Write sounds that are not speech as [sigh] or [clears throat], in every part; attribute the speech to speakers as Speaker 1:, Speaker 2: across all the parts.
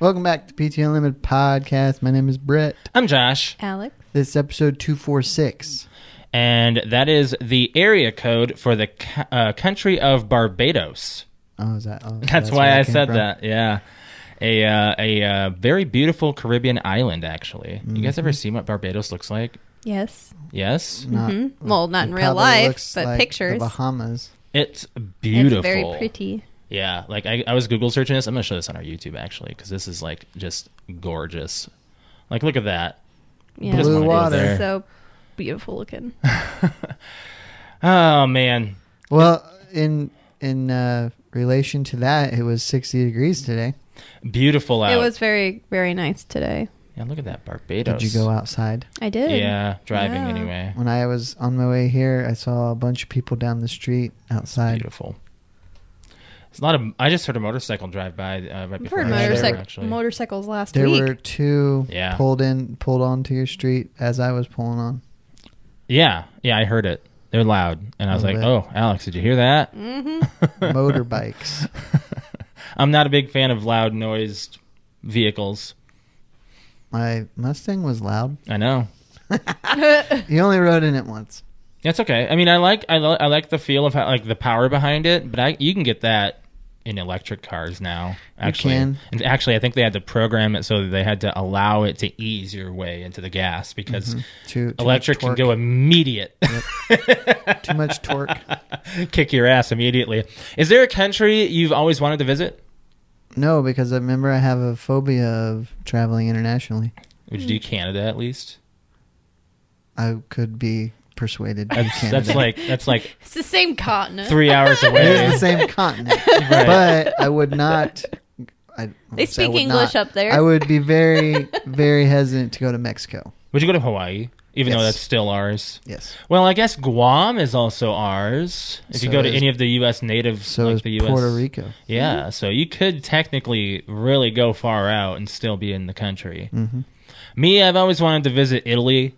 Speaker 1: Welcome back to PT Unlimited Podcast. My name is Brett.
Speaker 2: I'm Josh,
Speaker 3: Alex,
Speaker 1: This is episode 246.
Speaker 2: and that is the area code for the uh, country of Barbados.
Speaker 1: Oh, is that? Oh,
Speaker 2: That's, why
Speaker 1: where
Speaker 2: I
Speaker 1: came
Speaker 2: said
Speaker 1: from.
Speaker 2: that. Yeah. A uh, a uh, very beautiful Caribbean island, actually. You guys
Speaker 3: Mm-hmm.
Speaker 2: ever seen what Barbados looks like?
Speaker 3: yes,
Speaker 2: Yes,
Speaker 1: Not-
Speaker 3: hmm well, not
Speaker 1: it
Speaker 3: in real
Speaker 1: probably
Speaker 3: life,
Speaker 1: looks
Speaker 3: but
Speaker 1: like The
Speaker 3: pictures.
Speaker 1: Bahamas.
Speaker 2: it's beautiful.
Speaker 3: It's very pretty.
Speaker 2: Yeah, like I, I was Google searching this. I'm gonna show this on our YouTube actually because this is like just gorgeous. Like, look at that.
Speaker 3: Yeah,
Speaker 1: Blue
Speaker 3: it's
Speaker 1: water.
Speaker 2: there.
Speaker 3: So beautiful looking.
Speaker 2: Oh man,
Speaker 1: Well, in in uh, relation to that, it was 60 degrees today.
Speaker 2: beautiful out.
Speaker 3: It was very very nice today.
Speaker 2: Yeah, look at that Barbados.
Speaker 1: Did you go outside?
Speaker 3: I did.
Speaker 2: Yeah, driving
Speaker 3: Yeah.
Speaker 2: anyway.
Speaker 1: When I was on my way here, I saw a bunch of people down the street outside.
Speaker 2: Beautiful. It's a lot of. I just heard a motorcycle drive by uh, right
Speaker 3: I've
Speaker 2: before
Speaker 3: heard
Speaker 2: our show,
Speaker 3: motorcycle
Speaker 2: actually.
Speaker 3: motorcycles last
Speaker 1: There
Speaker 3: week.
Speaker 1: were two
Speaker 2: Yeah.
Speaker 1: pulled in, pulled onto your street as I was
Speaker 2: [laughs]
Speaker 1: pulling on.
Speaker 2: Yeah, yeah, I heard it. They're loud, and I was like,
Speaker 1: Little
Speaker 2: "Oh, Alex, did you hear that?"
Speaker 1: Mm-hmm.
Speaker 2: [laughs]
Speaker 1: Motorbikes.
Speaker 2: I'm not a big fan of loud noised vehicles.
Speaker 1: My Mustang was loud.
Speaker 2: I know
Speaker 3: Mhm.
Speaker 1: You only rode in it once.
Speaker 2: that's okay. I mean, I like I, li- I like the feel of how, like the power behind it, but I you can get that in electric cars now. Actually,
Speaker 1: can.
Speaker 2: and actually, I think they had to program it so that they had to allow it to ease your way into the gas because
Speaker 1: Too, too
Speaker 2: electric
Speaker 1: much
Speaker 2: can
Speaker 1: Mm-hmm. torque.
Speaker 2: go immediate,
Speaker 1: Too much torque.
Speaker 2: [laughs]
Speaker 1: [laughs]
Speaker 2: kick your ass immediately. Is there a country you've always wanted to visit?
Speaker 1: No, because I remember I have a phobia of traveling internationally.
Speaker 2: Would you do Canada at least?
Speaker 1: I could be persuaded. to
Speaker 2: [laughs] That's,
Speaker 1: Canada.
Speaker 2: that's like that's like
Speaker 3: it's the same continent.
Speaker 2: three hours
Speaker 1: [laughs] it is
Speaker 2: away. [laughs]
Speaker 1: the same continent,
Speaker 2: Right.
Speaker 1: but I would not. I,
Speaker 3: They
Speaker 1: say I
Speaker 3: speak
Speaker 1: would
Speaker 3: English
Speaker 1: not.
Speaker 3: up there.
Speaker 1: I would be very, very hesitant to go to Mexico.
Speaker 2: Would you go to Hawaii? Even though
Speaker 1: Yes.
Speaker 2: that's still ours.
Speaker 1: Yes,
Speaker 2: Well, I guess Guam is also ours. If you
Speaker 1: So
Speaker 2: go to
Speaker 1: is-
Speaker 2: any of the U.S. native,
Speaker 1: so
Speaker 2: like
Speaker 1: is
Speaker 2: the U.S.
Speaker 1: Puerto Rico.
Speaker 2: Yeah, so you could technically really go far out and still be in the country.
Speaker 1: hmm
Speaker 2: Me, I've always wanted to visit Italy.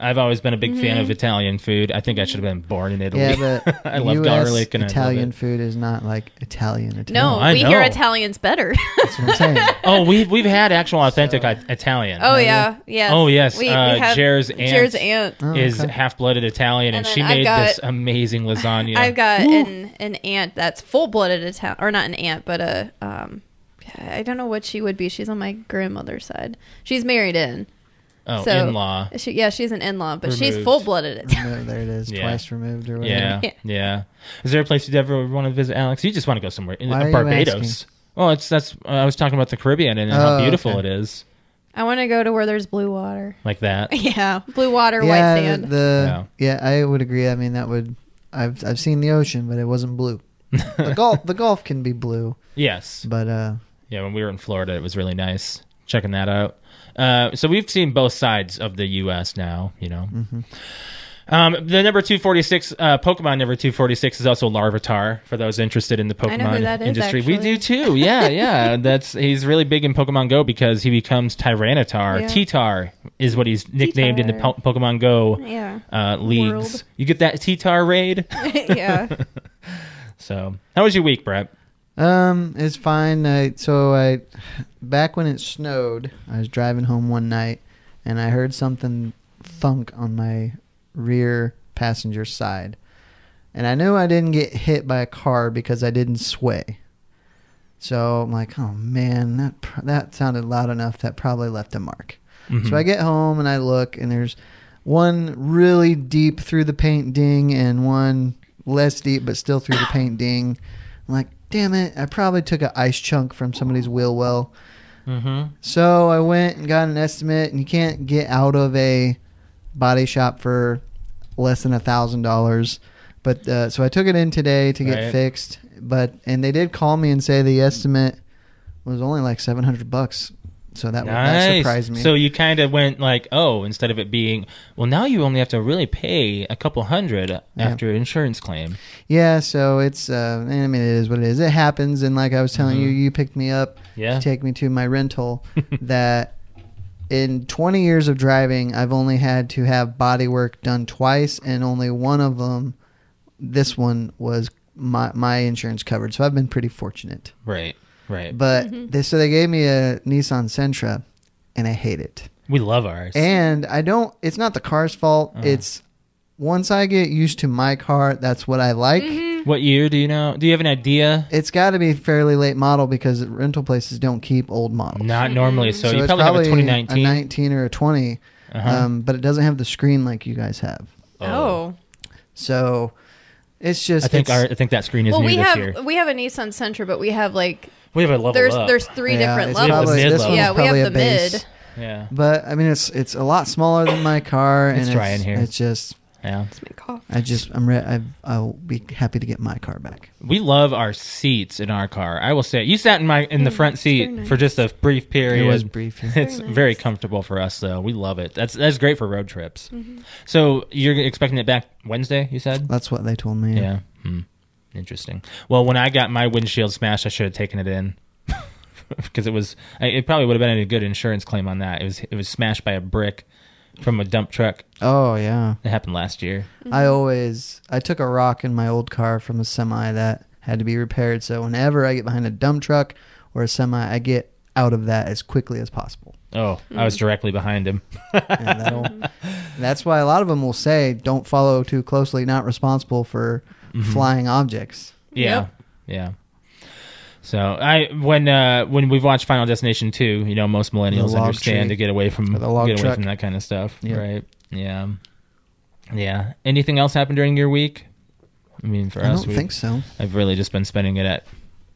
Speaker 2: I've always been a big fan of Italian food. I think I should have been born in Italy.
Speaker 1: Yeah,
Speaker 2: [laughs]
Speaker 1: but
Speaker 2: I love
Speaker 1: US
Speaker 2: garlic and I love
Speaker 1: Italian
Speaker 2: it.
Speaker 1: food is not like Italian. Italian.
Speaker 3: no,
Speaker 2: No, Oh, I
Speaker 3: we hear
Speaker 2: know.
Speaker 3: Italians better. [laughs]
Speaker 1: that's what I'm saying.
Speaker 2: oh, we've we've had actual authentic I- Italian.
Speaker 3: oh yeah, yes.
Speaker 2: Oh, yes,
Speaker 3: We,
Speaker 2: uh,
Speaker 3: we have
Speaker 2: Jer's aunt.
Speaker 3: Jer's aunt.
Speaker 1: Oh,
Speaker 2: is
Speaker 1: okay.
Speaker 2: half blooded Italian, and,
Speaker 3: And
Speaker 2: she
Speaker 3: then I've
Speaker 2: made
Speaker 3: got-
Speaker 2: this
Speaker 3: [laughs]
Speaker 2: amazing lasagna.
Speaker 3: I've got an an aunt that's full blooded Italian, or not an aunt, but a um, I don't know what she would be. She's on my grandmother's side. She's married in.
Speaker 2: oh,
Speaker 3: so-
Speaker 2: in
Speaker 3: [laughs]
Speaker 2: law.
Speaker 3: She yeah, she's an in law, but she's
Speaker 2: Removed.
Speaker 3: full blooded Italian.
Speaker 1: No, there it is.
Speaker 2: Yeah.
Speaker 1: Twice removed or whatever.
Speaker 2: Yeah,
Speaker 3: Yeah.
Speaker 2: yeah. Is there a place you'd ever want to visit, Alex? You just want to go somewhere in
Speaker 1: Why are you
Speaker 2: Barbados.
Speaker 1: asking?
Speaker 2: Well, it's that's uh, I was talking about the Caribbean and how
Speaker 1: Oh,
Speaker 2: beautiful
Speaker 1: okay.
Speaker 2: it is,
Speaker 3: I want to go to where there's blue
Speaker 1: [laughs]
Speaker 3: water.
Speaker 2: like
Speaker 3: [laughs]
Speaker 2: that.
Speaker 3: Yeah, blue water, white
Speaker 1: yeah,
Speaker 3: sand.
Speaker 1: The yeah. I would agree. I mean, that would. I've I've seen the ocean, but it wasn't blue. The golf the golf can be blue,
Speaker 2: yes,
Speaker 1: but uh,
Speaker 2: yeah. When we were in Florida, it was really nice checking that out. Uh, so we've seen both sides of the U.S. now, you know.
Speaker 1: Mm-hmm.
Speaker 2: Um, the number two forty six, uh, Pokemon number two forty six is also Larvitar for those interested in the Pokemon
Speaker 3: I know who that is,
Speaker 2: industry. We
Speaker 3: actually.
Speaker 2: do too,
Speaker 3: [laughs]
Speaker 2: yeah, yeah. That's he's really big in Pokemon Go because he becomes Tyranitar.
Speaker 3: Yeah.
Speaker 2: T-Tar is what he's nicknamed in the po-
Speaker 3: T-Tar.
Speaker 2: Pokemon Go
Speaker 1: [laughs]
Speaker 3: yeah,
Speaker 2: uh, leagues.
Speaker 3: World.
Speaker 2: You get that T-Tar raid. [laughs]
Speaker 3: [laughs] yeah.
Speaker 2: so how was your week, Brett?
Speaker 1: um, it's fine. I so I back when it snowed, I was driving home one night, and I heard something thunk on my rear passenger side, and I knew I didn't get hit by a car because I didn't sway. So I'm like, oh man, that pr- that sounded loud enough. That probably left a mark. So
Speaker 2: Mm-hmm.
Speaker 1: I get home and I look, and there's one really deep through the paint ding and one less deep but
Speaker 2: [coughs]
Speaker 1: still through the paint ding. I'm like, damn it, I probably took an ice chunk from somebody's wheel well.
Speaker 2: Mm-hmm.
Speaker 1: So I went and got an estimate, and you can't get out of a body shop for less than a thousand dollars. But uh, so I took it in today to get
Speaker 2: Right.
Speaker 1: fixed. But and they did call me and say the estimate was only like seven hundred bucks. So that, that surprised me.
Speaker 2: So you kind of went like, oh, instead of it being, well, now you only have to really pay a couple hundred after insurance claim.
Speaker 1: yeah, so it's uh, I mean it is what it is. It happens, and like I was telling you, you picked me up
Speaker 2: Yeah.
Speaker 1: to take me to my rental that in 20 years of driving i've only had to have body work done twice and only one of them this one was my, my insurance covered so i've been pretty fortunate
Speaker 2: Right. Right.
Speaker 1: but they, so they gave me a nissan sentra and i hate it
Speaker 2: We love ours.
Speaker 1: and i don't it's not the car's fault it's once i get used to my car that's what i like
Speaker 2: what year do you know? Do you have an idea?
Speaker 1: it's got to be fairly late model because rental places don't keep old models
Speaker 2: Not normally. So, you
Speaker 1: it's
Speaker 2: probably, have a 2019.
Speaker 1: 19 or a 20,
Speaker 2: Uh-huh.
Speaker 1: um, but it doesn't have the screen like you guys have.
Speaker 3: Oh.
Speaker 1: So it's just.
Speaker 2: I think our,
Speaker 1: it's-
Speaker 2: I think that screen is
Speaker 3: Well,
Speaker 2: new
Speaker 3: we
Speaker 2: this
Speaker 3: have
Speaker 2: year.
Speaker 3: we have a Nissan Sentra, but we have like
Speaker 2: We have a level
Speaker 3: there's
Speaker 2: up.
Speaker 3: there's three
Speaker 1: yeah,
Speaker 3: different
Speaker 1: it's
Speaker 3: levels.
Speaker 1: Probably,
Speaker 2: Mid
Speaker 1: this
Speaker 2: level.
Speaker 1: one's
Speaker 3: yeah, we
Speaker 1: probably
Speaker 3: have
Speaker 1: a
Speaker 3: the
Speaker 1: base,
Speaker 3: mid.
Speaker 2: yeah.
Speaker 1: But I mean, it's it's a lot smaller than my car, and
Speaker 2: It's dry in here.
Speaker 1: It's just.
Speaker 2: Yeah.
Speaker 3: It's my cough.
Speaker 1: I just I'm re- I I'll be happy to get my car back.
Speaker 2: We love our seats in our car. I will say, you sat in my in the front seat
Speaker 3: Mm, very
Speaker 2: for just a brief period.
Speaker 1: It was
Speaker 2: [laughs]
Speaker 1: brief. yeah.
Speaker 2: It's
Speaker 3: very
Speaker 2: very
Speaker 3: nice.
Speaker 2: comfortable for us, though. We love it. That's that's great for road trips.
Speaker 3: Mm-hmm.
Speaker 2: So you're expecting it back Wednesday? You said,
Speaker 1: That's what they told me.
Speaker 2: yeah. Hmm. Interesting. Well, when I got my windshield smashed, I should have taken it in [laughs] because it was. I- It probably would have been a good insurance claim on that. It was. It was smashed by a brick from a dump truck.
Speaker 1: Oh yeah.
Speaker 2: It happened last year.
Speaker 1: I always I took a rock in my old car from a semi that had to be repaired. So whenever I get behind a dump truck or a semi, I get out of that as quickly as possible.
Speaker 2: Oh, I
Speaker 3: Mm.
Speaker 2: was directly behind him.
Speaker 1: And that'll, that's why a lot of them will say, "Don't follow too closely. Not responsible for
Speaker 2: Mm-hmm.
Speaker 1: flying objects."
Speaker 2: Yeah.
Speaker 3: Yep.
Speaker 2: Yeah. So I when uh when we've watched Final Destination two, you know, most millennials
Speaker 1: log
Speaker 2: understand to
Speaker 1: tree.
Speaker 2: get away from
Speaker 1: Or
Speaker 2: get
Speaker 1: the log
Speaker 2: away
Speaker 1: truck.
Speaker 2: from that kind of stuff.
Speaker 1: Yeah.
Speaker 2: Right. Yeah. Yeah. Anything else happened during your week? I mean for
Speaker 1: I
Speaker 2: us
Speaker 1: don't
Speaker 2: we-
Speaker 1: think so.
Speaker 2: I've really just been spending it at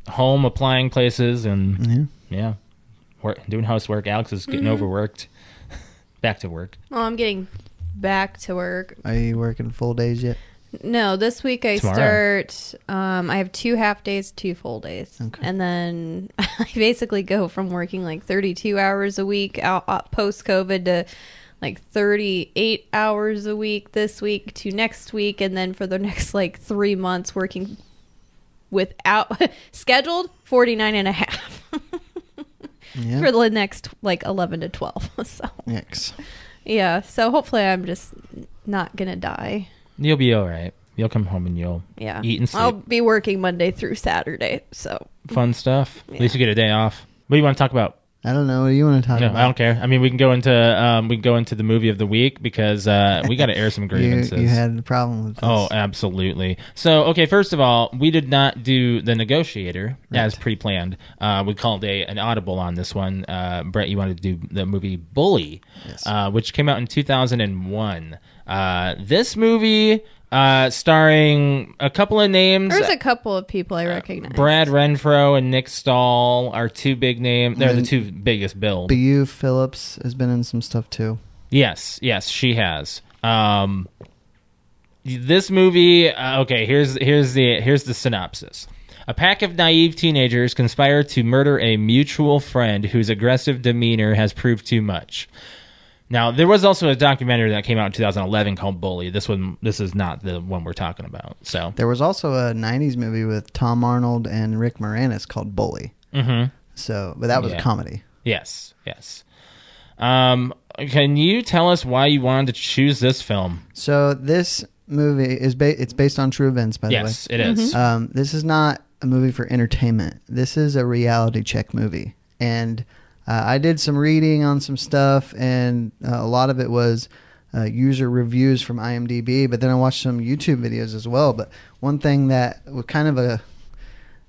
Speaker 2: home applying places and
Speaker 1: Yeah.
Speaker 2: yeah. Work doing housework. Alex is getting overworked. [laughs] Back to work.
Speaker 3: Well, Oh, I'm getting back to work.
Speaker 1: Are you working full days yet?
Speaker 3: No, this week I
Speaker 2: Tomorrow.
Speaker 3: start. Um, I have two half days, two full days,
Speaker 1: Okay.
Speaker 3: and then [laughs] I basically go from working like 32 hours a week out, out post COVID to like 38 hours a week this week to next week, and then for the [laughs] next like three months working without [laughs] scheduled 49 and a half [laughs]
Speaker 1: Yeah.
Speaker 3: for the next like 11 to 12. [laughs] so
Speaker 1: Yikes.
Speaker 3: yeah, so hopefully I'm just not gonna die.
Speaker 2: You'll be all right. You'll come home and you'll
Speaker 3: Yeah.
Speaker 2: eat and sleep.
Speaker 3: I'll be working Monday through Saturday. So
Speaker 2: Fun stuff. At least you get a day off. What do you want to talk about?
Speaker 1: I don't know. What do you want to talk
Speaker 2: No,
Speaker 1: about?
Speaker 2: I don't care. I mean, we can go into um, we can go into the movie of the week because uh, we got to air some
Speaker 1: [laughs] You,
Speaker 2: grievances.
Speaker 1: you had a problem with this.
Speaker 2: oh, absolutely. So, okay, first of all, we did not do the negotiator as pre-planned. Uh, we called a an audible on this one. Uh, Brett, you wanted to do the movie Bully, uh, which came out in two thousand and one. Uh, this movie. Uh, starring a couple of names.
Speaker 3: there's a couple of people I recognize.
Speaker 2: Brad Renfro and Nick Stahl are two big names. They're the
Speaker 1: And-
Speaker 2: two biggest bills.
Speaker 1: But you, Phillips, has been in some stuff too.
Speaker 2: Yes, yes, she has. Um, this movie. Uh, okay, here's here's the here's the synopsis. A pack of naive teenagers conspire to murder a mutual friend whose aggressive demeanor has proved too much. Now, there was also a documentary that came out in 2011 called Bully. This one, this is not the one we're talking about. So,
Speaker 1: There was also a '90s movie with Tom Arnold and Rick Moranis called Bully.
Speaker 2: hmm
Speaker 1: So, but that was
Speaker 2: Yeah.
Speaker 1: a comedy.
Speaker 2: yes, yes. Um, can you tell us why you wanted to choose this film?
Speaker 1: So this movie is ba- it's based on true events, by the way.
Speaker 2: Yes, it is.
Speaker 1: Um, this is not a movie for entertainment. This is a reality check movie. And uh, I did some reading on some stuff, and uh, a lot of it was uh, user reviews from IMDb. But then I watched some YouTube videos as well. But one thing that was kind of a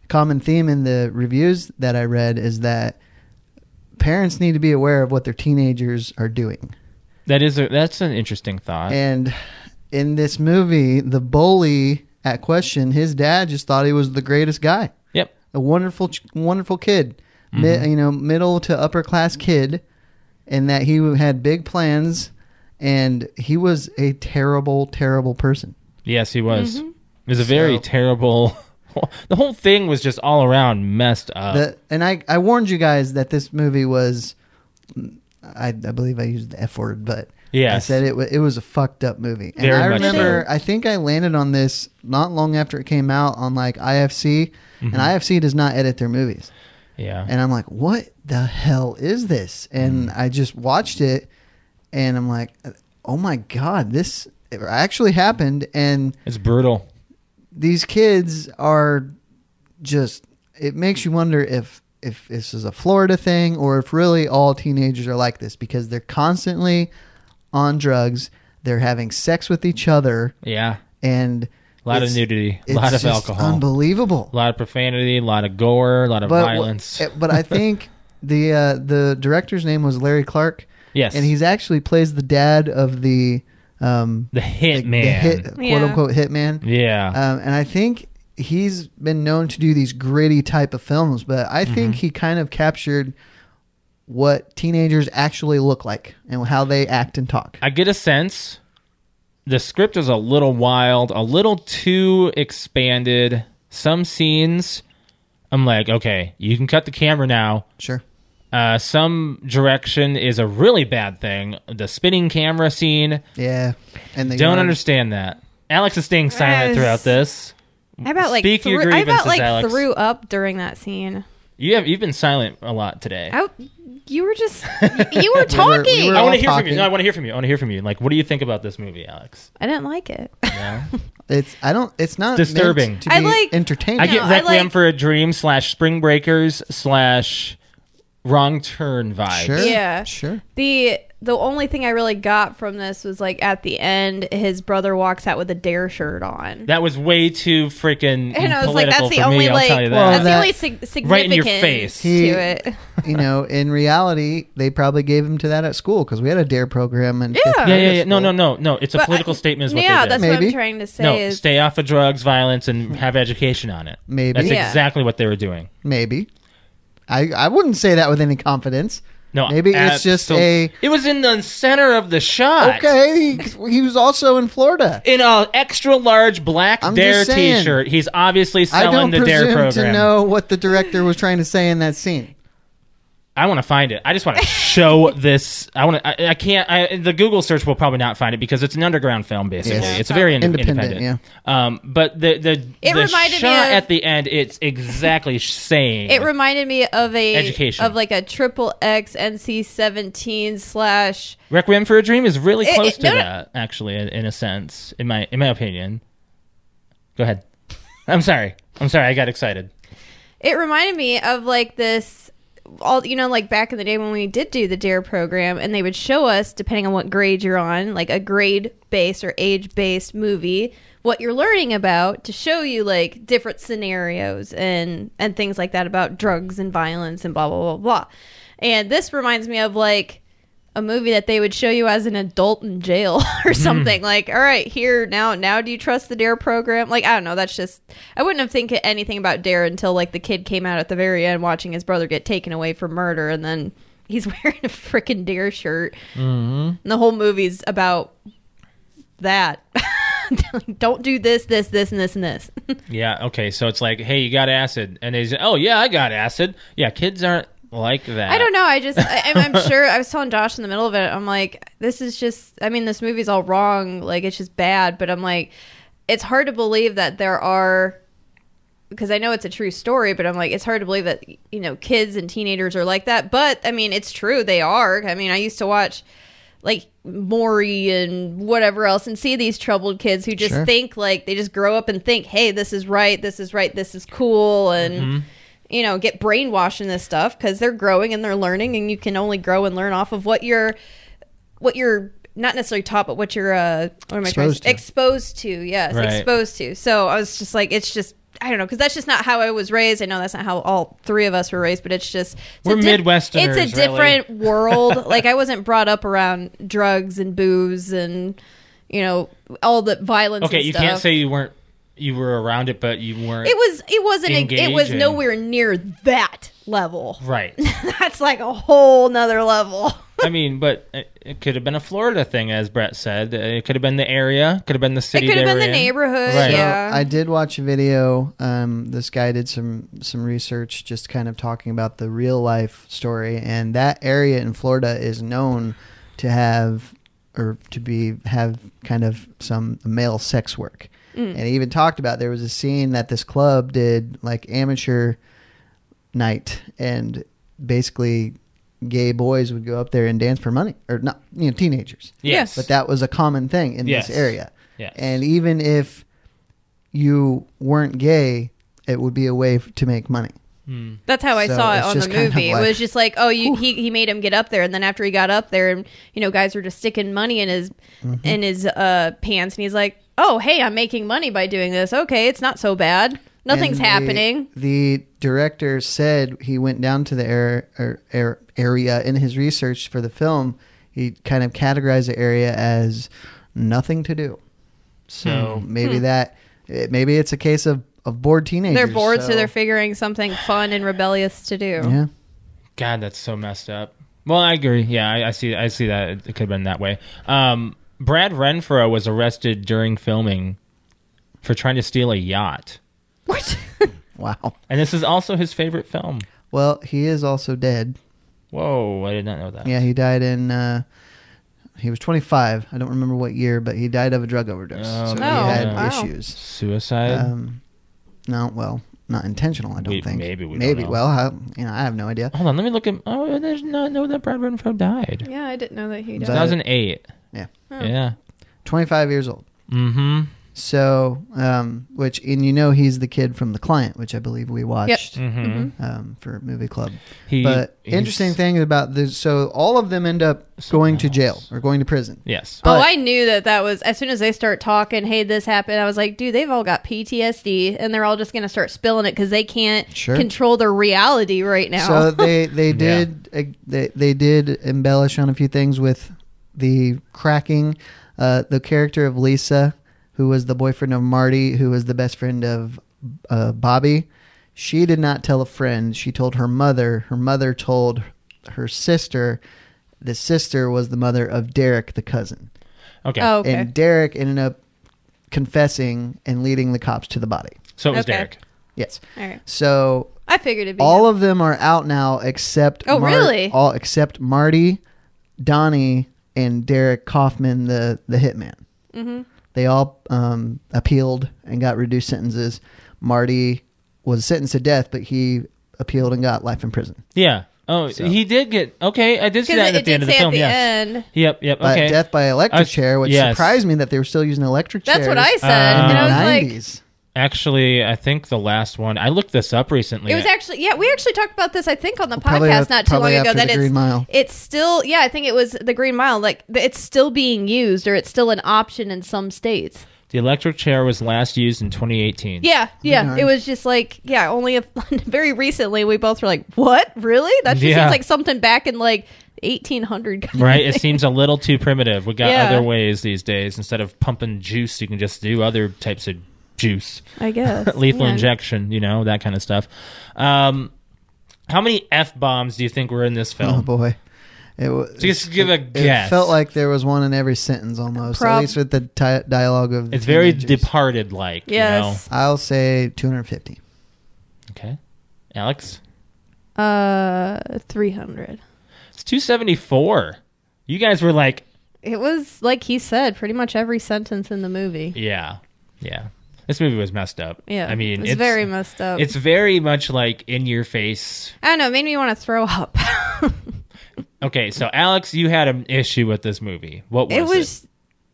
Speaker 1: common theme in the reviews that I read is that parents need to be aware of what their teenagers are doing.
Speaker 2: That is a, that's an interesting thought.
Speaker 1: And in this movie, the bully at question, his dad just thought he was the greatest guy,
Speaker 2: Yep.
Speaker 1: a wonderful, ch- wonderful kid, Mi- you know, middle to upper class kid, and that he had big plans. and he was a terrible, terrible person.
Speaker 2: Yes, he was. It was a very
Speaker 1: So-
Speaker 2: terrible. [laughs] The whole thing was just all around messed up.
Speaker 1: The, and I, I warned you guys that this movie was, I, I believe I used the F word, but
Speaker 2: Yes.
Speaker 1: I said it, wa it was a fucked up movie. And
Speaker 2: Very
Speaker 1: I
Speaker 2: much
Speaker 1: remember, I think I landed on this not long after it came out on like IFC,
Speaker 2: Mm-hmm.
Speaker 1: and IFC does not edit their movies.
Speaker 2: yeah.
Speaker 1: And I'm like, what the hell is this? And
Speaker 2: Mm-hmm.
Speaker 1: I just watched it and I'm like, oh my God, this actually happened. And
Speaker 2: it's brutal.
Speaker 1: these kids are just, it makes you wonder if, if this is a Florida thing or if really all teenagers are like this because they're constantly on drugs. They're having sex with each other
Speaker 2: Yeah.
Speaker 1: and
Speaker 2: A lot
Speaker 1: it's-
Speaker 2: of nudity. A
Speaker 1: it's
Speaker 2: lot of
Speaker 1: just
Speaker 2: alcohol.
Speaker 1: Unbelievable.
Speaker 2: a lot of profanity. A lot of gore. A lot of
Speaker 1: but wha-
Speaker 2: violence.
Speaker 1: eh, but
Speaker 2: [laughs]
Speaker 1: I think the uh, the director's name was Larry Clark,
Speaker 2: yes.
Speaker 1: and he's actually plays the dad of the um
Speaker 2: the
Speaker 1: the-
Speaker 2: hit
Speaker 1: the
Speaker 2: man.
Speaker 1: hit, quote
Speaker 3: Yeah.
Speaker 1: unquote hitman.
Speaker 2: yeah.
Speaker 1: Um, and I think he's been known to do these gritty type of films, but I
Speaker 2: Mm-hmm.
Speaker 1: think he kind of captured what teenagers actually look like and how they act and talk.
Speaker 2: I get a sense the script is a little wild, a little too expanded. Some scenes, I'm like, okay, you can cut the camera now.
Speaker 1: Sure.
Speaker 2: Uh, some direction is a really bad thing. The spinning camera scene.
Speaker 1: Yeah. And they
Speaker 2: Don't understand that. Alex is staying silent
Speaker 3: Yes.
Speaker 2: throughout this.
Speaker 3: I about like
Speaker 2: Speak your
Speaker 3: threw, I about
Speaker 2: grievances,
Speaker 3: like
Speaker 2: Alex.
Speaker 3: threw up during that scene.
Speaker 2: You have you've been silent a lot today.
Speaker 3: I, you were
Speaker 2: [laughs]
Speaker 3: just you were
Speaker 1: We were-
Speaker 3: talking.
Speaker 1: we were
Speaker 2: I
Speaker 1: all
Speaker 2: want to hear from you.
Speaker 1: talking.
Speaker 2: No, I want to hear from you. I want to hear from you. Like, what do you think about this movie, Alex?
Speaker 3: I didn't like it.
Speaker 2: [laughs] Yeah.
Speaker 1: It's I don't. It's not meant
Speaker 2: Disturbing.
Speaker 1: to
Speaker 3: I
Speaker 1: be
Speaker 3: like-
Speaker 1: entertaining.
Speaker 2: I
Speaker 3: No,
Speaker 2: get
Speaker 3: I
Speaker 2: Requiem
Speaker 3: like-
Speaker 2: for a Dream slash Spring Breakers slash Wrong Turn vibes.
Speaker 1: Sure.
Speaker 3: Yeah.
Speaker 1: Sure.
Speaker 3: [laughs] the the only thing I really got from this was like at the end, his brother walks out with a dare shirt on,
Speaker 2: That was way too freaking
Speaker 3: and I was
Speaker 2: political
Speaker 3: like, "That's
Speaker 2: for
Speaker 3: the
Speaker 2: me.
Speaker 3: only
Speaker 2: I'll
Speaker 3: like
Speaker 2: tell you that.
Speaker 1: Well,
Speaker 3: that's the
Speaker 1: that-
Speaker 3: only sig- significance
Speaker 2: Right in your face.
Speaker 1: He-
Speaker 3: to it."
Speaker 2: [laughs]
Speaker 1: you know, in reality, they probably gave him to that at school because we had a dare program. And
Speaker 3: Yeah.
Speaker 2: yeah, yeah, yeah. No, no, no, no. It's a
Speaker 3: But I-
Speaker 2: political statement.
Speaker 3: [laughs]
Speaker 2: Is what
Speaker 3: yeah,
Speaker 2: they did.
Speaker 3: that's what I'm
Speaker 1: Maybe.
Speaker 3: trying to say.
Speaker 2: no,
Speaker 3: is
Speaker 2: stay off of drugs, violence, and have education on it.
Speaker 1: Maybe.
Speaker 2: that's
Speaker 3: Yeah.
Speaker 2: exactly what they were doing.
Speaker 1: Maybe. I I wouldn't say that with any confidence.
Speaker 2: No,
Speaker 1: Maybe it's just
Speaker 2: absol-
Speaker 1: a-
Speaker 2: It was in the center of the shot.
Speaker 1: Okay, he, he was also in Florida.
Speaker 2: In a extra large black
Speaker 1: I'm
Speaker 2: Dare
Speaker 1: just saying.
Speaker 2: T-shirt, he's obviously
Speaker 1: I
Speaker 2: selling
Speaker 1: don't
Speaker 2: the Dare
Speaker 1: presume
Speaker 2: program.
Speaker 1: to know what the director was trying to say in that scene.
Speaker 2: I want to find it. I just want to
Speaker 1: [laughs]
Speaker 2: show this. I want to. I, I can't. I, the Google search will probably not find it because it's an underground film. Basically,
Speaker 1: Yes.
Speaker 2: it's very in, independent.
Speaker 1: Independent,
Speaker 2: Yeah. Um. But the the
Speaker 3: It
Speaker 2: the
Speaker 3: reminded me
Speaker 2: shot
Speaker 3: of-
Speaker 2: at the end. It's
Speaker 1: [laughs]
Speaker 2: exactly saying
Speaker 3: It reminded me of a
Speaker 2: Education.
Speaker 3: of like a triple X NC seventeen slash.
Speaker 2: Requiem for a Dream is really
Speaker 3: It-
Speaker 2: close
Speaker 3: it-
Speaker 2: to
Speaker 3: no, no.
Speaker 2: that. Actually, in, in a sense, in my in my opinion. Go ahead. [laughs] I'm sorry. I'm sorry. I got excited.
Speaker 3: It reminded me of like this. All you know, like back in the day when we did do the Dare program, and they would show us, depending on what grade you're on, like a grade based or age based movie, what you're learning about to show you like different scenarios and and things like that about drugs and violence and blah blah blah blah. And this reminds me of like a movie that they would show you as an adult in jail [laughs] or something like all right here now now do you trust the dare program like i don't know that's just i wouldn't have think anything about dare until like the kid came out at the very end watching his brother get taken away for murder and then [laughs] he's wearing a freaking dare shirt and the whole movie's about that [laughs] don't do this this this and this and this
Speaker 2: Yeah. Okay. So it's like, hey, you got acid, and they say, oh yeah, I got acid. Yeah. Kids aren't like that.
Speaker 3: I don't know. I just, I, I'm, I'm sure. I was telling Josh in the middle of it. I'm like, this is just. I mean, this movie's all wrong. Like, it's just bad. But I'm like, it's hard to believe that there are, because I know it's a true story. But I'm like, it's hard to believe that you know kids and teenagers are like that. But I mean, it's true. They are. I mean, I used to watch like Maury and whatever else and see these troubled kids who just
Speaker 1: Sure.
Speaker 3: think like they just grow up and think, hey, this is right, this is right, this is cool, and you know, get brainwashed in this stuff because they're growing and they're learning, and you can only grow and learn off of what you're, what you're not necessarily taught, but what you're uh, what am I trying to,
Speaker 1: Exposed to.
Speaker 3: exposed to? Yes,
Speaker 2: Right.
Speaker 3: exposed to. So I was just like, it's just. I don't know because that's just not how I was raised. I know that's not how all three of us were raised, but it's just it's
Speaker 2: We're
Speaker 3: a diff-
Speaker 2: Midwesterners,
Speaker 3: It's a
Speaker 2: really. [laughs]
Speaker 3: different world. like I wasn't brought up around drugs and booze and you know all the violence.
Speaker 2: Okay,
Speaker 3: and
Speaker 2: you
Speaker 3: stuff.
Speaker 2: can't say you weren't you were around it, but you weren't.
Speaker 3: it was. It wasn't. A, it was
Speaker 2: Engaging.
Speaker 3: nowhere near that level.
Speaker 2: [laughs] right.
Speaker 1: [laughs]
Speaker 3: That's like a whole nother level.
Speaker 2: I mean, but it, it could have been a Florida thing, as Brett said. It could have been the area, could have been the
Speaker 3: It
Speaker 2: city.
Speaker 3: could have
Speaker 2: they
Speaker 3: been
Speaker 2: were
Speaker 3: the
Speaker 2: in.
Speaker 3: neighborhood.
Speaker 2: Right.
Speaker 1: So
Speaker 3: Yeah.
Speaker 1: I did watch a video. Um, this guy did some some research, just kind of talking about the real life story, and that area in Florida is known to have or to be have kind of some male sex work, and he even talked about there was a scene that this club did like amateur night, and basically gay boys would go up there and dance for money, or not, you know, teenagers.
Speaker 2: Yes.
Speaker 1: But that was a common thing in
Speaker 2: Yes.
Speaker 1: this area.
Speaker 2: Yes.
Speaker 1: And even if you weren't gay, it would be a way f- to make money.
Speaker 2: Hmm.
Speaker 3: That's how I
Speaker 1: So
Speaker 3: saw it
Speaker 1: it's
Speaker 3: on the
Speaker 1: just kind of
Speaker 3: movie.
Speaker 1: like-
Speaker 3: it was just like, oh, you, he he made him get up there, and then after he got up there, and you know, guys were just sticking money in his
Speaker 1: Mm-hmm.
Speaker 3: in his uh, pants, and he's like, oh, hey, I'm making money by doing this. Okay, it's not so bad. Nothing's
Speaker 1: And the-
Speaker 3: happening.
Speaker 1: The director said he went down to the air, er, air, area in his research for the film. He kind of categorized the area as nothing to do. So
Speaker 2: Hmm.
Speaker 1: maybe that it, maybe it's a case of, of bored teenagers.
Speaker 3: Hmm. They're bored, so.
Speaker 1: so
Speaker 3: they're figuring something fun and rebellious to do. [laughs]
Speaker 1: yeah.
Speaker 2: God, that's so messed up. Well, I agree. Yeah, I, I see. I see that it, could have been that way. Um, Brad Renfro was arrested during filming for trying to steal a yacht,
Speaker 3: What?
Speaker 1: Wow.
Speaker 2: and this is also his favorite film.
Speaker 1: Well, he is also dead.
Speaker 2: Whoa, I did not know that.
Speaker 1: Yeah, he died in. Uh, he was 25. I don't remember what year, but he died of a drug overdose.
Speaker 2: Oh,
Speaker 1: so he
Speaker 2: Oh,
Speaker 1: had
Speaker 2: wow.
Speaker 1: issues.
Speaker 2: Suicide.
Speaker 1: Um, no, well, not intentional. I don't
Speaker 2: We-
Speaker 1: think.
Speaker 2: maybe we don't
Speaker 1: Maybe.
Speaker 2: know.
Speaker 1: Well, I, you know, I have no idea.
Speaker 2: Hold on, let me look at. Oh, I did not know that Brad Renfro died.
Speaker 3: yeah, I didn't know that he died.
Speaker 1: But-
Speaker 2: Two thousand eight.
Speaker 1: Yeah.
Speaker 3: Oh.
Speaker 2: Yeah.
Speaker 1: 25 years old.
Speaker 2: Mm-hmm.
Speaker 1: So, um, which and you know he's the kid from the client, which I believe we watched
Speaker 2: Mm-hmm.
Speaker 1: um, for movie club.
Speaker 2: He.
Speaker 1: but
Speaker 2: he's-
Speaker 1: interesting thing about this, so all of them end up going to
Speaker 2: else.
Speaker 1: jail or going to prison.
Speaker 2: Yes.
Speaker 1: But-
Speaker 3: oh, I knew that that was as soon as they start talking. Hey, this happened. I was like, dude, they've all got PTSD, and they're all just gonna start spilling it because they can't
Speaker 1: Sure.
Speaker 3: control their reality right now. [laughs]
Speaker 1: So they they did uh, they they did embellish on a few things with the cracking, uh, the character of Lisa, who was the boyfriend of Marty, who was the best friend of uh, Bobby. She did not tell a friend. She told her mother. Her mother told her sister. The sister was the mother of Derek, the cousin,
Speaker 2: Okay.
Speaker 3: oh, okay.
Speaker 1: and Derek ended up confessing and leading the cops to the body.
Speaker 2: so it was
Speaker 3: okay.
Speaker 2: Derek.
Speaker 1: Yes.
Speaker 3: all right.
Speaker 1: So
Speaker 3: I figured it'd be
Speaker 1: all of them are out now except
Speaker 3: Oh, really?
Speaker 1: all except Marty, Donnie, and Derek Kaufman, the the hitman.
Speaker 3: Mhm.
Speaker 1: They all um, appealed and got reduced sentences. Marty was sentenced to death, but he appealed and got life in prison.
Speaker 2: Yeah. Oh,
Speaker 1: So-
Speaker 2: he did get. Okay, I did see
Speaker 3: because
Speaker 2: that
Speaker 3: it,
Speaker 2: at
Speaker 3: it
Speaker 2: the
Speaker 3: did
Speaker 2: end of the
Speaker 3: say at
Speaker 2: film.
Speaker 3: the
Speaker 2: yes.
Speaker 3: end.
Speaker 2: Yep. Yep.
Speaker 1: But
Speaker 2: Okay.
Speaker 1: death by electric
Speaker 2: I-
Speaker 1: chair, which
Speaker 2: yes.
Speaker 1: surprised me that they were still using electric chairs.
Speaker 3: That's what I said,
Speaker 2: Uh,
Speaker 3: and I was
Speaker 1: in
Speaker 3: like.
Speaker 1: the 90s.
Speaker 2: Actually, I think the last one. I looked this up recently.
Speaker 3: It was actually yeah. We actually talked about this, I think, on the
Speaker 1: Probably
Speaker 3: podcast
Speaker 1: af-
Speaker 3: not too long
Speaker 1: probably
Speaker 3: ago.
Speaker 1: after
Speaker 3: That
Speaker 1: the
Speaker 3: it's
Speaker 1: Green Mile.
Speaker 3: it's still yeah. I think it was the Green Mile. Like th- it's still being used, or it's still an option in some states.
Speaker 2: the electric chair was last used in 2018.
Speaker 3: Yeah, yeah.
Speaker 1: darned.
Speaker 3: It was just like yeah. Only a, [laughs] very recently we both were like, what really? That just
Speaker 2: Yeah.
Speaker 3: seems like something back in like 1800.
Speaker 2: Right, it seems a little too primitive. We got
Speaker 3: Yeah.
Speaker 2: other ways these days. Instead of pumping juice, you can just do other types of juice,
Speaker 3: I guess
Speaker 2: [laughs] lethal
Speaker 3: Yeah.
Speaker 2: injection, you know, that kind of stuff. Um, how many f bombs do you think were in this
Speaker 1: Oh
Speaker 2: film?
Speaker 1: boy. It was,
Speaker 2: Just give a
Speaker 1: it,
Speaker 2: guess.
Speaker 1: It felt like there was one in every sentence almost,
Speaker 3: Prob-
Speaker 1: at least with the ti dialogue of the
Speaker 2: it's very
Speaker 1: teenagers.
Speaker 2: departed like.
Speaker 3: Yes.
Speaker 1: I'll say 250.
Speaker 2: You know? Okay. Alex,
Speaker 3: Uh, 300.
Speaker 2: it's 274. You guys were like,
Speaker 3: It was like he said, pretty much every sentence in the movie.
Speaker 2: yeah, yeah. This movie was messed up.
Speaker 3: Yeah,
Speaker 2: I mean,
Speaker 3: it was very messed up.
Speaker 2: It's very much like in your face
Speaker 3: I don't know. It made me want to throw up. [laughs]
Speaker 2: Okay, so Alex, you had an issue with this movie. What was it?
Speaker 3: it was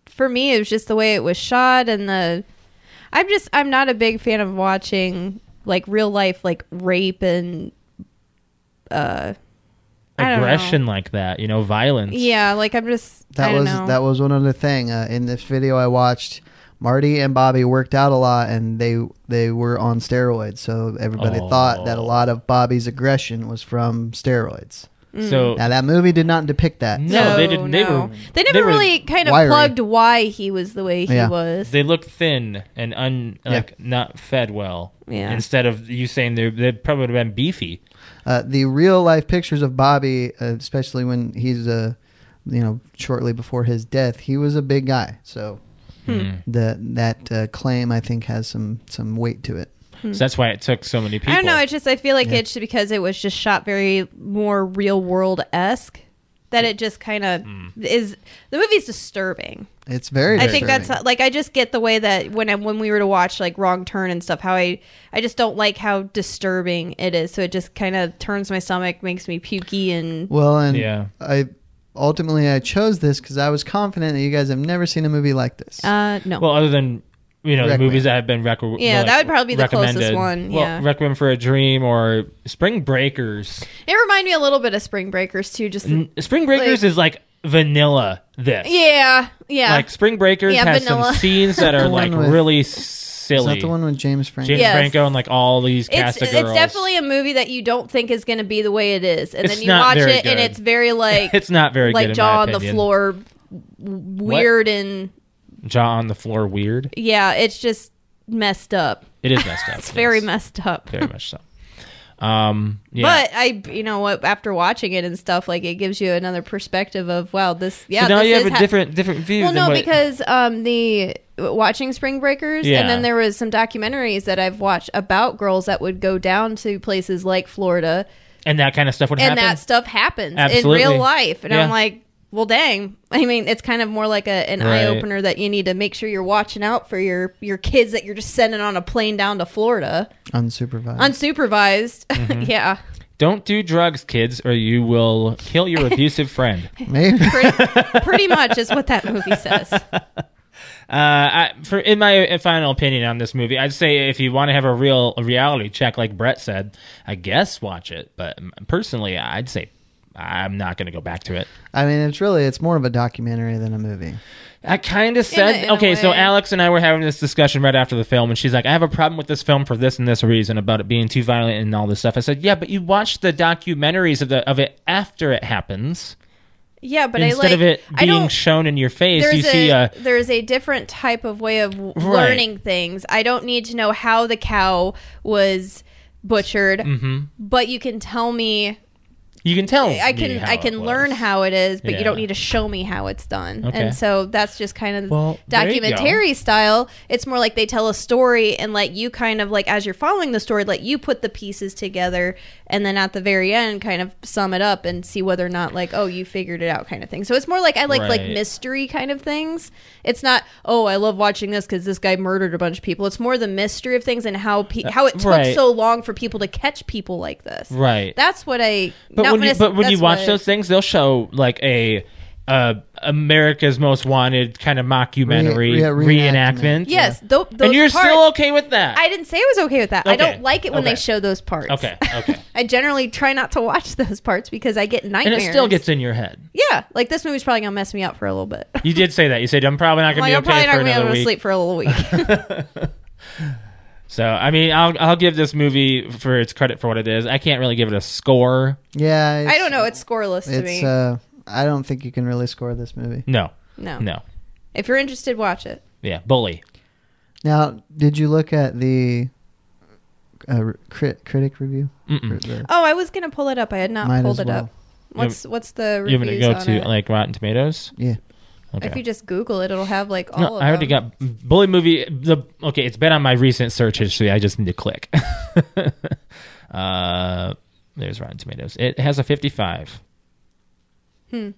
Speaker 3: for me. It was just the way it was shot and the. I'm just. I'm not a big fan of watching like real life like rape and. Uh, I don't know.
Speaker 2: aggression like that, you know, violence.
Speaker 3: yeah, like I'm just. I
Speaker 1: That
Speaker 3: don't
Speaker 1: was
Speaker 3: know.
Speaker 1: that was one other thing uh, in this video I watched. Marty and Bobby worked out a lot, and they they were on steroids, so everybody
Speaker 2: Oh.
Speaker 1: thought that a lot of Bobby's aggression was from steroids.
Speaker 3: mm.
Speaker 2: So
Speaker 1: Now that movie did not depict that.
Speaker 2: No, they didn't- they were-
Speaker 3: They
Speaker 2: they
Speaker 3: never
Speaker 2: were
Speaker 3: really kind of
Speaker 1: wiry.
Speaker 3: plugged why he was the way he
Speaker 1: Yeah.
Speaker 3: was.
Speaker 2: they look thin and un
Speaker 1: Yeah.
Speaker 2: like not fed well.
Speaker 3: Yeah.
Speaker 2: Instead of you saying they they probably would have been beefy.
Speaker 1: Uh, the real life pictures of Bobby, uh, especially when he's uh, you know, shortly before his death, he was a big guy. So
Speaker 3: Hmm.
Speaker 2: Mm.
Speaker 1: the that uh, claim I think has some some weight to it.
Speaker 2: So that's why it took so many people.
Speaker 3: Hmm. I don't know. It's just I feel like
Speaker 1: Yeah.
Speaker 3: it's because it was just shot very more real world esque that it just kind of
Speaker 2: Hmm.
Speaker 3: is. The movie's disturbing.
Speaker 1: It's very.
Speaker 3: I think
Speaker 1: disturbing.
Speaker 3: that's like I just get the way that when I, when we were to watch like Wrong Turn and stuff, how I I just don't like how disturbing it is. So it just kind of turns my stomach, makes me pukey, and
Speaker 1: well, and
Speaker 2: Yeah.
Speaker 1: I ultimately I chose this because I was confident that you guys have never seen a movie like this.
Speaker 3: uh no.
Speaker 2: Well, other than you know the
Speaker 1: Recommend.
Speaker 2: movies that have been rec-
Speaker 3: Yeah, that would probably be the closest
Speaker 2: recommended.
Speaker 3: one,
Speaker 2: Well,
Speaker 3: yeah.
Speaker 2: Requiem for a Dream or Spring Breakers.
Speaker 3: it reminded me a little bit of Spring Breakers too. Just
Speaker 2: N- Spring Breakers
Speaker 3: Like-
Speaker 2: is like vanilla. This.
Speaker 3: yeah, yeah.
Speaker 2: Like Spring Breakers
Speaker 3: Yeah,
Speaker 2: has
Speaker 3: vanilla.
Speaker 2: some scenes that are
Speaker 1: [laughs] The one
Speaker 2: like
Speaker 1: with-
Speaker 2: really
Speaker 1: Is
Speaker 2: silly.
Speaker 1: that the one with James Franco?
Speaker 2: James
Speaker 3: Yes.
Speaker 2: Franco and like all these
Speaker 3: it's
Speaker 2: cast of
Speaker 3: it's
Speaker 2: girls.
Speaker 3: definitely a movie that you don't think is going to be the way it is, and
Speaker 2: It's
Speaker 3: then you
Speaker 2: not
Speaker 3: watch
Speaker 2: very
Speaker 3: it and
Speaker 2: good. [laughs]
Speaker 3: it's very like
Speaker 2: it's not very good.
Speaker 3: like
Speaker 2: in
Speaker 3: jaw
Speaker 2: my
Speaker 3: on the
Speaker 2: opinion.
Speaker 3: floor, w- weird and
Speaker 2: Jaw on the floor. Weird.
Speaker 3: yeah, it's just messed up.
Speaker 2: It is
Speaker 3: [laughs]
Speaker 2: messed up.
Speaker 3: It's very
Speaker 2: yes.
Speaker 3: messed up.
Speaker 2: Very much so. Um. Yeah.
Speaker 3: But I, you know what? After watching it and stuff, like it gives you another perspective of wow, this yeah.
Speaker 2: so now
Speaker 3: this
Speaker 2: you
Speaker 3: is
Speaker 2: have a
Speaker 3: ha-
Speaker 2: different different view.
Speaker 3: Well,
Speaker 2: than
Speaker 3: no,
Speaker 2: what-
Speaker 3: because um, the watching Spring Breakers,
Speaker 2: Yeah.
Speaker 3: and then there was some documentaries that I've watched about girls that would go down to places like Florida,
Speaker 2: and that kind of stuff would
Speaker 3: and
Speaker 2: happen.
Speaker 3: that stuff happens
Speaker 2: Absolutely.
Speaker 3: in real life, and I'm
Speaker 2: Yeah.
Speaker 3: like. Well, dang! I mean, it's kind of more like a, an
Speaker 2: Right.
Speaker 3: eye opener that you need to make sure you're watching out for your your kids that you're just sending on a plane down to Florida
Speaker 1: Unsupervised.
Speaker 3: unsupervised. [laughs]
Speaker 2: Mm-hmm.
Speaker 3: yeah,
Speaker 2: Don't do drugs, kids, or you will kill
Speaker 3: [laughs]
Speaker 2: your abusive friend.
Speaker 1: Maybe.
Speaker 2: [laughs]
Speaker 3: pretty, pretty much is what that movie says.
Speaker 2: Uh, I, for in my final opinion on this movie, I'd say if you want to have a real a reality check, like Brett said, I guess watch it. But personally, I'd say I'm not going to go back to it.
Speaker 1: I mean, it's really it's more of a documentary than a movie.
Speaker 2: I kind of said
Speaker 3: in a
Speaker 2: okay. So
Speaker 3: way.
Speaker 2: Alex and I were having this discussion right after the film, and she's like, "I have a problem with this film for this and this reason about it being too violent and all this stuff." I said, "Yeah, but you watched the documentaries of the of it after it happens
Speaker 3: Yeah, but
Speaker 2: instead
Speaker 3: I like
Speaker 2: of it
Speaker 3: I
Speaker 2: being
Speaker 3: don't.
Speaker 2: shown in your face.
Speaker 3: There's
Speaker 2: You
Speaker 3: a,
Speaker 2: see a
Speaker 3: there's a different type of way of w learning things. I don't need to know how the cow was butchered,
Speaker 2: Mm.
Speaker 3: but you can tell me.
Speaker 2: mm-hmm. you can tell
Speaker 3: I
Speaker 2: me
Speaker 3: can
Speaker 2: how
Speaker 3: I
Speaker 2: it
Speaker 3: can
Speaker 2: was.
Speaker 3: learn how it is, but you don't
Speaker 2: Yeah.
Speaker 3: need to show me how it's done.
Speaker 2: Okay.
Speaker 3: And so that's just kind of
Speaker 2: Well, there you go.
Speaker 3: documentary style. It's more like they tell a story and let you kind of like as you're following the story, let you put the pieces together, and then at the very end, kind of sum it up and see whether or not like oh you figured it out kind of thing. So it's more like I like like
Speaker 2: Right.
Speaker 3: mystery kind of things. It's not oh I love watching this because this guy murdered a bunch of people. It's more the mystery of things and how pe- how it took
Speaker 2: Right.
Speaker 3: so long for people to catch people like this.
Speaker 2: right.
Speaker 3: That's what I.
Speaker 2: But
Speaker 3: not
Speaker 2: when you,
Speaker 3: I-
Speaker 2: but when you
Speaker 3: that's
Speaker 2: watch
Speaker 3: what-
Speaker 2: those things, they'll show like a uh, America's Most Wanted kind of mockumentary
Speaker 1: Re- re- reenactment.
Speaker 2: reenactment.
Speaker 3: yes, tho- those
Speaker 2: and you're
Speaker 3: parts,
Speaker 2: still okay with that.
Speaker 3: I didn't say I was okay with that. I
Speaker 2: Okay.
Speaker 3: don't like it when they
Speaker 2: Okay.
Speaker 3: show those parts.
Speaker 2: okay, okay,
Speaker 3: [laughs] I generally try not to watch [laughs] those parts because I get
Speaker 2: and
Speaker 3: nightmares.
Speaker 2: it still gets in your head.
Speaker 3: Yeah, like this movie's probably gonna mess me up for a little bit.
Speaker 2: You did say that. You said I'm probably not going
Speaker 3: like
Speaker 2: to
Speaker 3: I'm
Speaker 2: be okay
Speaker 3: probably not
Speaker 2: for
Speaker 3: gonna be able
Speaker 2: another
Speaker 3: to
Speaker 2: week.
Speaker 3: sleep for a little week.
Speaker 2: [laughs] So I mean, I'll I'll give this movie for its credit for what it is. I can't really give it a score.
Speaker 1: Yeah. It's,
Speaker 3: I don't know. It's scoreless to
Speaker 1: It's
Speaker 3: me.
Speaker 1: uh, I don't think you can really score this movie.
Speaker 2: No,
Speaker 3: no.
Speaker 2: no,
Speaker 3: If you're interested, watch it.
Speaker 2: yeah, bully.
Speaker 1: Now, did you look at the uh, re- crit- critic review?
Speaker 2: Mm-mm.
Speaker 1: Or the-
Speaker 3: Oh, I was gonna pull it up. I had not
Speaker 1: Might
Speaker 3: pulled
Speaker 1: as
Speaker 3: it
Speaker 1: well.
Speaker 3: up. What's what's the
Speaker 2: You want me
Speaker 3: reviews
Speaker 2: to go
Speaker 3: on
Speaker 2: to
Speaker 3: it?
Speaker 2: like Rotten Tomatoes?
Speaker 1: Yeah.
Speaker 2: Okay.
Speaker 3: If you just Google it, it'll have like all
Speaker 2: no,
Speaker 3: of
Speaker 2: I already
Speaker 3: them.
Speaker 2: got bully movie. The okay, it's been on my recent search history. I just need to click. [laughs] uh, there's Rotten Tomatoes. It has a 55.
Speaker 3: Hmm.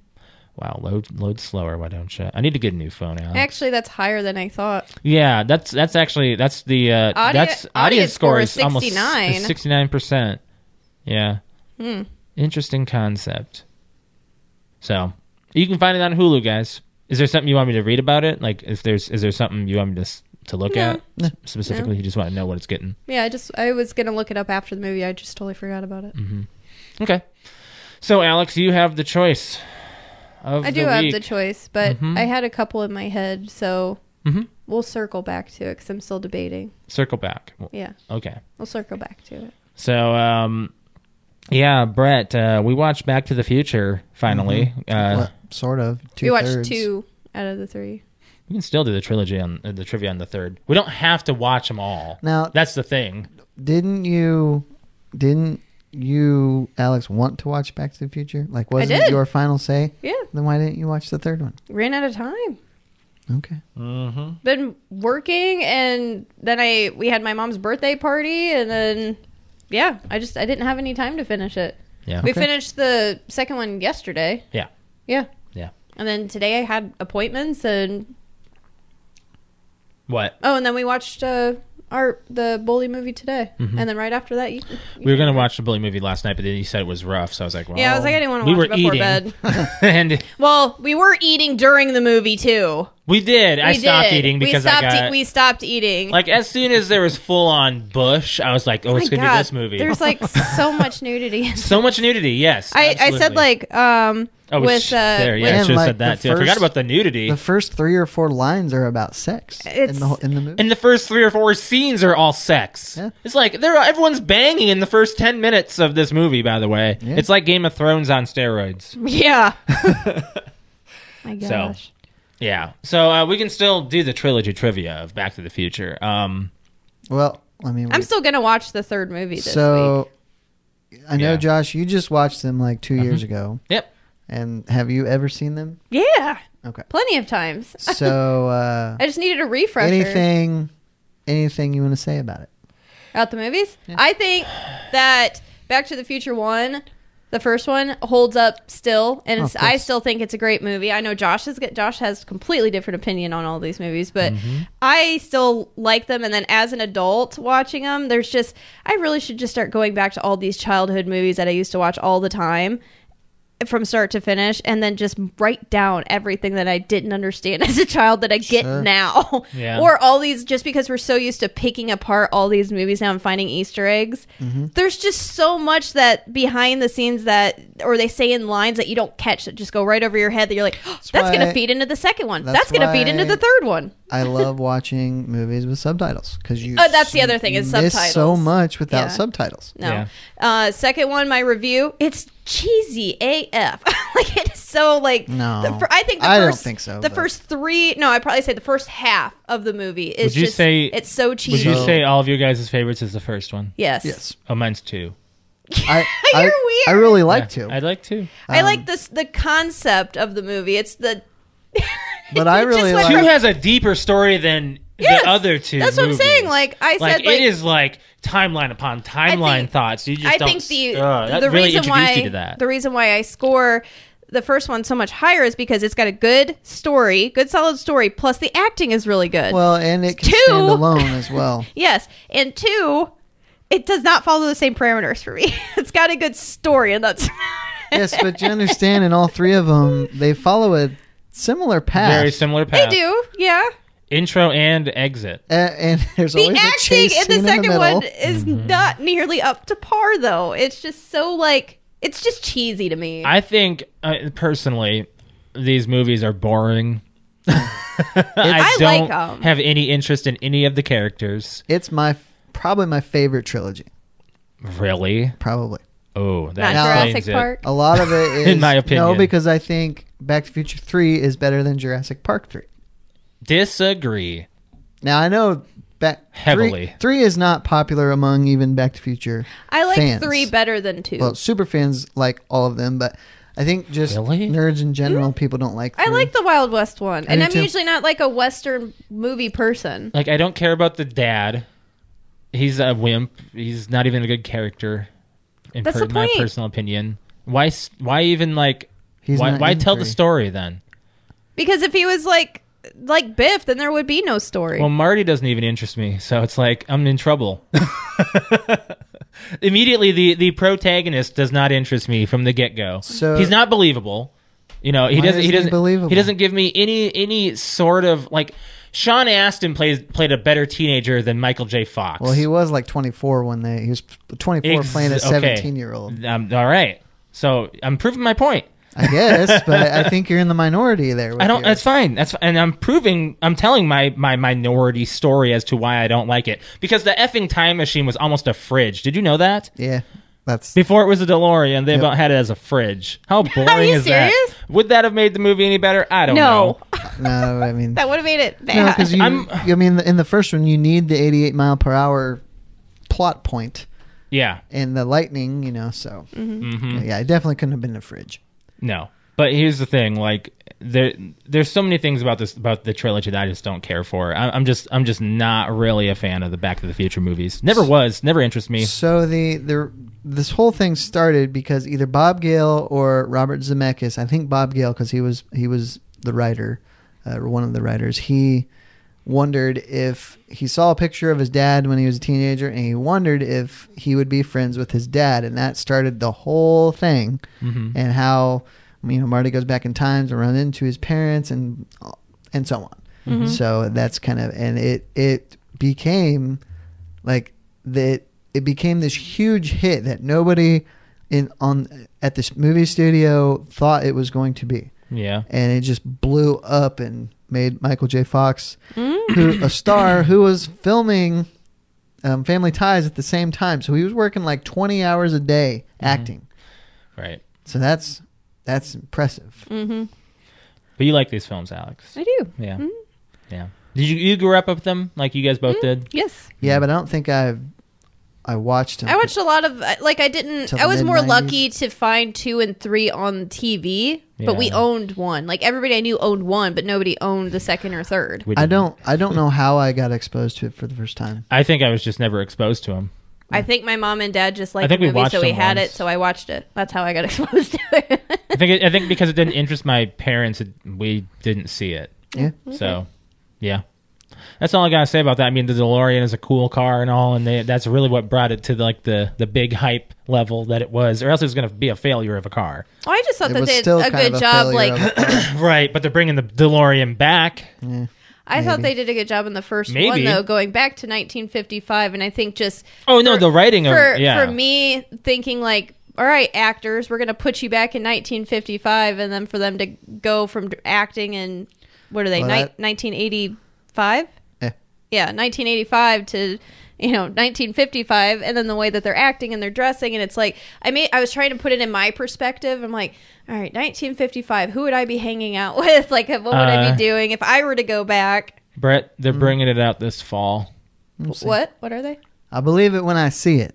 Speaker 2: Wow, load load slower. Why don't you? I need to get a new phone, Alex.
Speaker 3: Actually, that's higher than I thought.
Speaker 2: yeah, that's that's actually that's the uh,
Speaker 3: Audi-
Speaker 2: that's
Speaker 3: audience score is 69.
Speaker 2: sixty nine percent. Yeah,
Speaker 3: Hmm.
Speaker 2: interesting concept. So you can find it on Hulu, guys. Is there something you want me to read about it? Like, if there's is there something you want me to s- to look
Speaker 3: No.
Speaker 2: at
Speaker 1: No.
Speaker 2: specifically? You just want to know what it's getting.
Speaker 3: Yeah, I just I was gonna look it up after the movie. I just totally forgot about it.
Speaker 2: Mm-hmm. Okay. So Alex, you have the choice. Of
Speaker 3: I do
Speaker 2: the
Speaker 3: have
Speaker 2: week.
Speaker 3: the choice, but
Speaker 2: Mhm.
Speaker 3: I had a couple in my head, so
Speaker 2: Mhm.
Speaker 3: we'll circle back to it because I'm still debating.
Speaker 2: Circle back.
Speaker 3: Yeah,
Speaker 2: Okay.
Speaker 3: we'll circle back to it.
Speaker 2: So, um, yeah, Brett, uh, we watched Back to the Future finally. Uh,
Speaker 3: Mm-hmm.
Speaker 1: Well, sort of. Two
Speaker 3: we watched
Speaker 1: thirds.
Speaker 3: two out of the three.
Speaker 2: You can still do the trilogy on uh, the trivia on the third. We don't have to watch them all.
Speaker 1: Now,
Speaker 2: That's the thing.
Speaker 1: didn't you? Didn't you, Alex, want to watch Back to the Future? Like, was it
Speaker 3: did.
Speaker 1: your final say?
Speaker 3: Yeah,
Speaker 1: Then why didn't you watch the third one?
Speaker 3: ran out of time.
Speaker 1: Okay.
Speaker 2: Mm-hmm.
Speaker 3: Been working, and then I we had my mom's birthday party, and then yeah, I just I didn't have any time to finish it.
Speaker 2: Yeah.
Speaker 3: We
Speaker 1: Okay.
Speaker 3: finished the second one yesterday.
Speaker 2: Yeah.
Speaker 3: Yeah.
Speaker 2: Yeah.
Speaker 3: And then today I had appointments and
Speaker 2: What?
Speaker 3: oh, and then we watched uh, our the Bully movie today,
Speaker 2: Mm-hmm.
Speaker 3: and then right after that, you,
Speaker 2: We were gonna watch the Bully movie last night, but then you said it was rough, so I was like, well,
Speaker 3: yeah, I was like I didn't want to
Speaker 2: we
Speaker 3: watch
Speaker 2: were
Speaker 3: it before
Speaker 2: eating, [laughs]
Speaker 3: bed.
Speaker 2: and
Speaker 3: Well, we were eating during the movie too.
Speaker 2: we did. I
Speaker 3: we
Speaker 2: stopped
Speaker 3: did.
Speaker 2: eating because
Speaker 3: we stopped
Speaker 2: I got
Speaker 3: e- we stopped eating.
Speaker 2: like as soon as there was full on bush, I was like, oh, it's
Speaker 3: My
Speaker 2: gonna
Speaker 3: God,
Speaker 2: be this movie. [laughs]
Speaker 3: There's like so much nudity.
Speaker 2: so much nudity. Yes,
Speaker 3: I, I said
Speaker 2: absolutely.
Speaker 3: like um
Speaker 2: oh,
Speaker 3: with uh
Speaker 2: sh- there, yeah, I
Speaker 3: with-
Speaker 1: And,
Speaker 2: should have
Speaker 1: like,
Speaker 2: said that
Speaker 1: the
Speaker 2: too. I forgot
Speaker 1: first-
Speaker 2: about the nudity.
Speaker 1: The first three or four lines are about sex in
Speaker 3: It's-
Speaker 1: the whole- in the movie.
Speaker 2: and the first three or four scenes are all sex.
Speaker 1: Yeah.
Speaker 2: It's like they're everyone's banging in the first ten minutes of this movie. By the way,
Speaker 1: Yeah.
Speaker 2: it's like Game of Thrones on
Speaker 1: [laughs]
Speaker 2: steroids.
Speaker 3: yeah.
Speaker 2: [laughs]
Speaker 3: My gosh.
Speaker 2: Yeah, so uh, we can still do the trilogy trivia of Back to the Future. Um,
Speaker 1: well, I mean,
Speaker 3: I'm
Speaker 1: we-
Speaker 3: still gonna watch the third movie this week.
Speaker 1: so I know
Speaker 2: Yeah. Uh-huh.
Speaker 1: Josh, you just watched them like 2 years ago,
Speaker 2: yep.
Speaker 1: and have you ever seen
Speaker 3: [laughs]
Speaker 1: them?
Speaker 3: Yeah.
Speaker 1: Okay.
Speaker 3: Plenty of times.
Speaker 1: So uh,
Speaker 3: I just needed a refresher.
Speaker 1: anything, anything you want to say about it?
Speaker 3: Out the movies? I think that Back to the Future 1, the first one, holds up still. And
Speaker 1: Oh, Of
Speaker 3: it's, I
Speaker 1: course.
Speaker 3: still think it's a great movie. I know Josh has, got- Josh has completely different opinion on all these movies, but
Speaker 1: Mm-hmm.
Speaker 3: I still like them. And then as an adult watching them, there's just, I really should just start going back to all these childhood movies that I used to watch all the time from start to finish and then just write down everything that I didn't understand [laughs] as a child that I get
Speaker 1: Sure.
Speaker 3: now.
Speaker 2: Yeah.
Speaker 3: or all these just because we're so used to picking apart all these movies now and finding Easter eggs. There's just so much that behind the scenes that or they say in lines that you don't catch that just go right over your head that you're like, [gasps] "Oh, that's,
Speaker 1: why-
Speaker 3: gonna feed into the second one. That's,
Speaker 1: that's
Speaker 3: gonna feed into
Speaker 1: why-
Speaker 3: the third one. [laughs]
Speaker 1: I love watching movies with subtitles because you.
Speaker 3: Oh, that's the
Speaker 1: s-
Speaker 3: other thing, is
Speaker 1: miss so
Speaker 3: subtitles.
Speaker 1: much without
Speaker 3: Yeah.
Speaker 1: subtitles.
Speaker 3: No.
Speaker 2: Yeah.
Speaker 3: Uh, second one, my review. It's cheesy AF. [laughs] like it is so like.
Speaker 1: No.
Speaker 3: The, fir- I think the
Speaker 1: I don't
Speaker 3: first,
Speaker 1: think so,
Speaker 3: The
Speaker 1: but-
Speaker 3: first three. No, I would probably say the first half of the movie is
Speaker 2: Would you
Speaker 3: just.
Speaker 2: say-
Speaker 3: it's so
Speaker 2: Would
Speaker 3: cheesy.
Speaker 2: you
Speaker 1: So-
Speaker 2: say all of your guys' favorites is the first one?
Speaker 3: yes.
Speaker 1: Yes,
Speaker 2: Oh, mine's two.
Speaker 1: I.
Speaker 3: [laughs]
Speaker 1: I,
Speaker 3: You're
Speaker 1: I
Speaker 3: weird.
Speaker 1: really like
Speaker 2: Yeah,
Speaker 1: to,
Speaker 2: I like two.
Speaker 1: Um,
Speaker 3: I like this the concept of the movie. It's the. [laughs]
Speaker 1: but I
Speaker 3: it just
Speaker 1: really
Speaker 3: went
Speaker 1: like.
Speaker 2: Two has a deeper story than
Speaker 3: Yes,
Speaker 2: the other two.
Speaker 3: that's what I'm
Speaker 2: movies.
Speaker 3: saying, like, I
Speaker 2: like,
Speaker 3: said, like-
Speaker 2: it is like timeline upon timeline thoughts. You just
Speaker 3: I
Speaker 2: don't,
Speaker 3: think the
Speaker 2: Ugh, that
Speaker 3: the
Speaker 2: really
Speaker 3: reason
Speaker 2: introduced
Speaker 3: why
Speaker 2: you to that.
Speaker 3: the reason why I score the first one so much higher is because it's got a good story, good solid story. Plus the acting is really good.
Speaker 1: well, and it can
Speaker 3: Two.
Speaker 1: stand alone
Speaker 3: [laughs]
Speaker 1: as well.
Speaker 3: Yes. And two, it does not follow the same parameters for me. [laughs] it's got a good story, and that's. [laughs]
Speaker 1: yes, but you understand in all three of them, they follow a similar path.
Speaker 2: Very similar
Speaker 3: They
Speaker 2: path.
Speaker 3: do, yeah.
Speaker 2: Intro and exit.
Speaker 1: A- and [laughs] there's
Speaker 3: The
Speaker 1: always a
Speaker 3: acting
Speaker 1: chase
Speaker 3: in the
Speaker 1: scene
Speaker 3: second
Speaker 1: middle.
Speaker 3: one is
Speaker 2: Mm-hmm.
Speaker 3: not nearly up to par, though. It's just so like it's just cheesy to me.
Speaker 2: I think uh, personally, these movies are
Speaker 3: [laughs]
Speaker 2: boring. [laughs] I
Speaker 3: I like
Speaker 2: don't
Speaker 3: 'em.
Speaker 2: have any interest in any of the characters.
Speaker 1: It's my probably my favorite trilogy.
Speaker 2: Really?
Speaker 1: Probably
Speaker 2: Oh, that
Speaker 3: not
Speaker 2: explains
Speaker 3: Jurassic
Speaker 2: it.
Speaker 3: Park.
Speaker 1: a lot of it
Speaker 2: [laughs]
Speaker 1: is
Speaker 2: In my opinion.
Speaker 1: No, because I think Back to the Future Three is better than Jurassic Park Three.
Speaker 2: Disagree.
Speaker 1: Now I know back
Speaker 2: Heavily.
Speaker 1: three, three is not popular among even Back to Future.
Speaker 3: I like
Speaker 1: fans.
Speaker 3: three better than two.
Speaker 1: Well, super fans like all of them, but I think just
Speaker 2: Really?
Speaker 1: nerds in general, people don't like. Three.
Speaker 3: Mm-hmm. I like the Wild West one, and
Speaker 1: do
Speaker 3: I'm
Speaker 1: too.
Speaker 3: usually not like a Western movie person.
Speaker 2: Like I don't care about the dad. He's a wimp. He's not even a good character. In
Speaker 3: That's
Speaker 2: per-
Speaker 3: the
Speaker 2: my
Speaker 3: point.
Speaker 2: personal opinion. Why? s- Why even like?
Speaker 1: He's
Speaker 2: why?
Speaker 1: not
Speaker 2: Why
Speaker 1: in
Speaker 2: tell the
Speaker 1: three.
Speaker 2: story then?
Speaker 3: Because if he was like like Biff, then there would be no story.
Speaker 2: Well, Marty doesn't even interest me, so it's like I'm in trouble. [laughs] Immediately, the the protagonist does not interest me from the get go.
Speaker 1: So-
Speaker 2: he's not believable. You know, he
Speaker 1: Why
Speaker 2: doesn't. He
Speaker 1: isn't he
Speaker 2: doesn't.
Speaker 1: believable?
Speaker 2: He doesn't give me any any sort of like. Sean Astin plays played a better teenager than Michael J. Fox.
Speaker 1: Well, he was like 24 when they he was 24
Speaker 2: Ex-
Speaker 1: playing a
Speaker 2: okay.
Speaker 1: 17 year old.
Speaker 2: Um, all right. So I'm proving my point. [laughs]
Speaker 1: I guess, but I think you're in the minority there. With
Speaker 2: I don't.
Speaker 1: your-
Speaker 2: That's fine. That's and I'm proving. I'm telling my my minority story as to why I don't like it because the effing time machine was almost a fridge. Did you know that?
Speaker 1: yeah, that's
Speaker 2: Before it was a DeLorean, they
Speaker 1: Yep.
Speaker 2: about had it as a fridge.
Speaker 3: [laughs]
Speaker 2: How boring
Speaker 3: you
Speaker 2: is that?
Speaker 3: serious?
Speaker 2: Would that have made the movie any better? I don't
Speaker 3: no,
Speaker 2: know.
Speaker 1: no. I
Speaker 3: [laughs]
Speaker 1: mean,
Speaker 3: that would have made it
Speaker 1: no,
Speaker 3: bad.
Speaker 1: because you.
Speaker 2: I'm-
Speaker 1: I mean, in the first one, you need the 88 mile per hour plot point
Speaker 2: Yeah.
Speaker 1: and the lightning, you know, so
Speaker 3: Mm-hmm.
Speaker 2: Mm-hmm.
Speaker 1: yeah, it definitely couldn't have been the fridge.
Speaker 2: No. But here's the thing, like there there's so many things about this about the trilogy that I just don't care for. I, I'm just I'm just not really a fan of the Back to the Future movies. Never was, never interests me.
Speaker 1: So the the this whole thing started because either Bob Gale or Robert Zemeckis, I think Bob Gale because he was he was the writer, uh, or one of the writers. He wondered if he saw a picture of his dad when he was a teenager, and he wondered if he would be friends with his dad, and that started the whole thing,
Speaker 2: Mm-hmm.
Speaker 1: and how you know Marty goes back in time to run into his parents and and so on. So that's kind of and it it became like that it became this huge hit that nobody in on at this movie studio thought it was going to be
Speaker 2: Yeah.
Speaker 1: and it just blew up and made Michael J Fox who, a star who was filming um, Family Ties at the same time so he was working like 20 hours a day acting
Speaker 2: Right.
Speaker 1: so that's that's impressive
Speaker 2: But you like these films, Alex.
Speaker 3: Mm-hmm. I do.
Speaker 2: Yeah. Yeah. Did you you grew up with them like you guys both
Speaker 3: Mm-hmm.
Speaker 2: did?
Speaker 3: Yes.
Speaker 1: yeah but I don't think I've I watched him
Speaker 3: I watched a lot of like I didn't.
Speaker 1: Till
Speaker 3: I was
Speaker 1: the
Speaker 3: more
Speaker 1: mid-nineties.
Speaker 3: lucky to find two and three on TV, but we
Speaker 2: Yeah.
Speaker 3: owned one. Like everybody I knew owned one, but nobody owned the second or third.
Speaker 2: We
Speaker 1: I
Speaker 2: didn't.
Speaker 1: don't I don't know how I got exposed to it for the first time
Speaker 2: I think I was just never exposed to them.
Speaker 3: I think my mom and dad just
Speaker 2: I
Speaker 3: liked the
Speaker 2: think we
Speaker 3: movie,
Speaker 2: watched
Speaker 3: so we
Speaker 2: them
Speaker 3: had
Speaker 2: once.
Speaker 3: it. So I watched it. That's how I got [laughs] exposed to it.
Speaker 2: I think it, I think because it didn't interest my parents, it, we didn't see it.
Speaker 1: yeah
Speaker 3: Mm-hmm.
Speaker 2: So, yeah, that's all I gotta say about that. I mean, the DeLorean is a cool car and all, and they, that's really what brought it to the, like the the big hype level that it was, or else it was gonna be a failure of a car.
Speaker 3: Oh, I just thought
Speaker 1: it
Speaker 3: that
Speaker 1: was
Speaker 3: they did
Speaker 1: still
Speaker 3: a
Speaker 1: kind
Speaker 3: good
Speaker 1: of a
Speaker 3: job.
Speaker 1: failure
Speaker 3: Like
Speaker 1: of
Speaker 2: [clears throat]
Speaker 1: a-
Speaker 2: Right, but they're bringing the DeLorean back.
Speaker 1: yeah.
Speaker 3: I thought they did a good job in the first
Speaker 2: Maybe.
Speaker 3: one, though, going back to 1955. And I think just
Speaker 2: Oh no, the writing of
Speaker 3: for
Speaker 2: yeah.
Speaker 3: for me thinking like, all right, actors, we're gonna put you back in 1955, and then for them to go from d- acting in what are they,
Speaker 1: Well,
Speaker 3: ni-
Speaker 1: that-
Speaker 3: 1985?
Speaker 1: Yeah.
Speaker 3: yeah, 1985 to you know 1955 and then the way that they're acting and they're dressing and it's like i mean i was trying to put it in my perspective i'm like all right 1955 who would i be hanging out [laughs] with like what would i
Speaker 2: Uh,
Speaker 3: be doing if i were to go back
Speaker 2: Brett, they're bringing it out this fall.
Speaker 1: see.
Speaker 3: what what are they
Speaker 1: I believe it when I see it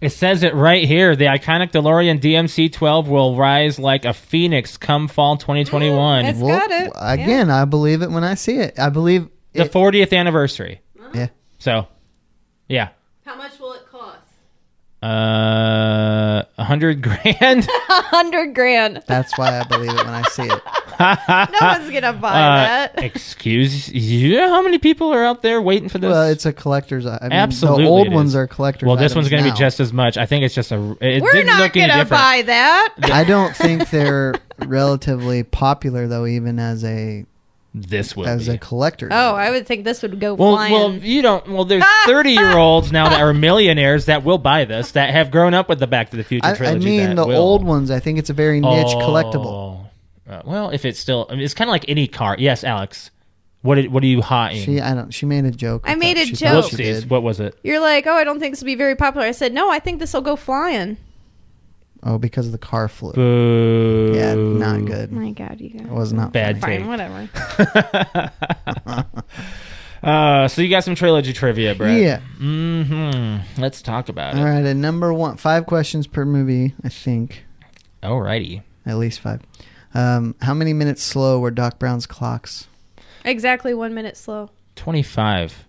Speaker 2: It says it right here. The iconic DeLorean DMC-12 will rise like a phoenix come fall 2021.
Speaker 3: Mm, [gasps] that's-
Speaker 1: Well,
Speaker 3: Got it.
Speaker 1: Again, I believe it when I see it. I believe
Speaker 2: the
Speaker 1: it,
Speaker 2: 40th anniversary.
Speaker 1: Yeah.
Speaker 2: So, yeah.
Speaker 3: how much will it [laughs] cost
Speaker 2: Uh, a hundred
Speaker 3: [laughs]
Speaker 2: grand.
Speaker 3: 100 grand
Speaker 1: that's why I believe it when I
Speaker 3: [laughs]
Speaker 1: see it.
Speaker 3: no one's gonna buy
Speaker 2: Uh,
Speaker 3: [laughs] that
Speaker 2: excuse you? How many people are out there waiting for this?
Speaker 1: Well, it's a collector's. I mean,
Speaker 2: Absolutely
Speaker 1: the old
Speaker 2: it
Speaker 1: ones
Speaker 2: is.
Speaker 1: are collector's.
Speaker 2: well, this one's
Speaker 1: going
Speaker 2: going
Speaker 1: to
Speaker 2: to be just as much. I think it's just a. It
Speaker 3: we're
Speaker 2: didn't
Speaker 3: not
Speaker 2: look any
Speaker 3: gonna
Speaker 2: different.
Speaker 3: buy that
Speaker 1: [laughs] I don't think they're relatively popular though, even as a
Speaker 2: This will
Speaker 1: as
Speaker 2: be.
Speaker 1: a collector.
Speaker 3: oh i would think this would go
Speaker 2: well,
Speaker 3: flying
Speaker 2: well, you don't. Well,
Speaker 3: [laughs]
Speaker 2: there's 30 year olds now that are millionaires that will buy this that have grown up with the Back to the Future
Speaker 1: I, I
Speaker 2: trilogy.
Speaker 1: mean
Speaker 2: that
Speaker 1: the
Speaker 2: will.
Speaker 1: old ones. I think it's a very niche collectible.
Speaker 2: Oh. Uh, well, if it's still, I mean, it's kind of like any car. Yes, Alex. What did, what are you hotting?
Speaker 1: She, I don't. She made a joke.
Speaker 3: I
Speaker 1: with
Speaker 3: made
Speaker 1: that.
Speaker 3: a
Speaker 1: She thought
Speaker 3: joke.
Speaker 1: She
Speaker 2: Whoopsies.
Speaker 1: did.
Speaker 2: What was it?
Speaker 3: you're like oh i don't think this will be very popular i said no i think this will go flying
Speaker 1: Oh, because of the car flew.
Speaker 2: Boo.
Speaker 1: Yeah, not good.
Speaker 3: my god you guys
Speaker 1: It was not
Speaker 2: Bad Hmm. take.
Speaker 3: fine
Speaker 2: [laughs]
Speaker 3: whatever
Speaker 1: [laughs]
Speaker 2: Uh, so you got some trilogy trivia, Brett.
Speaker 1: Yeah.
Speaker 2: Mm-hmm. Let's talk about
Speaker 1: All
Speaker 2: it.
Speaker 1: right. And number one, five questions per movie. I think.
Speaker 2: Alrighty.
Speaker 1: At least five. Um, how many minutes slow were Doc Brown's clocks?
Speaker 3: Exactly one minute slow.
Speaker 2: 25.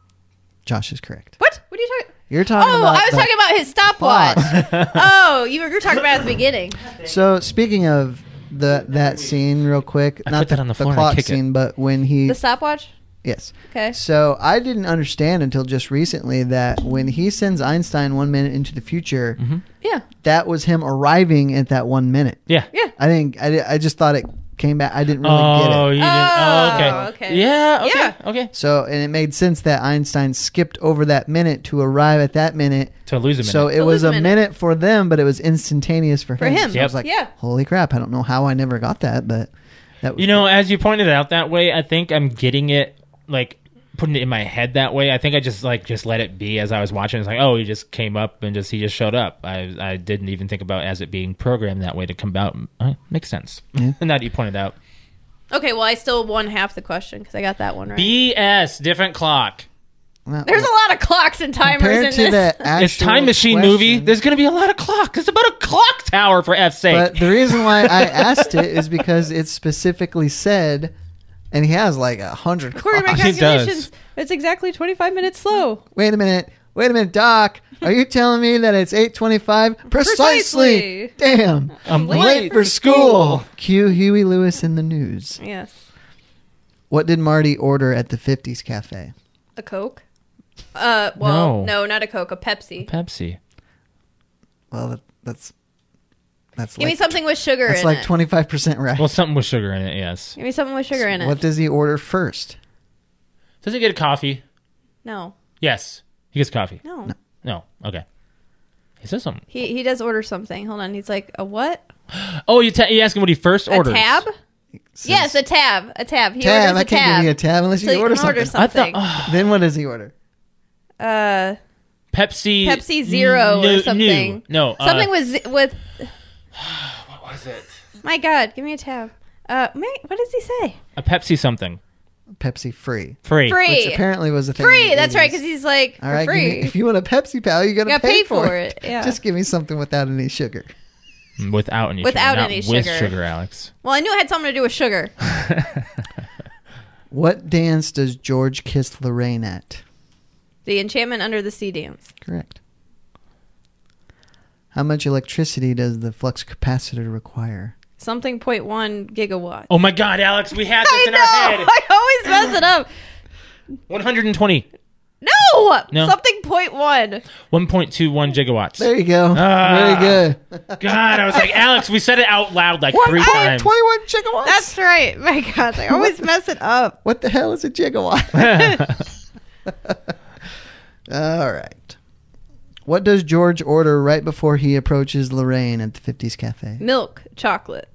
Speaker 1: [laughs] Josh is correct.
Speaker 3: What? What are you talking?
Speaker 1: You're talking
Speaker 3: Oh,
Speaker 1: about.
Speaker 3: I was
Speaker 1: the
Speaker 3: talking about his stopwatch. [laughs] oh, you were, you were talking about it at
Speaker 2: [laughs]
Speaker 3: the beginning.
Speaker 1: So speaking of the that scene, real quick,
Speaker 2: I
Speaker 1: not
Speaker 2: put that on the floor and I
Speaker 1: clock
Speaker 2: kick it.
Speaker 1: scene, but when he
Speaker 3: The stopwatch.
Speaker 1: yes.
Speaker 3: Okay.
Speaker 1: So I didn't understand until just recently that when he sends Einstein one minute into the future,
Speaker 2: Mm-hmm.
Speaker 3: Yeah.
Speaker 1: that was him arriving at that one minute.
Speaker 2: Yeah.
Speaker 3: Yeah.
Speaker 1: I didn't. I, di- I just thought it came back. I didn't really
Speaker 2: Oh,
Speaker 1: get it.
Speaker 2: you didn't.
Speaker 3: Oh,
Speaker 2: Oh, okay.
Speaker 3: okay.
Speaker 2: Yeah. Okay.
Speaker 3: Yeah.
Speaker 2: Okay.
Speaker 1: So and it made sense that Einstein skipped over that minute to arrive at that minute
Speaker 2: To lose a minute.
Speaker 1: So it
Speaker 3: To
Speaker 1: was
Speaker 3: lose
Speaker 1: a
Speaker 3: a
Speaker 1: minute.
Speaker 3: Oh, minute.
Speaker 1: for them, but it was instantaneous for him.
Speaker 3: For him.
Speaker 1: So I was
Speaker 2: Mm, Yep.
Speaker 1: like,
Speaker 3: Yeah.
Speaker 1: holy crap! I don't know how I never got that, but that was
Speaker 2: you know, as you pointed out that way, I think I'm getting it like putting it in my head that way. I think I just like just let it be as I was watching. It's like, oh, he just came up and just he just showed up. I I didn't even think about as it being programmed that way to come out. Uh, makes sense.
Speaker 1: Yeah.
Speaker 2: [laughs] now that you pointed out.
Speaker 3: Okay. Well, I still won half the question because I got that one right.
Speaker 2: BS, different clock.
Speaker 1: well,
Speaker 3: There's a lot of clocks and timers
Speaker 1: compared
Speaker 3: in
Speaker 1: to
Speaker 3: this.
Speaker 1: the actual
Speaker 2: It's time machine
Speaker 1: question-
Speaker 2: movie. There's going to be a lot of clock. It's about a clock tower for F's sake.
Speaker 1: But the reason
Speaker 3: [laughs]
Speaker 1: why I asked it is because it specifically said, and he has like a hundred.
Speaker 2: [laughs]
Speaker 3: According to my
Speaker 1: clocks.
Speaker 2: He does.
Speaker 3: calculations, it's exactly 25 minutes slow.
Speaker 1: Wait a minute. Wait a minute, Doc. Are you telling me that it's eight twenty-five precisely?
Speaker 3: Precisely.
Speaker 1: Damn.
Speaker 2: I'm
Speaker 3: late
Speaker 2: late
Speaker 3: for
Speaker 2: for school.
Speaker 1: Cue Huey Lewis in the news.
Speaker 3: Yes.
Speaker 1: What did Marty order at the fifties cafe?
Speaker 3: A Coke? Uh,
Speaker 2: No.
Speaker 3: well, no, not a Coke, a Pepsi.
Speaker 2: Pepsi.
Speaker 1: Well, that, that's that's
Speaker 3: Give me
Speaker 1: like
Speaker 3: something with sugar
Speaker 1: that's
Speaker 3: in
Speaker 1: like
Speaker 3: it.
Speaker 1: twenty-five percent right.
Speaker 2: Well, something with sugar in it. Yes.
Speaker 3: Give me something with sugar in it.
Speaker 1: What does he order first?
Speaker 2: Does he get a coffee?
Speaker 3: No,
Speaker 2: Yes. He gets coffee.
Speaker 3: no.
Speaker 2: No. Okay. He says something.
Speaker 3: He he does order something. Hold on. He's like, a what?
Speaker 2: Oh, you ta- you ask him what he first
Speaker 3: A
Speaker 2: orders.
Speaker 3: tab?
Speaker 1: Says,
Speaker 3: Yes, a tab. A tab. He
Speaker 1: tab.
Speaker 3: orders
Speaker 1: I
Speaker 3: a
Speaker 1: can't
Speaker 3: tab.
Speaker 1: give you a tab unless
Speaker 3: so
Speaker 1: you
Speaker 3: you
Speaker 1: order
Speaker 3: can order
Speaker 1: something.
Speaker 2: I
Speaker 3: something.
Speaker 2: thought oh,
Speaker 1: Then what does he order?
Speaker 3: uh,
Speaker 2: Pepsi.
Speaker 3: Pepsi Zero or
Speaker 2: No,
Speaker 3: something.
Speaker 2: No. no
Speaker 3: something
Speaker 2: uh,
Speaker 3: with z- with.
Speaker 2: what was it?
Speaker 3: My God, give me a tab. Uh, may, what does he say?
Speaker 2: A Pepsi something.
Speaker 1: Pepsi free,
Speaker 2: Free.
Speaker 1: which
Speaker 3: Free,
Speaker 1: apparently was a thing. in
Speaker 3: free.
Speaker 1: the
Speaker 3: That's right,
Speaker 1: 80s.
Speaker 3: because he's like
Speaker 1: All
Speaker 3: for
Speaker 1: right, give
Speaker 3: free.
Speaker 1: me- if you want a Pepsi pal, you gotta,
Speaker 3: You gotta
Speaker 1: pay, for it.
Speaker 3: yeah.
Speaker 1: Just give me something without any sugar.
Speaker 2: Mm, Without any
Speaker 3: Without
Speaker 2: sugar. not
Speaker 3: any
Speaker 2: With
Speaker 3: sugar.
Speaker 2: sugar, [laughs] Alex.
Speaker 3: well, I knew it had something to do with sugar.
Speaker 1: What dance does George kiss Lorraine at?
Speaker 3: the enchantment under the sea dance.
Speaker 1: Correct. How much electricity does the flux capacitor require?
Speaker 3: Something point one gigawatt.
Speaker 2: Oh my God, Alex, we had
Speaker 3: I
Speaker 2: this in
Speaker 3: know.
Speaker 2: our head.
Speaker 3: [laughs] I always mess it up.
Speaker 2: 120.
Speaker 3: No,
Speaker 2: No.
Speaker 3: something point one.
Speaker 2: 1.21 gigawatts.
Speaker 1: There you go.
Speaker 2: Ah.
Speaker 1: Very good.
Speaker 2: God, I was like, Alex, we said it out loud like three times.
Speaker 1: 121 gigawatts.
Speaker 3: That's right. [laughs] My God, I always mess it up.
Speaker 1: what the hell is a gigawatt?
Speaker 2: [laughs]
Speaker 1: All right. What does George order right before he approaches Lorraine at the 50s cafe?
Speaker 3: Milk, chocolate.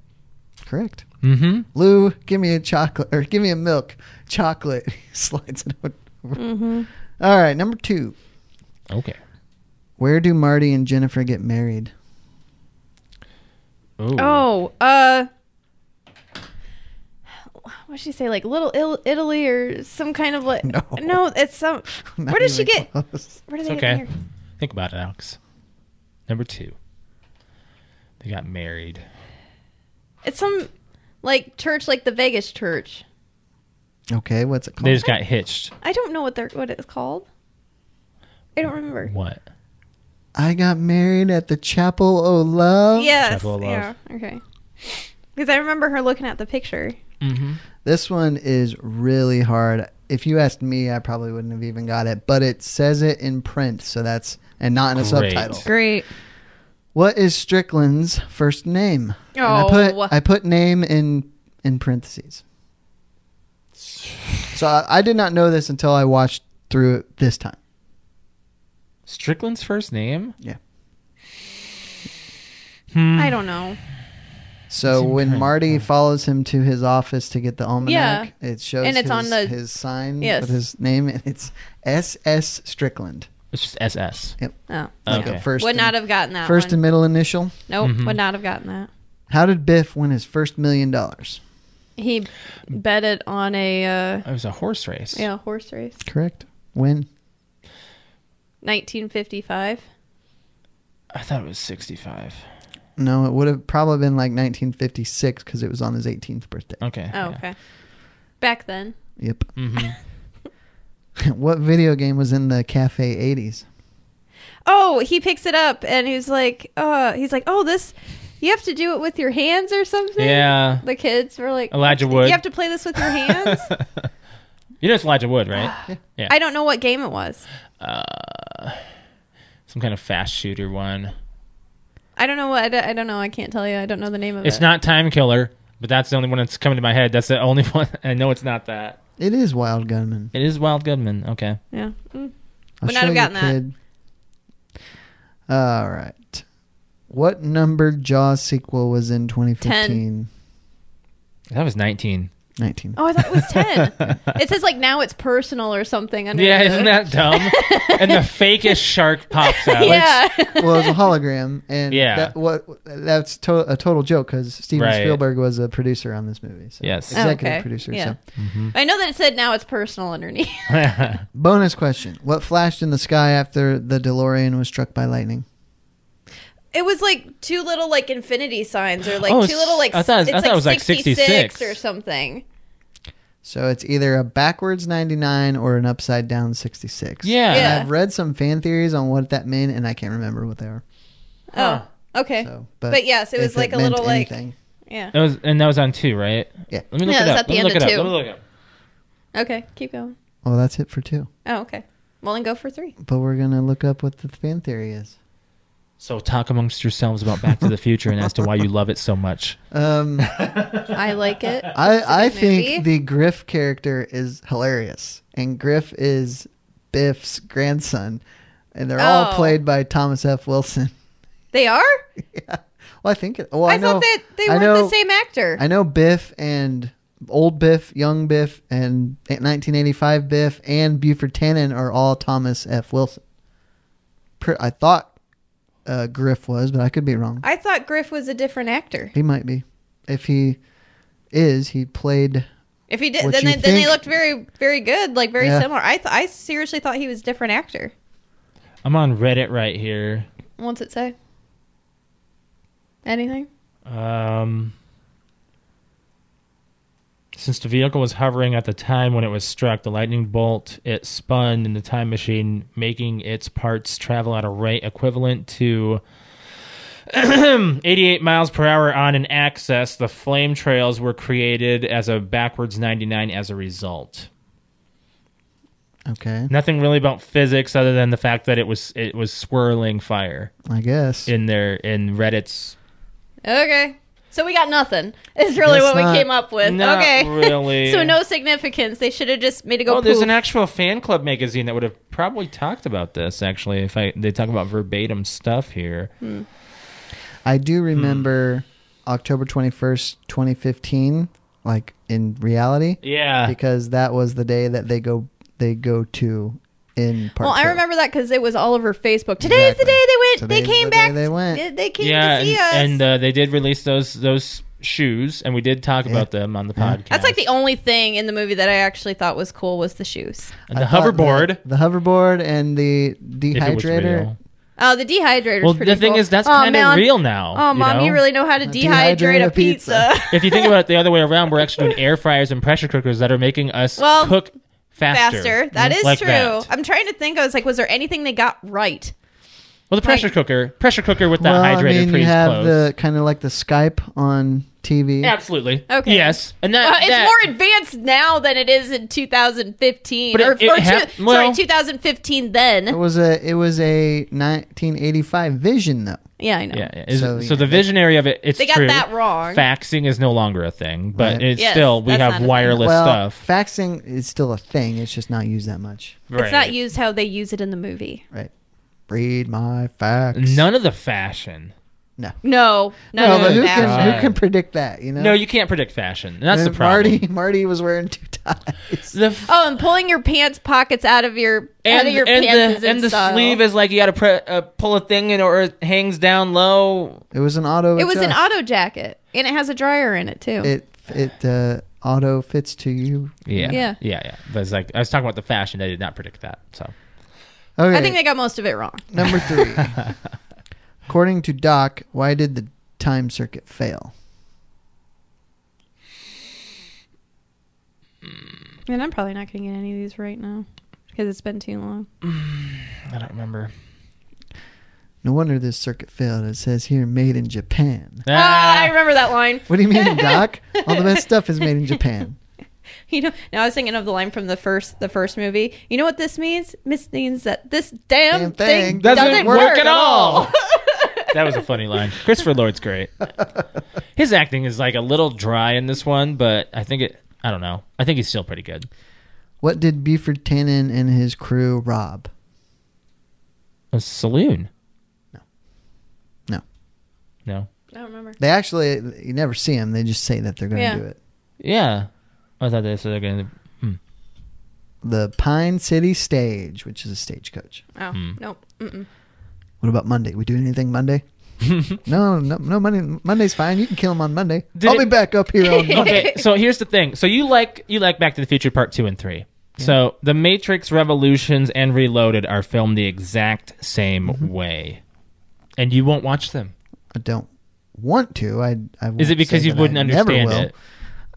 Speaker 1: Correct.
Speaker 2: mm-hmm.
Speaker 1: Lou, give me a chocolate or give me a milk chocolate. [laughs] He Slides it over.
Speaker 3: Mm-hmm.
Speaker 1: All right, number two.
Speaker 2: Okay.
Speaker 1: Where do Marty and Jennifer get married? [laughs]
Speaker 2: Ooh.
Speaker 3: Oh, uh, what she say? Like little Il- Italy or some kind of like?
Speaker 1: No.
Speaker 3: it's some.
Speaker 1: Not
Speaker 3: Where does she
Speaker 1: even
Speaker 3: get?
Speaker 1: close.
Speaker 3: Where do
Speaker 2: It's
Speaker 3: they
Speaker 2: okay.
Speaker 3: get married?
Speaker 2: Think about it, Alex. Number two. They got married.
Speaker 3: It's some like church, like the Vegas church.
Speaker 1: Okay, what's it called?
Speaker 2: They just got hitched.
Speaker 3: I don't know what they're what it's called. I don't remember.
Speaker 2: What?
Speaker 1: I got married at the Chapel O' Love.
Speaker 3: Yes.
Speaker 2: Chapel of Love.
Speaker 3: Yeah. Okay. Because I remember her looking at the picture.
Speaker 2: Mm-hmm.
Speaker 1: This one is really hard. If you asked me, I probably wouldn't have even got it, but it says it in print, so that's and not in a
Speaker 2: Great.
Speaker 1: subtitle.
Speaker 3: Great.
Speaker 1: What is Strickland's first name?
Speaker 3: Oh.
Speaker 1: And I put I put name in in parentheses. So I, I did not know this until I watched through it this time.
Speaker 2: Strickland's first name?
Speaker 3: I don't know.
Speaker 1: So
Speaker 2: It's in
Speaker 1: when
Speaker 2: print,
Speaker 1: Marty follows him to his office to get the almanac, it shows
Speaker 3: And it's
Speaker 1: his,
Speaker 3: on the-
Speaker 1: his sign
Speaker 3: Yes.
Speaker 1: with his name, and it's S S Strickland,
Speaker 2: It's just SS.
Speaker 3: Oh.
Speaker 1: like
Speaker 2: Okay.
Speaker 1: a first
Speaker 3: would
Speaker 1: and-
Speaker 3: not have gotten that.
Speaker 1: first
Speaker 3: one.
Speaker 1: and middle initial.
Speaker 3: nope.
Speaker 2: Mhm.
Speaker 3: Would not have gotten that.
Speaker 1: How did Biff win his first million dollars?
Speaker 3: He betted on a uh,
Speaker 2: It was a horse race.
Speaker 3: yeah horse race.
Speaker 1: Correct. When?
Speaker 3: 1955.
Speaker 2: I thought it was 65.
Speaker 1: No, it would have probably been like 1956 because it was on his 18th birthday.
Speaker 2: Okay.
Speaker 3: Oh, okay. Back then,
Speaker 1: Yep. [laughs]
Speaker 3: [laughs]
Speaker 2: Mm-hmm.
Speaker 1: what video game was in the cafe 80s?
Speaker 3: oh, he picks it up and he's like, uh, he's like, oh, this, you have to do it with your hands or something.
Speaker 2: yeah.
Speaker 3: The kids were like,
Speaker 2: Elijah Wood.
Speaker 3: You have to play this with
Speaker 2: [laughs]
Speaker 3: your hands. [laughs]
Speaker 2: You know it's Elijah Wood,
Speaker 3: [sighs]
Speaker 2: right?
Speaker 3: I don't know what game it was.
Speaker 2: uh, some kind of fast shooter one.
Speaker 3: I don't know what. I don't, I don't know. I can't tell you. I don't know the name of
Speaker 2: It's
Speaker 3: it.
Speaker 2: not Time Killer, but that's the only one that's coming to my head. That's the only [laughs] one. I know it's not that.
Speaker 1: It is Wild Gunman.
Speaker 2: It is Wild Goodman. Okay.
Speaker 3: Yeah. Mm.
Speaker 1: I'll
Speaker 3: Would not have
Speaker 1: show you,
Speaker 3: gotten that.
Speaker 1: kid. All right. What number Jaws sequel was in 2015?
Speaker 2: That was 19.
Speaker 1: Nineteen.
Speaker 3: Oh, I thought it was
Speaker 2: [laughs]
Speaker 3: 10. it says like now it's personal or something. Under
Speaker 2: Yeah,
Speaker 3: the-
Speaker 2: isn't that dumb?
Speaker 3: [laughs]
Speaker 2: and the fakest shark pops out.
Speaker 3: Yeah.
Speaker 1: well, it was a hologram, [laughs] and
Speaker 2: Yeah.
Speaker 1: that, what that's to- a total joke because Steven
Speaker 2: Right.
Speaker 1: Spielberg was a producer on this movie. So
Speaker 2: Yes.
Speaker 3: Oh,
Speaker 1: executive
Speaker 3: okay.
Speaker 1: producer.
Speaker 3: Yeah.
Speaker 1: So.
Speaker 3: [laughs] I know that it said now it's personal underneath. [laughs]
Speaker 1: Bonus question: What flashed in the sky after the DeLorean was struck by lightning?
Speaker 3: It was like two little like infinity signs or like
Speaker 2: Oh,
Speaker 3: two
Speaker 2: it's-
Speaker 3: little like
Speaker 2: I thought-
Speaker 3: it's
Speaker 2: I thought it was, like, 66.
Speaker 3: or something.
Speaker 1: So it's either a backwards 99 or an upside down 66.
Speaker 2: Yeah.
Speaker 1: And
Speaker 3: Yeah.
Speaker 1: I've read some fan theories on what that meant, and I can't remember what they were.
Speaker 2: Huh.
Speaker 3: Oh, okay.
Speaker 1: So, uh,
Speaker 3: But yes, it was
Speaker 1: if
Speaker 3: like a
Speaker 1: meant
Speaker 3: little, like-
Speaker 1: anything-
Speaker 3: yeah.
Speaker 2: That was and that was on two, right?
Speaker 1: Yeah.
Speaker 2: Let me look it
Speaker 3: Yeah, it was
Speaker 2: up.
Speaker 3: at
Speaker 2: Let
Speaker 3: the
Speaker 2: me
Speaker 3: end
Speaker 2: look
Speaker 3: of
Speaker 2: it up.
Speaker 3: two.
Speaker 2: Let me look it up.
Speaker 3: Okay, keep going.
Speaker 1: Well, that's it for two.
Speaker 3: Oh, okay. Well, then go for three.
Speaker 1: But we're gonna look up what the fan theory is.
Speaker 2: So talk amongst yourselves about Back to the Future and as to why you love it so much.
Speaker 3: [laughs]
Speaker 1: Um,
Speaker 3: I like it.
Speaker 1: [laughs] I I
Speaker 3: It's a good
Speaker 1: think
Speaker 3: movie.
Speaker 1: the Griff character is hilarious, and Griff is Biff's grandson, and they're all
Speaker 3: Oh.
Speaker 1: played by Thomas F. Wilson. [laughs]
Speaker 3: They are.
Speaker 1: yeah. Well, I think. Well, I,
Speaker 3: I,
Speaker 1: know,
Speaker 3: thought that they
Speaker 1: I
Speaker 3: weren't
Speaker 1: know-
Speaker 3: the same actor.
Speaker 1: I know Biff and old Biff, young Biff, and 1985 Biff and Buford Tannen are all Thomas F. Wilson. Per- I thought uh, Griff was, but I could be wrong.
Speaker 3: I thought Griff was a different actor.
Speaker 1: He might be. If he is, he played.
Speaker 3: If he did,
Speaker 1: What
Speaker 3: then
Speaker 1: you
Speaker 3: they, then they
Speaker 1: think-
Speaker 3: looked very very good, like very
Speaker 1: Yeah.
Speaker 3: similar. I th- I seriously thought he was a different actor.
Speaker 2: I'm on Reddit right here.
Speaker 3: What's it say? Anything?
Speaker 2: Um, since the vehicle was hovering at the time when it was struck, the lightning bolt it spun in the time machine, making its parts travel at a rate equivalent to [clears throat] 88 miles per hour on an axis. The flame trails were created as a backwards 99 as a result.
Speaker 1: Okay,
Speaker 2: Nothing really about physics other than the fact that it was it was swirling fire
Speaker 1: I guess.
Speaker 2: in their in Reddit's
Speaker 3: Okay. So we got nothing. Is really
Speaker 1: Guess
Speaker 3: what
Speaker 1: not.
Speaker 3: we came up with.
Speaker 2: Not
Speaker 3: okay. [laughs]
Speaker 2: really.
Speaker 3: so no significance. They should have just made it go.
Speaker 2: oh, there's an
Speaker 3: poof.
Speaker 2: actual fan club magazine that would have probably talked about this. Actually, if I they talk about verbatim stuff here.
Speaker 1: I
Speaker 2: Hmm.
Speaker 1: do remember October 21st, 2015, like in reality,
Speaker 2: Yeah,
Speaker 1: because that was the day that they go they go to in part
Speaker 3: Well, I
Speaker 1: two.
Speaker 3: remember that because it was all over Facebook. Today's the
Speaker 1: Exactly.
Speaker 3: day they went.
Speaker 1: Today's
Speaker 3: they came
Speaker 1: the day
Speaker 3: back.
Speaker 1: they went.
Speaker 3: They, they came
Speaker 2: yeah,
Speaker 3: to see us.
Speaker 2: and, and uh, they did release those those shoes, and we did talk about them on the podcast.
Speaker 3: That's like the only thing in the movie that I actually thought was cool was the shoes.
Speaker 2: And the
Speaker 1: I thought
Speaker 2: hoverboard.
Speaker 1: The, the hoverboard and the
Speaker 2: if it was
Speaker 1: dehydrator.
Speaker 2: real.
Speaker 3: Oh, the dehydrator.
Speaker 2: Well, the thing is, that's kind of real now.
Speaker 3: Oh,
Speaker 2: you
Speaker 3: mom,
Speaker 2: know?
Speaker 3: you really know how to
Speaker 1: dehydrate
Speaker 3: dehydrate
Speaker 1: a
Speaker 3: a pizza.
Speaker 2: [laughs] If you think about it the other way around, we're actually doing air fryers and pressure cookers that are making us
Speaker 3: Well,
Speaker 2: cook faster. Mm-hmm.
Speaker 3: Faster. That is
Speaker 2: Like
Speaker 3: true.
Speaker 2: that.
Speaker 3: I'm trying to think. I was like, was there anything they got right?
Speaker 2: Well, the pressure
Speaker 3: Right.
Speaker 2: cooker, pressure cooker with that
Speaker 1: well,
Speaker 2: hydrator
Speaker 1: I mean,
Speaker 2: freeze
Speaker 1: you have
Speaker 2: close.
Speaker 1: the kind of like the Skype on TV.
Speaker 2: Absolutely.
Speaker 3: Okay.
Speaker 2: Yes. And that,
Speaker 3: Well, Uh, it's
Speaker 2: that-
Speaker 3: more advanced now than it is in 2015.
Speaker 2: But it-
Speaker 3: or,
Speaker 2: it
Speaker 3: or
Speaker 2: hap-
Speaker 3: two,
Speaker 2: well- Oh,
Speaker 3: sorry, 2015
Speaker 1: It
Speaker 3: then.
Speaker 1: was a it was a 1985 vision though.
Speaker 3: Yeah, I know.
Speaker 2: Yeah. yeah. Is-
Speaker 1: So,
Speaker 2: So,
Speaker 1: yeah,
Speaker 2: the
Speaker 1: they-
Speaker 2: visionary of it, it's
Speaker 3: They got
Speaker 2: true.
Speaker 3: that wrong.
Speaker 2: Faxing is no longer a thing, but
Speaker 1: Right.
Speaker 2: it's
Speaker 3: Yes,
Speaker 2: still we
Speaker 3: that's
Speaker 2: have
Speaker 3: not a thing.
Speaker 2: wireless
Speaker 1: well,
Speaker 2: stuff.
Speaker 1: faxing is still a thing. It's just not used that much.
Speaker 3: It's not used how they use it in the movie.
Speaker 1: Right. Read my fax.
Speaker 2: None of the fashion.
Speaker 1: No.
Speaker 3: No, no,
Speaker 1: No,
Speaker 3: no,
Speaker 1: but who
Speaker 3: no,
Speaker 1: can, who
Speaker 2: God.
Speaker 1: can predict that? You know.
Speaker 2: No, you can't predict fashion. And That's the
Speaker 1: Uh,
Speaker 2: problem.
Speaker 1: Marty [laughs] Marty was wearing two ties.
Speaker 2: The
Speaker 3: [laughs]
Speaker 2: f-
Speaker 3: Oh, and pulling your pants pockets out of your out
Speaker 2: and,
Speaker 3: of your
Speaker 2: and
Speaker 3: pants
Speaker 2: the, and the sleeve is like you got to pre- uh, pull a thing in or it hangs down low.
Speaker 1: It was an auto.
Speaker 3: It was an
Speaker 1: adjust.
Speaker 3: auto jacket, and it has a dryer in it too.
Speaker 1: It it uh, auto fits to you.
Speaker 2: Yeah.
Speaker 3: Yeah.
Speaker 2: Yeah. Yeah. But it's like I was talking about the fashion. I did not predict that. So
Speaker 1: Okay.
Speaker 3: I think they got most of it wrong.
Speaker 1: Number
Speaker 2: [laughs]
Speaker 1: three. According to Doc, why did the time circuit fail?
Speaker 3: And I'm probably not going to get any of these right now because it's been too long.
Speaker 2: I don't remember.
Speaker 1: No wonder this circuit failed. It says here, made in Japan.
Speaker 3: Ah, I
Speaker 2: Ah,
Speaker 3: remember that line.
Speaker 1: What do
Speaker 3: [laughs]
Speaker 1: you mean, Doc? All the best stuff is made in Japan.
Speaker 3: You know, now I was thinking of the line from the first the first movie. You know what this means? This means that this damn,
Speaker 1: Damn
Speaker 3: thing,
Speaker 1: thing
Speaker 3: doesn't, work, at all. [laughs]
Speaker 2: that was a funny line. Christopher Lloyd's great. His acting is like a little dry in this one, but I think it. I don't know. I think he's still pretty good.
Speaker 1: What did Buford Tannen and his crew rob?
Speaker 2: A saloon.
Speaker 1: No. No.
Speaker 2: No.
Speaker 3: I don't remember.
Speaker 1: They actually, you never see them. They just say that they're going to
Speaker 3: Yeah.
Speaker 1: do it.
Speaker 2: Yeah. I thought they said
Speaker 3: [laughs]
Speaker 2: again.
Speaker 1: The Pine City Stage, which is a stagecoach.
Speaker 3: Oh,
Speaker 2: Hmm.
Speaker 3: nope. Mm-mm.
Speaker 1: What about Monday? We doing
Speaker 2: [laughs]
Speaker 1: anything Monday? no, no, no. Monday, Monday's fine. You can kill him on Monday.
Speaker 2: Did
Speaker 1: I'll
Speaker 2: it-
Speaker 1: be back up
Speaker 2: [laughs]
Speaker 1: here on Monday.
Speaker 2: okay, so here's the thing. So you like you like Back to the Future Part Two and Three. So the Matrix Revolutions and Reloaded are filmed the exact same
Speaker 1: Mm-hmm.
Speaker 2: way, and you won't watch them.
Speaker 1: I don't want to. I. I
Speaker 2: Is it
Speaker 1: won't
Speaker 2: because
Speaker 1: say
Speaker 2: you
Speaker 1: that I
Speaker 2: wouldn't
Speaker 1: never
Speaker 2: understand
Speaker 1: will.
Speaker 2: it?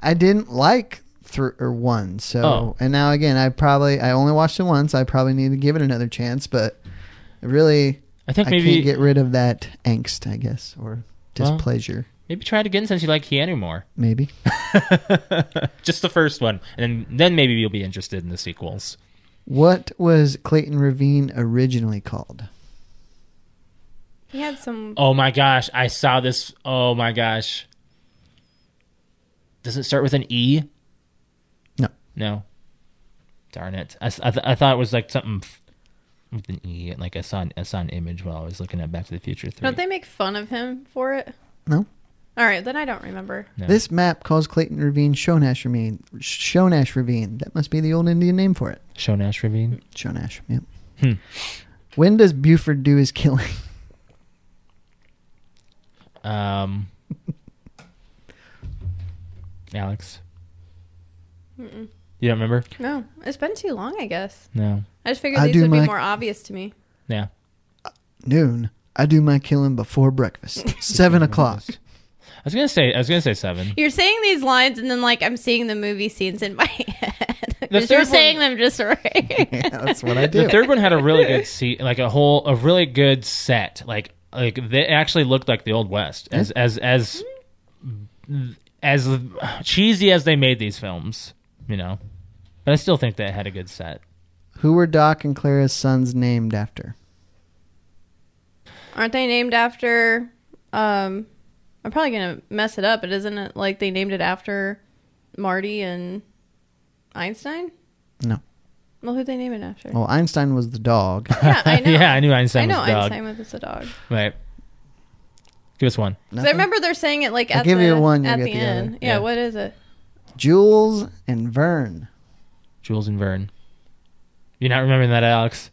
Speaker 1: I didn't like three or one. So
Speaker 2: Oh.
Speaker 1: and now again, I probably I only watched it once. I probably need to give it another chance. But really,
Speaker 2: I think
Speaker 1: I
Speaker 2: maybe
Speaker 1: can't get rid of that angst, I guess,
Speaker 2: Well.
Speaker 1: or displeasure.
Speaker 2: maybe try it again since you like Keanu more.
Speaker 1: Maybe
Speaker 2: Just the first one, and then maybe you'll be interested in the sequels.
Speaker 1: what was Clayton Ravine originally called?
Speaker 3: He had some.
Speaker 2: Oh my gosh, I saw this. Oh my gosh. Does it start with an E?
Speaker 1: No.
Speaker 2: No. Darn it. I, s- I th- I thought it was like something f- with an E. Like I saw, an, I saw an image while I was looking at Back to the Future 3.
Speaker 3: Don't they make fun of him for it?
Speaker 1: No.
Speaker 3: All right, then I don't remember.
Speaker 2: No.
Speaker 1: This map calls Clayton Ravine Shonash Ravine. Shonash Ravine. That must be the old Indian name for it.
Speaker 2: Shonash Ravine?
Speaker 1: Shonash. Yep.
Speaker 2: Hmm.
Speaker 1: When does Buford do his killing? [laughs]
Speaker 2: Um, [laughs] Alex? You don't remember?
Speaker 3: No, it's been too long, I guess.
Speaker 2: No.
Speaker 3: I just figured
Speaker 1: I
Speaker 3: these
Speaker 1: do
Speaker 3: would
Speaker 1: my-
Speaker 3: be more obvious to me.
Speaker 2: Yeah.
Speaker 1: Noon. I do my killing
Speaker 2: [laughs]
Speaker 1: before breakfast. Seven o'clock. [laughs]
Speaker 2: I was gonna say I was gonna say seven.
Speaker 3: You're saying these lines, and then like I'm seeing the movie scenes in my [laughs] head.
Speaker 2: The
Speaker 3: 'Cause you're
Speaker 2: third
Speaker 3: saying them just right.
Speaker 1: [laughs] Yeah, that's what I do.
Speaker 2: The third one had a
Speaker 3: [laughs]
Speaker 2: really good seat, like a whole, a really good set. Like, like they actually looked like the old west, as as as as cheesy as they made these films, you know. But I still think they had a good set.
Speaker 1: Who were Doc and Clara's sons named after?
Speaker 3: Aren't they named after? Um, I'm probably gonna mess it up, but isn't it like they named it after Marty and Einstein?
Speaker 1: No.
Speaker 3: Well, who they name it
Speaker 1: [laughs]
Speaker 3: after?
Speaker 1: Well, Einstein was
Speaker 2: [laughs]
Speaker 1: the dog.
Speaker 3: Yeah, I
Speaker 1: [laughs]
Speaker 3: know.
Speaker 2: yeah, I knew
Speaker 3: I
Speaker 2: Einstein
Speaker 3: know
Speaker 2: was a dog.
Speaker 3: Einstein was a dog.
Speaker 2: Right. Give us one.
Speaker 3: 'Cause I remember they're saying it like
Speaker 1: I'll
Speaker 3: at
Speaker 1: give
Speaker 3: the
Speaker 1: you one, you'll
Speaker 3: at
Speaker 1: get
Speaker 3: the
Speaker 1: the other.
Speaker 3: end. Yeah,
Speaker 2: Yeah.
Speaker 3: what is it?
Speaker 1: Jules and Vern.
Speaker 2: Jules and Vern. You're not remembering that, Alex.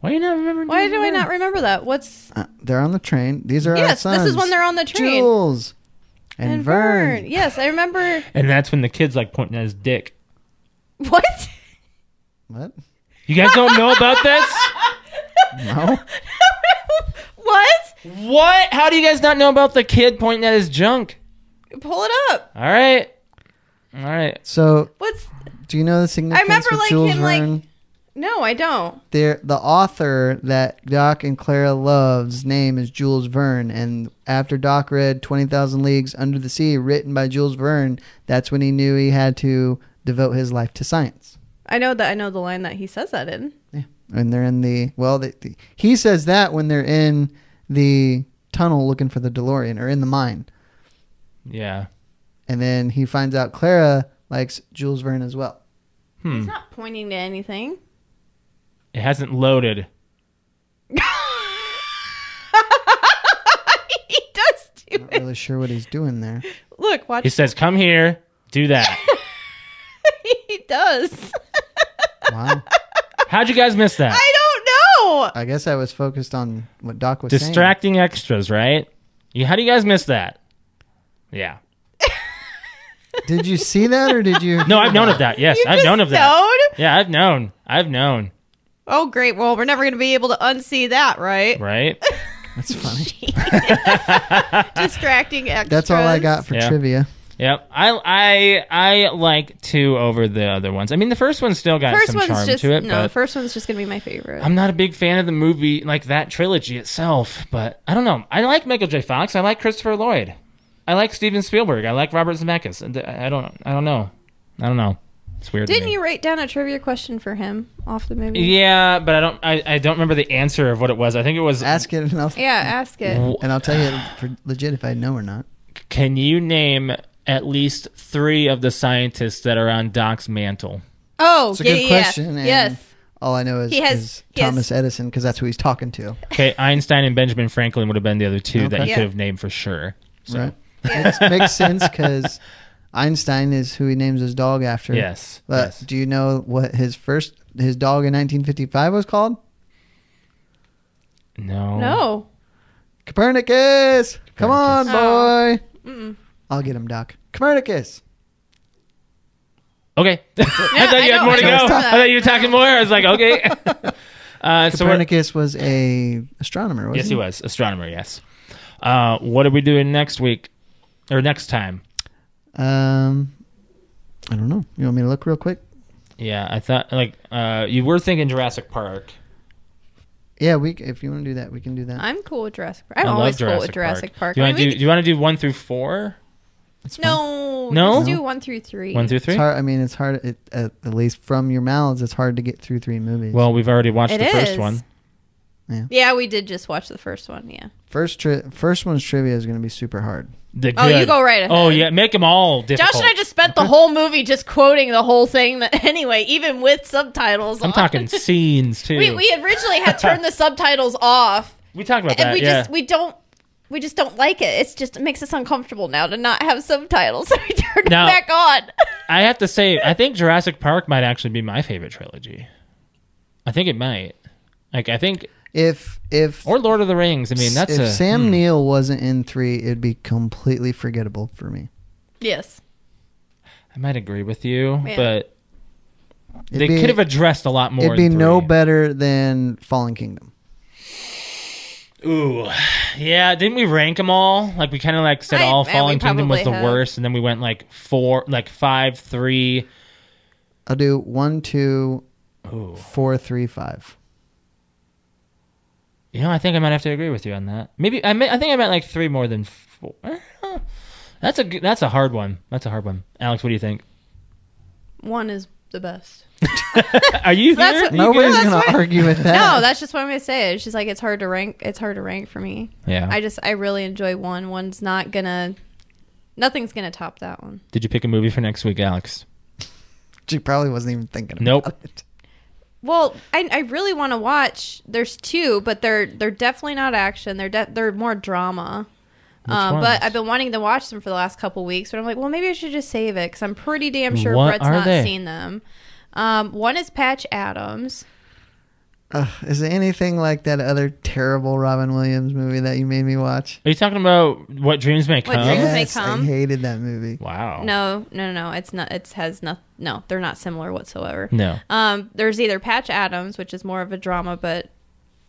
Speaker 2: Why are you not remembering?
Speaker 3: Why
Speaker 2: Jules
Speaker 3: do
Speaker 2: and Vern?
Speaker 3: I not remember that? What's
Speaker 1: Uh, they're on the train. These are
Speaker 3: yes?
Speaker 1: our sons.
Speaker 3: This is when they're on the train.
Speaker 1: Jules and, Vern.
Speaker 3: Yes, I
Speaker 1: [laughs]
Speaker 3: remember.
Speaker 2: And that's when the kid's like pointing at his dick.
Speaker 3: What?
Speaker 1: What?
Speaker 2: You guys don't know about
Speaker 3: [laughs]
Speaker 2: this?
Speaker 1: No.
Speaker 3: what?
Speaker 2: What? How do you guys not know about the kid pointing at his junk?
Speaker 3: Pull it up.
Speaker 2: All right. All right.
Speaker 1: So,
Speaker 3: What's?
Speaker 1: do you know the significance
Speaker 3: remember,
Speaker 1: with
Speaker 3: like,
Speaker 1: Jules
Speaker 3: him, like-
Speaker 1: Verne?
Speaker 3: No, I don't.
Speaker 1: they're, the author that Doc and Clara love's name is Jules Verne, and after Doc read Twenty Thousand Leagues Under the Sea, written by Jules Verne, that's when he knew he had to devote his life to science.
Speaker 3: I know that. I know the line that he says that in.
Speaker 1: And they're in the well, the, the, he says that when they're in the tunnel looking for the DeLorean or in the mine,
Speaker 2: Yeah.
Speaker 1: and then he finds out Clara likes Jules Verne as well.
Speaker 3: He's
Speaker 2: Hmm.
Speaker 3: not pointing to [laughs] anything.
Speaker 2: It hasn't loaded.
Speaker 3: he does do
Speaker 1: Not
Speaker 3: it.
Speaker 1: really sure what he's doing there.
Speaker 3: Look, watch.
Speaker 2: He says, "Come here. Do that."
Speaker 3: he does.
Speaker 1: Wow.
Speaker 2: How'd you guys miss that?
Speaker 3: [laughs] I don't know.
Speaker 1: I guess I was focused on what Doc was saying.
Speaker 2: Distracting extras, right? You, how do you guys miss that? Yeah.
Speaker 1: Did you see that or did you?
Speaker 2: [laughs] No, I've known of
Speaker 3: [laughs]
Speaker 2: that. Yes,
Speaker 3: You
Speaker 2: I've
Speaker 3: just
Speaker 2: known of that.
Speaker 3: knowed?
Speaker 2: Yeah, I've known. I've known.
Speaker 3: Oh, great. Well, we're never going to be able to unsee that, right? [laughs]
Speaker 2: Right?
Speaker 1: That's funny.
Speaker 2: [laughs]
Speaker 3: Distracting extras.
Speaker 1: That's all I got for
Speaker 2: Yeah.
Speaker 1: trivia.
Speaker 2: Yep. I I I like two over the other ones. I mean, the first one still got
Speaker 3: First
Speaker 2: some
Speaker 3: one's
Speaker 2: charm
Speaker 3: just
Speaker 2: to it,
Speaker 3: no.
Speaker 2: but
Speaker 3: The first one's just going to be my favorite.
Speaker 2: I'm not a big fan of the movie, like that trilogy itself, but I don't know. I like Michael J. Fox. I like Christopher Lloyd. I like Steven Spielberg. I like Robert Zemeckis. And uh, I I don't. I don't know. I don't know. It's weird. to
Speaker 3: Didn't
Speaker 2: me.
Speaker 3: you write down a trivia question for him off the movie?
Speaker 2: Yeah, but I don't. I, I don't remember the answer of what it was. I think it was.
Speaker 1: Ask it and I'll
Speaker 3: Yeah, ask it.
Speaker 2: W-
Speaker 1: and I'll tell you for legit if I know or not.
Speaker 2: Can you name at least three of the scientists that are on Doc's mantle?
Speaker 3: Oh,
Speaker 1: It's a
Speaker 3: yeah,
Speaker 1: good
Speaker 3: yeah,
Speaker 1: question.
Speaker 3: Yeah.
Speaker 1: And
Speaker 3: Yes.
Speaker 1: All I know is,
Speaker 3: He has-
Speaker 1: is
Speaker 3: he has-
Speaker 1: Thomas Edison because that's who he's talking to. [laughs]
Speaker 2: Okay, Einstein and Benjamin Franklin would have been the other two that
Speaker 1: Okay.
Speaker 2: you
Speaker 3: Yeah.
Speaker 2: could have named for sure. So.
Speaker 1: Right. Makes, makes sense because Einstein is who he names his dog after.
Speaker 2: Yes.
Speaker 1: But
Speaker 2: yes.
Speaker 1: do you know what his first his dog in 1955 was called? Oh.
Speaker 2: No.
Speaker 3: No.
Speaker 1: Copernicus. Come on,
Speaker 3: Copernicus. Oh.
Speaker 1: boy. I'll get him, Doc. Copernicus.
Speaker 2: Okay. [laughs] I thought you
Speaker 3: I
Speaker 2: had
Speaker 3: know,
Speaker 2: more to
Speaker 3: I
Speaker 2: go.
Speaker 3: know
Speaker 2: I
Speaker 3: that.
Speaker 2: thought you were talking more. I was like,
Speaker 3: [laughs]
Speaker 2: okay. uh, so we're,
Speaker 1: Copernicus was a astronomer. Wasn't
Speaker 2: yes, he was astronomer. Yes. Uh, what are we doing next week or next time?
Speaker 1: Um, I don't know. You want me to look real quick?
Speaker 2: Yeah, I thought like uh, you were thinking Jurassic Park.
Speaker 1: Yeah, we. If you want to do that, we can do that.
Speaker 3: I'm cool with Jurassic Park. I'm
Speaker 2: I love
Speaker 3: always cool with Jurassic Park.
Speaker 2: Do you
Speaker 3: I
Speaker 2: want to
Speaker 3: mean,
Speaker 2: do? Do you want to do one through four?
Speaker 1: It's fine.
Speaker 3: no,
Speaker 2: No?
Speaker 3: Let's do one through three.
Speaker 2: One through three.
Speaker 1: It's hard. I mean, it's hard. It, at, at least from your mouths, it's hard to get through three movies.
Speaker 2: Well, we've already watched
Speaker 3: It
Speaker 2: the first
Speaker 3: is.
Speaker 2: one.
Speaker 3: yeah, we did just watch the first one. Yeah.
Speaker 1: first tri- first one's trivia is going to be super hard.
Speaker 2: The
Speaker 3: Oh, you
Speaker 2: good-
Speaker 3: go right ahead.
Speaker 2: Oh yeah, make them all difficult.
Speaker 3: Josh and I just spent the whole movie just quoting the whole thing. That, [laughs] anyway, even with subtitles.
Speaker 2: I'm
Speaker 3: on. [laughs]
Speaker 2: talking scenes too.
Speaker 3: We we originally
Speaker 2: [laughs]
Speaker 3: had turned the subtitles off,
Speaker 2: We talked about
Speaker 3: and
Speaker 2: that.
Speaker 3: we
Speaker 2: yeah.
Speaker 3: just we don't. We just don't like it. It's just it makes us uncomfortable now to not have subtitles. [laughs] So we turned
Speaker 2: Now-
Speaker 3: it back on.
Speaker 2: I have to say, I think Jurassic Park might actually be my favorite trilogy. I think it might. Like I think,
Speaker 1: If if
Speaker 2: or Lord of the Rings. I mean, that's
Speaker 1: if
Speaker 2: a
Speaker 1: Sam
Speaker 2: hmm.
Speaker 1: Neill wasn't in three, it'd be completely forgettable for me.
Speaker 3: yes.
Speaker 2: I might agree with you,
Speaker 3: Yeah.
Speaker 2: but
Speaker 1: It'd
Speaker 2: they
Speaker 1: be,
Speaker 2: could have addressed a lot more.
Speaker 1: It'd
Speaker 2: in
Speaker 1: be no
Speaker 2: three.
Speaker 1: better than Fallen Kingdom.
Speaker 2: Ooh, yeah. Didn't we rank them all? Like we kind of like said
Speaker 3: I-
Speaker 2: all
Speaker 3: yeah, we
Speaker 2: Fallen Kingdom was the
Speaker 3: probably have.
Speaker 2: worst, and then we went like four, like five, three.
Speaker 1: I'll do one, two,
Speaker 2: Ooh,
Speaker 1: four, three, five.
Speaker 2: you know, I think I might have to agree with you on that. Maybe I, may, I think I meant like three more than four. [laughs] Huh. That's a g- that's a hard one. That's a hard one. Alex, what do you think?
Speaker 3: One is the best.
Speaker 2: [laughs] Are you
Speaker 3: That's
Speaker 2: here?
Speaker 3: what-
Speaker 2: Are you
Speaker 1: Nobody's
Speaker 2: good?
Speaker 3: That's
Speaker 1: going
Speaker 2: [laughs]
Speaker 1: to
Speaker 3: fine.
Speaker 1: argue with that.
Speaker 3: No, that's just what I'm gonna say. It's just like it's hard to rank. It's hard to rank for me.
Speaker 2: Yeah.
Speaker 3: I just I really enjoy one. One's not gonna. Nothing's gonna top that one.
Speaker 2: Did you pick a movie for next week, Alex?
Speaker 1: she probably wasn't even thinking. About
Speaker 2: Nope.
Speaker 1: It.
Speaker 3: Well, I, I really want to watch. There's two, but they're they're definitely not action. They're de- they're more drama. Um,
Speaker 2: ones?
Speaker 3: but I've been wanting to watch them for the last couple weeks. But I'm like, well, maybe I should just save it because I'm pretty damn sure
Speaker 2: What
Speaker 3: Brett's
Speaker 2: are
Speaker 3: not
Speaker 2: they?
Speaker 3: seen them. Um, one is Patch Adams.
Speaker 1: Ugh, is it anything like that other terrible Robin Williams movie that you made me watch?
Speaker 2: Are you talking about what dreams may come?
Speaker 3: What Dreams May
Speaker 1: I
Speaker 3: Come?
Speaker 1: hated that movie.
Speaker 2: Wow.
Speaker 3: No, no, no, it's not. It's has not. No, they're not similar whatsoever.
Speaker 2: No.
Speaker 3: Um, there's either Patch Adams, which is more of a drama, but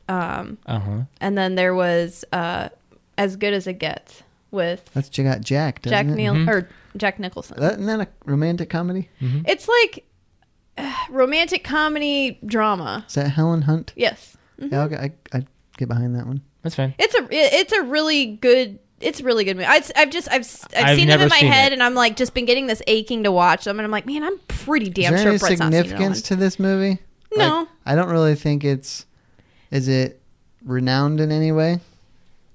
Speaker 3: um,
Speaker 2: Uh huh.
Speaker 3: and then there was uh, As Good as It Gets with
Speaker 1: That's you got Jack. doesn't
Speaker 3: Jack
Speaker 1: it? Mm-hmm.
Speaker 3: Neil or Jack Nicholson.
Speaker 1: That- Isn't that a romantic comedy?
Speaker 3: It's like uh, romantic comedy drama.
Speaker 1: Is that Helen Hunt?
Speaker 3: Yes,
Speaker 1: Yeah, I'll, I I get behind that one.
Speaker 2: That's fine.
Speaker 3: it's a it- it's a really good. It's a really good movie. I, have just I've s- I've,
Speaker 2: I've
Speaker 3: seen them
Speaker 2: never
Speaker 3: in my
Speaker 2: seen
Speaker 3: head,
Speaker 2: it.
Speaker 3: and I'm like just been getting this aching to watch them, and I'm like, man, I'm pretty damn
Speaker 1: Is there
Speaker 3: sure
Speaker 1: any
Speaker 3: Brett's not seen it. all.
Speaker 1: significance to this movie?
Speaker 3: No.
Speaker 1: Like, I don't really think it's. Is it renowned in any way?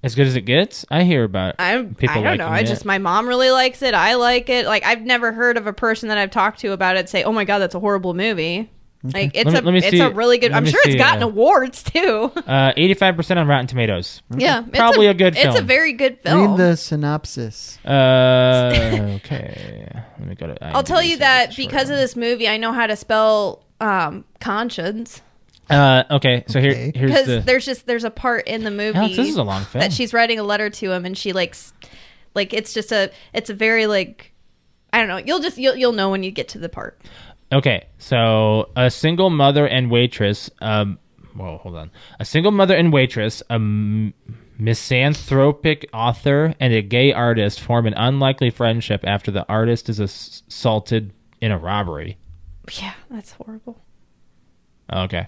Speaker 2: As good as it gets. I hear about.
Speaker 3: I, I
Speaker 2: people
Speaker 3: don't know.
Speaker 2: liking
Speaker 3: I
Speaker 2: it.
Speaker 3: just my mom really likes it. I like it. Like I've never heard of a person that I've talked to about it say, "Oh my god, that's a horrible movie." Like it's
Speaker 2: Let me-
Speaker 3: a
Speaker 2: let me
Speaker 3: it's
Speaker 2: see-
Speaker 3: a really good.
Speaker 2: let
Speaker 3: I'm
Speaker 2: me
Speaker 3: sure
Speaker 2: see,
Speaker 3: it's gotten
Speaker 2: uh,
Speaker 3: awards too. [laughs]
Speaker 2: Uh, eighty-five percent on Rotten Tomatoes.
Speaker 3: yeah, it's
Speaker 2: Probably a good
Speaker 3: It's a
Speaker 2: film.
Speaker 3: very good film.
Speaker 1: Read the synopsis.
Speaker 2: Uh, okay. Let me go to.
Speaker 3: I'll tell you that because of this movie, I know how to spell um, conscience
Speaker 2: Uh, okay. So
Speaker 1: Okay.
Speaker 2: here, here's
Speaker 3: because
Speaker 2: the.
Speaker 3: there's just there's a part in the movie
Speaker 2: Alex, this is a long film.
Speaker 3: that she's writing a letter to him, and she like, s- like it's just a it's a very like I don't know. You'll just you'll you'll know when you get to the part.
Speaker 2: Okay, so a single mother and waitress. Um, well, hold on. A single mother and waitress, a m- misanthropic author, and a gay artist form an unlikely friendship after the artist is ass- assaulted in a robbery.
Speaker 3: Yeah, that's horrible.
Speaker 2: Okay,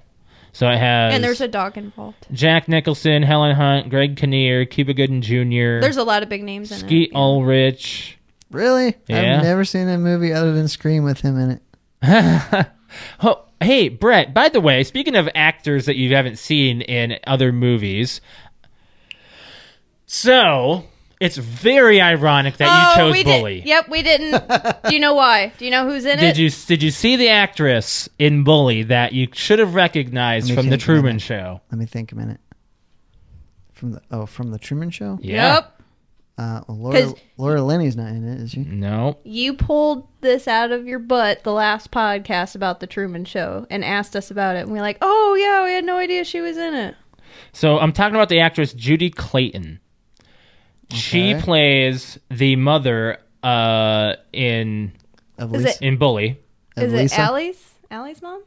Speaker 2: so it has
Speaker 3: And there's a dog involved.
Speaker 2: Jack Nicholson, Helen Hunt, Greg Kinnear, Cuba Gooden Jr.,
Speaker 3: There's a lot of big names in
Speaker 2: Skeet
Speaker 3: it.
Speaker 2: Ulrich.
Speaker 1: Really?
Speaker 2: Yeah.
Speaker 1: I've never seen a movie other than Scream with him in it.
Speaker 2: Oh, hey, Brett, by the way, speaking of actors that you haven't seen in other movies, so it's very ironic that you
Speaker 3: Oh, we
Speaker 2: chose Bully.
Speaker 3: Did, yep, we didn't. Do you know why? Do you know who's in
Speaker 2: Did
Speaker 3: it?
Speaker 2: you did you see the actress in Bully that you should have recognized
Speaker 1: me
Speaker 2: from the
Speaker 1: think a minute.
Speaker 2: Truman Show?
Speaker 1: Let me think a minute. From the oh, from the Truman Show.
Speaker 2: Yeah.
Speaker 3: Nope.
Speaker 1: Uh, well, Laura,
Speaker 3: 'Cause-
Speaker 1: Laura Linney's not in it, is she?
Speaker 2: No.
Speaker 3: You pulled this out of your butt the last podcast about the Truman Show and asked us about it, and we're like, "Oh yeah, we had no idea she was in it."
Speaker 2: So I'm talking about the actress Judy Clayton. She
Speaker 1: Okay.
Speaker 2: plays the mother uh, in
Speaker 1: Of
Speaker 3: Is
Speaker 1: Lisa,
Speaker 3: it-
Speaker 2: in Bully.
Speaker 1: of
Speaker 3: Is
Speaker 1: Lisa?
Speaker 3: it Allie's? Allie's mom?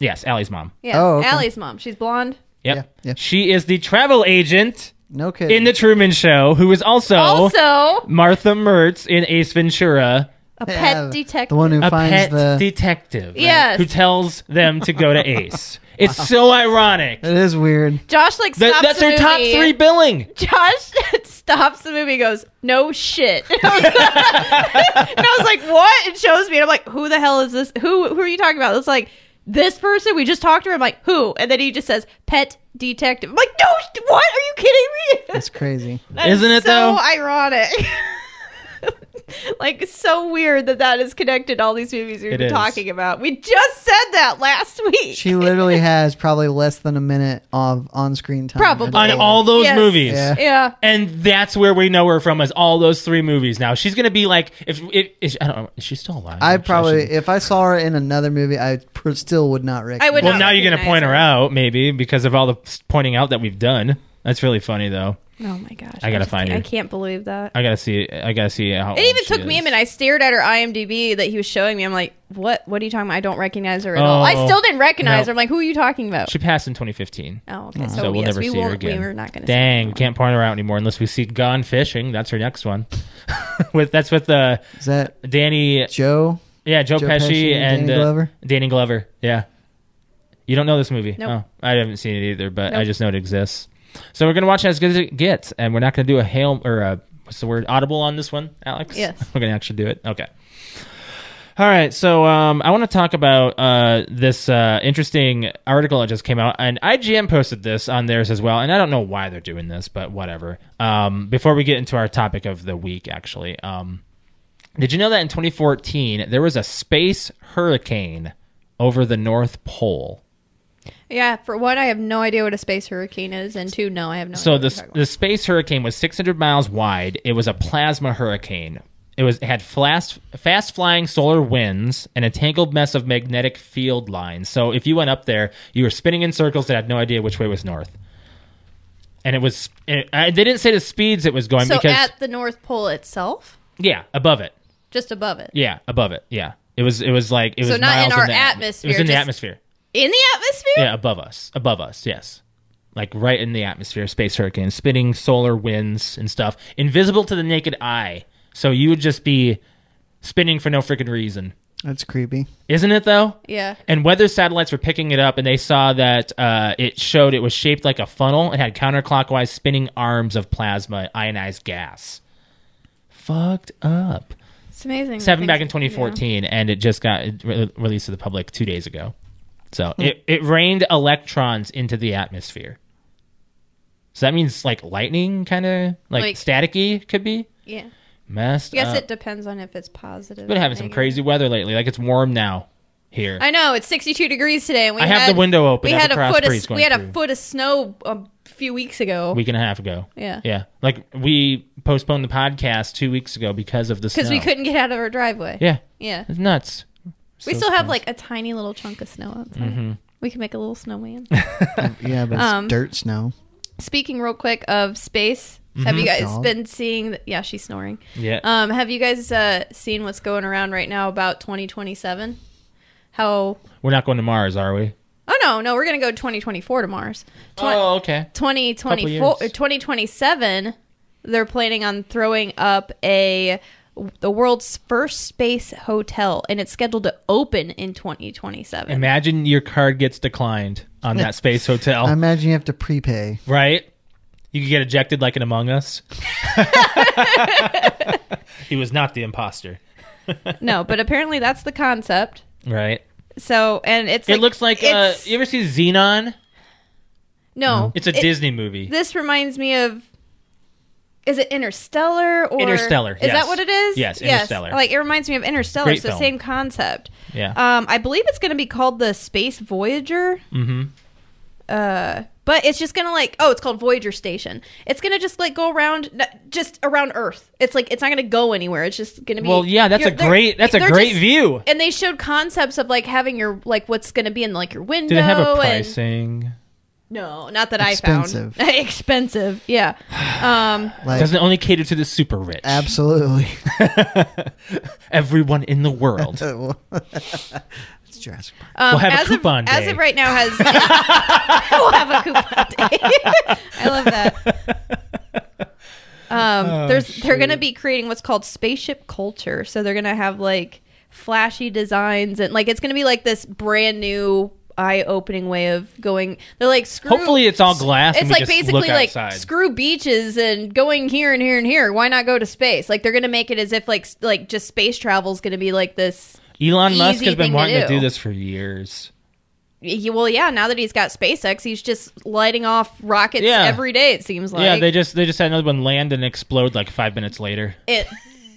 Speaker 2: Yes, Allie's mom.
Speaker 3: Yeah,
Speaker 1: Oh, okay.
Speaker 3: Allie's mom. She's blonde.
Speaker 2: Yep.
Speaker 1: Yeah, yeah.
Speaker 2: She is the travel agent
Speaker 1: No kidding.
Speaker 2: in the Truman Show, who is also,
Speaker 3: Also,
Speaker 2: Martha Mertz in Ace Ventura,
Speaker 3: a
Speaker 1: Yeah,
Speaker 3: pet
Speaker 1: the-
Speaker 3: detective.
Speaker 1: The one who
Speaker 2: a
Speaker 1: finds
Speaker 2: pet
Speaker 1: the.
Speaker 2: detective.
Speaker 3: Yes.
Speaker 2: Who tells them to
Speaker 1: [laughs]
Speaker 2: go to Ace. It's so ironic.
Speaker 1: it is weird.
Speaker 3: Josh like
Speaker 2: That-
Speaker 3: stops
Speaker 2: that's
Speaker 3: the
Speaker 2: her top
Speaker 3: movie.
Speaker 2: three billing.
Speaker 3: Josh [laughs] stops the movie and goes, No shit. [laughs] And I, was like, [laughs] and I was like, What? It shows me. And I'm like, Who the hell is this? Who who are you talking about? It's like, This person? We just talked to her. I'm like, Who? And then he just says, Pet detective. I'm like, No, sh- what? Are you kidding me? [laughs]
Speaker 1: It's crazy.
Speaker 3: That is
Speaker 2: Isn't it,
Speaker 3: so
Speaker 2: though?
Speaker 3: ironic. [laughs] like, it's so weird that that is connected to all these movies we've
Speaker 2: It
Speaker 3: been
Speaker 2: is.
Speaker 3: talking about. We just said that last week.
Speaker 1: She literally has probably less than a minute of on-screen time.
Speaker 3: Probably.
Speaker 2: on
Speaker 1: Yeah.
Speaker 2: all those
Speaker 3: Yes.
Speaker 2: movies.
Speaker 1: Yeah.
Speaker 3: yeah.
Speaker 2: And that's where we know her from is all those three movies. Now she's gonna be like, if, if, if I don't know, is she still alive?
Speaker 1: I
Speaker 2: Actually,
Speaker 1: probably,
Speaker 2: should-
Speaker 1: if I saw her in another movie, I pr- still would not recognize.
Speaker 3: I would
Speaker 2: well,
Speaker 3: not
Speaker 2: now you're gonna
Speaker 3: recognize
Speaker 2: point her
Speaker 3: her.
Speaker 2: out maybe because of all the pointing out that we've done. That's really funny though.
Speaker 3: Oh my gosh.
Speaker 2: I gotta
Speaker 3: just
Speaker 2: find
Speaker 3: can't-
Speaker 2: her.
Speaker 3: I can't believe that.
Speaker 2: I gotta see. I gotta see how.
Speaker 3: It even took me a minute. I stared at her IMDb that he was showing me. I'm like, what? What are you talking about? I don't recognize her at all. I
Speaker 2: Oh,
Speaker 3: still didn't recognize
Speaker 2: no.
Speaker 3: her. I'm like, who are you talking about?
Speaker 2: She passed in 2015.
Speaker 3: oh, okay. So,
Speaker 2: Mm-hmm. So we'll
Speaker 3: yes,
Speaker 2: never
Speaker 3: we
Speaker 2: see
Speaker 3: won't,
Speaker 2: her again.
Speaker 3: We were not going to.
Speaker 2: Dang, we can't point her out anymore unless we see Gone Fishing. That's her next one. [laughs] with that's with uh,
Speaker 1: Is that
Speaker 2: Danny.
Speaker 1: Joe?
Speaker 2: Yeah, Joe,
Speaker 1: Joe
Speaker 2: Pesci, and
Speaker 1: Danny
Speaker 2: uh,
Speaker 1: Glover.
Speaker 2: Danny Glover. Yeah. You don't know this movie?
Speaker 3: Nope.
Speaker 2: Oh, I haven't seen it either, but I
Speaker 3: Nope.
Speaker 2: just know it exists. So we're gonna watch as good as it gets, and we're not gonna do a hail or a what's the word audible on this one, Alex.
Speaker 3: Yes.
Speaker 2: [laughs] we're gonna actually do it. Okay. All right, so um, I want to talk about uh, this uh, interesting article that just came out, and IGN posted this on theirs as well. And I don't know why they're doing this, but whatever. Um, before we get into our topic of the week, actually, um, did you know that in 2014 there was a space hurricane over the North Pole?
Speaker 3: Yeah. For one, I have no idea what a space hurricane is, and two, no, I have no.
Speaker 2: So
Speaker 3: idea what
Speaker 2: the
Speaker 3: you're talking
Speaker 2: the space hurricane was 600 miles wide. It was a plasma hurricane. It was it had fast fast flying solar winds and a tangled mess of magnetic field lines. So if you went up there, you were spinning in circles that had no idea which way was north. And it was it, I, they didn't say the speeds it was going
Speaker 3: about. So
Speaker 2: because
Speaker 3: at the North Pole itself,
Speaker 2: yeah, above it.
Speaker 3: just above it,
Speaker 2: Yeah, above it. Yeah. It was it was like it
Speaker 3: So
Speaker 2: was
Speaker 3: not in
Speaker 2: miles
Speaker 3: our
Speaker 2: the
Speaker 3: atmosphere,
Speaker 2: It was in the
Speaker 3: just-
Speaker 2: atmosphere.
Speaker 3: in the atmosphere.
Speaker 2: Yeah, above us. Above us, yes. Like right in the atmosphere, space hurricanes, spinning solar winds and stuff, invisible to the naked eye. So you would just be spinning for no freaking reason.
Speaker 1: That's creepy.
Speaker 2: Isn't it though?
Speaker 3: Yeah.
Speaker 2: And weather satellites were picking it up, and they saw that uh, it showed it was shaped like a funnel. It had counterclockwise spinning arms of plasma ionized gas. Fucked up.
Speaker 3: It's amazing.
Speaker 2: Seven
Speaker 3: Things-
Speaker 2: back in
Speaker 3: yeah.
Speaker 2: 2014, and it just got re- released to the public two days ago. So
Speaker 3: Hmm.
Speaker 2: it, it rained electrons into the atmosphere. So that means like lightning, kind of like,
Speaker 3: Like-
Speaker 2: staticky, could be
Speaker 3: Yeah.
Speaker 2: messed.
Speaker 3: I guess
Speaker 2: up.
Speaker 3: it depends on if it's positive.
Speaker 2: We've been
Speaker 3: or
Speaker 2: having some
Speaker 3: negative.
Speaker 2: crazy weather lately. Like it's warm now here.
Speaker 3: I know it's 62 degrees today, and we
Speaker 2: I
Speaker 3: had,
Speaker 2: have the window open.
Speaker 3: We
Speaker 2: I have
Speaker 3: had
Speaker 2: a
Speaker 3: a
Speaker 2: cross
Speaker 3: foot.
Speaker 2: breeze
Speaker 3: Of,
Speaker 2: going
Speaker 3: we had
Speaker 2: through.
Speaker 3: a foot of snow a few weeks ago.
Speaker 2: a week and a half ago.
Speaker 3: Yeah.
Speaker 2: yeah. Like we postponed the podcast two weeks ago because of the snow.
Speaker 3: because we couldn't get out of our driveway.
Speaker 2: Yeah,
Speaker 3: Yeah.
Speaker 2: it's nuts.
Speaker 3: We
Speaker 2: So Mm-hmm.
Speaker 3: still have
Speaker 2: surprised.
Speaker 3: like a tiny little chunk of snow outside. We can make a
Speaker 2: [laughs]
Speaker 3: little snowman.
Speaker 1: Yeah, but it's
Speaker 3: Um,
Speaker 1: dirt snow.
Speaker 3: Speaking real quick of space, have
Speaker 2: Mm-hmm.
Speaker 3: you guys
Speaker 1: Dog.
Speaker 3: been seeing? The, yeah, she's snoring.
Speaker 2: yeah.
Speaker 3: Um, have you guys uh, seen what's going around right now about 2027? How?
Speaker 2: We're not going to Mars, are we?
Speaker 3: Oh no, no, we're gonna go 2024 to Mars. Twen-
Speaker 2: Oh, okay.
Speaker 3: 2024
Speaker 2: Couple years.
Speaker 3: 2027 they're planning on throwing up a the world's first space hotel and it's scheduled to open in 2027
Speaker 2: Imagine your card gets declined on that space hotel,
Speaker 3: [laughs]
Speaker 1: I imagine you have to prepay.
Speaker 2: right? You could get ejected like an Among Us. [laughs] he was not the imposter,
Speaker 3: no but apparently that's the concept
Speaker 2: right?
Speaker 3: so and it's
Speaker 2: it looks like uh,
Speaker 3: it's-
Speaker 2: you ever see Xenon?
Speaker 3: no
Speaker 2: It's a
Speaker 3: It-
Speaker 2: Disney movie.
Speaker 3: this reminds me of is it Interstellar or
Speaker 2: Interstellar,
Speaker 3: Is
Speaker 2: yes.
Speaker 3: that what it is?
Speaker 2: Yes, Interstellar.
Speaker 3: Like it reminds me of Interstellar.
Speaker 2: Great
Speaker 3: so
Speaker 2: film.
Speaker 3: same concept.
Speaker 2: yeah.
Speaker 3: Um, I believe it's going to be called the Space Voyager.
Speaker 2: mm-hmm.
Speaker 3: Uh, But it's just gonna like, oh, it's called Voyager Station. It's gonna just like go around, n- just around Earth. It's like it's not gonna go anywhere. It's just gonna be.
Speaker 2: Well, yeah, that's
Speaker 3: you're-
Speaker 2: a
Speaker 3: they're-
Speaker 2: great that's a
Speaker 3: they're
Speaker 2: great
Speaker 3: just-
Speaker 2: view.
Speaker 3: And they showed concepts of like having your like what's gonna be in like your window.
Speaker 2: Did it have a
Speaker 3: and-
Speaker 2: pricing?
Speaker 3: no, not that
Speaker 1: Expensive.
Speaker 3: I found. [laughs] Expensive. Yeah. Um.
Speaker 1: Like,
Speaker 2: Doesn't it only cater to the super rich.
Speaker 1: absolutely. [laughs]
Speaker 2: Everyone in the world.
Speaker 1: it's Jurassic Park.
Speaker 3: Um,
Speaker 2: We'll have a
Speaker 3: as
Speaker 2: coupon
Speaker 3: of, As
Speaker 2: day.
Speaker 3: of right now,
Speaker 2: [laughs]
Speaker 3: has [laughs] we'll have a coupon day. [laughs] I love that. Um,
Speaker 2: Oh,
Speaker 3: there's they're going to be creating what's called spaceship culture. So they're going to have like flashy designs and like it's going to be like this brand new eye-opening way of going. They're like screw.
Speaker 2: Hopefully it's all glass and
Speaker 3: It's
Speaker 2: we
Speaker 3: like
Speaker 2: just
Speaker 3: basically
Speaker 2: look
Speaker 3: like
Speaker 2: outside.
Speaker 3: screw beaches and going here and here and here. Why not go to space? Like they're going to make it as if like s- like just space travel is going to be like this
Speaker 2: Elon Musk
Speaker 3: easy
Speaker 2: has
Speaker 3: thing
Speaker 2: been
Speaker 3: to
Speaker 2: wanting to
Speaker 3: do.
Speaker 2: do this for years.
Speaker 3: Yeah, well, yeah. Now that he's got SpaceX, he's just lighting off rockets
Speaker 2: Yeah.
Speaker 3: every day. It seems like.
Speaker 2: yeah, they just they just had another one land and explode like five minutes later.
Speaker 3: It,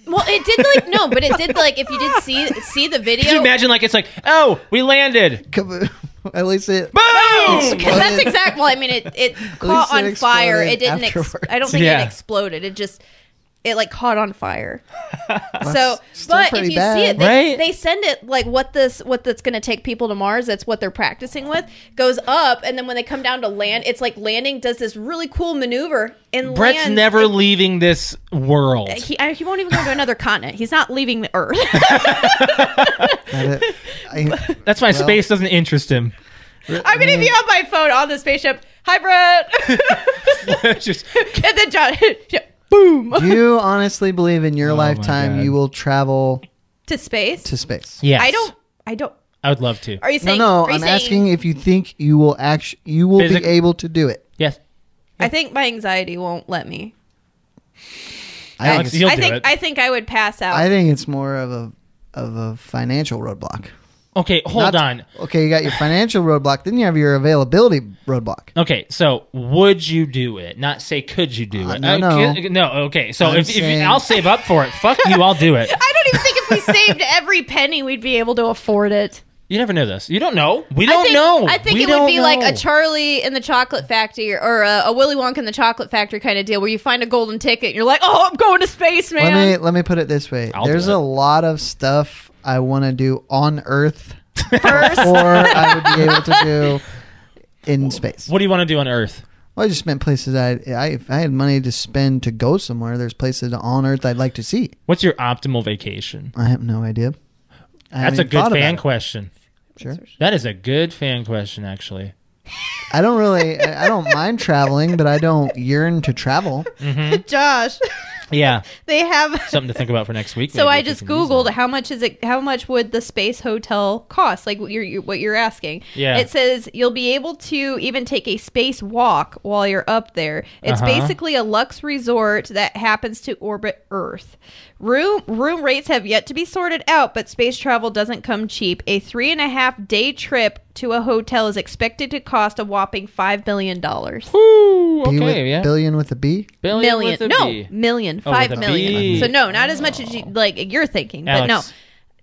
Speaker 3: well, it did like no, but it did like if you did see see the
Speaker 2: Can you
Speaker 3: video.
Speaker 2: imagine like it's like, oh, we landed.
Speaker 1: Kaboom. [laughs] At least it.
Speaker 2: Boom!
Speaker 3: Because [laughs] that's exact. Well, I mean, it
Speaker 1: [laughs]
Speaker 3: it caught
Speaker 1: least it
Speaker 3: on fire. It
Speaker 1: exploded
Speaker 3: didn't. Ex-
Speaker 1: afterwards.
Speaker 3: I don't think
Speaker 2: Yeah.
Speaker 3: it exploded. It just it like caught
Speaker 2: [laughs]
Speaker 3: on fire. so,
Speaker 1: That's still
Speaker 3: but if
Speaker 1: pretty
Speaker 3: you
Speaker 1: bad.
Speaker 3: see it, they,
Speaker 2: Right?
Speaker 3: they send it like what this what that's going to take people to Mars. That's what they're practicing with. Goes up, and then when they come down to land, it's like landing does this really cool maneuver and
Speaker 2: Brett's
Speaker 3: lands
Speaker 2: never
Speaker 3: and
Speaker 2: leaving this world.
Speaker 3: he I, he won't even go to another continent. He's not leaving the
Speaker 1: [laughs]
Speaker 3: Earth.
Speaker 1: that it- I-
Speaker 2: That's why
Speaker 1: Well-
Speaker 2: space doesn't interest him. [laughs]
Speaker 3: I'm gonna be on my phone on the spaceship. Hi, Brett.
Speaker 1: [laughs]
Speaker 2: just
Speaker 3: and then John, [laughs] yeah, boom
Speaker 1: do you honestly believe in your
Speaker 2: Oh my
Speaker 1: lifetime
Speaker 2: God.
Speaker 1: you will travel
Speaker 3: to space.
Speaker 1: to space?
Speaker 2: yes.
Speaker 3: I don't. I don't.
Speaker 2: I would love to.
Speaker 3: Are you
Speaker 1: No,
Speaker 3: saying?
Speaker 1: no.
Speaker 3: are you
Speaker 1: I'm
Speaker 3: saying-
Speaker 1: asking if you think you will actually you will
Speaker 2: Physic-
Speaker 1: be able to do it.
Speaker 2: Yes.
Speaker 3: I think my anxiety won't let me.
Speaker 1: I
Speaker 2: Alex,
Speaker 1: think it's,
Speaker 2: You'll
Speaker 3: I
Speaker 2: do
Speaker 3: think.
Speaker 2: it.
Speaker 3: I think I would pass out.
Speaker 1: I think it's more of a of a financial roadblock.
Speaker 2: Okay, hold
Speaker 1: Not-
Speaker 2: on.
Speaker 1: Okay, you got your financial roadblock. Then you have your availability roadblock.
Speaker 2: Okay, so would you do it? Not say could you do
Speaker 1: Uh,
Speaker 2: it.
Speaker 1: no,
Speaker 2: Uh,
Speaker 1: no.
Speaker 2: ki- no, okay. So
Speaker 1: I'm
Speaker 2: if, if you-
Speaker 1: saying-
Speaker 2: I'll save up for it. Fuck you, I'll do
Speaker 3: [laughs]
Speaker 2: it.
Speaker 3: I don't even think if we saved every penny, we'd be able to afford it.
Speaker 2: You never know this. You don't know. We don't
Speaker 3: I think,
Speaker 2: know.
Speaker 3: I think
Speaker 2: We
Speaker 3: it would
Speaker 2: don't
Speaker 3: be like a
Speaker 2: know.
Speaker 3: Charlie in the Chocolate Factory or a, a Willy Wonka in the Chocolate Factory kind of deal, where you find a golden ticket and you're like, "Oh, I'm going to space, man."
Speaker 1: Let me let me put it this way.
Speaker 2: I'll do
Speaker 1: There's
Speaker 2: it.
Speaker 1: a lot of stuff I want to do on
Speaker 2: [laughs]
Speaker 1: Earth
Speaker 3: First,
Speaker 1: or I would be able to do in space.
Speaker 2: What do you want to do on Earth?
Speaker 1: Well, I just meant places I, I if I had money to spend to go somewhere. There's places on Earth I'd like to see.
Speaker 2: What's your optimal vacation?
Speaker 1: I have no idea. I
Speaker 2: That's
Speaker 1: haven't
Speaker 2: a
Speaker 1: even thought
Speaker 2: good
Speaker 1: about
Speaker 2: fan
Speaker 1: it.
Speaker 2: question.
Speaker 1: Sure.
Speaker 2: That is a good fan question, actually.
Speaker 1: I don't really. I I don't mind traveling, but I don't yearn to travel.
Speaker 3: [laughs] Josh,
Speaker 2: Yeah,
Speaker 3: they have
Speaker 2: something to think about for next week.
Speaker 3: [laughs] So
Speaker 2: maybe,
Speaker 3: I
Speaker 2: if we
Speaker 3: just
Speaker 2: can use that.
Speaker 3: googled how much is it? How much would the space hotel cost? Like what you're, you what you're asking.
Speaker 2: Yeah.
Speaker 3: It says you'll be able to even take a space walk while you're up there. It's
Speaker 2: Uh-huh.
Speaker 3: basically a luxe resort that happens to orbit Earth. Room room rates have yet to be sorted out, but space travel doesn't come cheap. A three and a half day trip to a hotel is expected to cost a whopping five million dollars.
Speaker 2: Woo,
Speaker 1: B with-
Speaker 2: okay, yeah.
Speaker 1: Billion with a B.
Speaker 2: Billion
Speaker 3: Million,
Speaker 2: with a
Speaker 3: no,
Speaker 2: B.
Speaker 3: million,
Speaker 2: Oh, with
Speaker 3: five
Speaker 2: a
Speaker 3: million.
Speaker 2: B.
Speaker 3: So no, not as much as you like you're thinking, but no.
Speaker 2: Alex.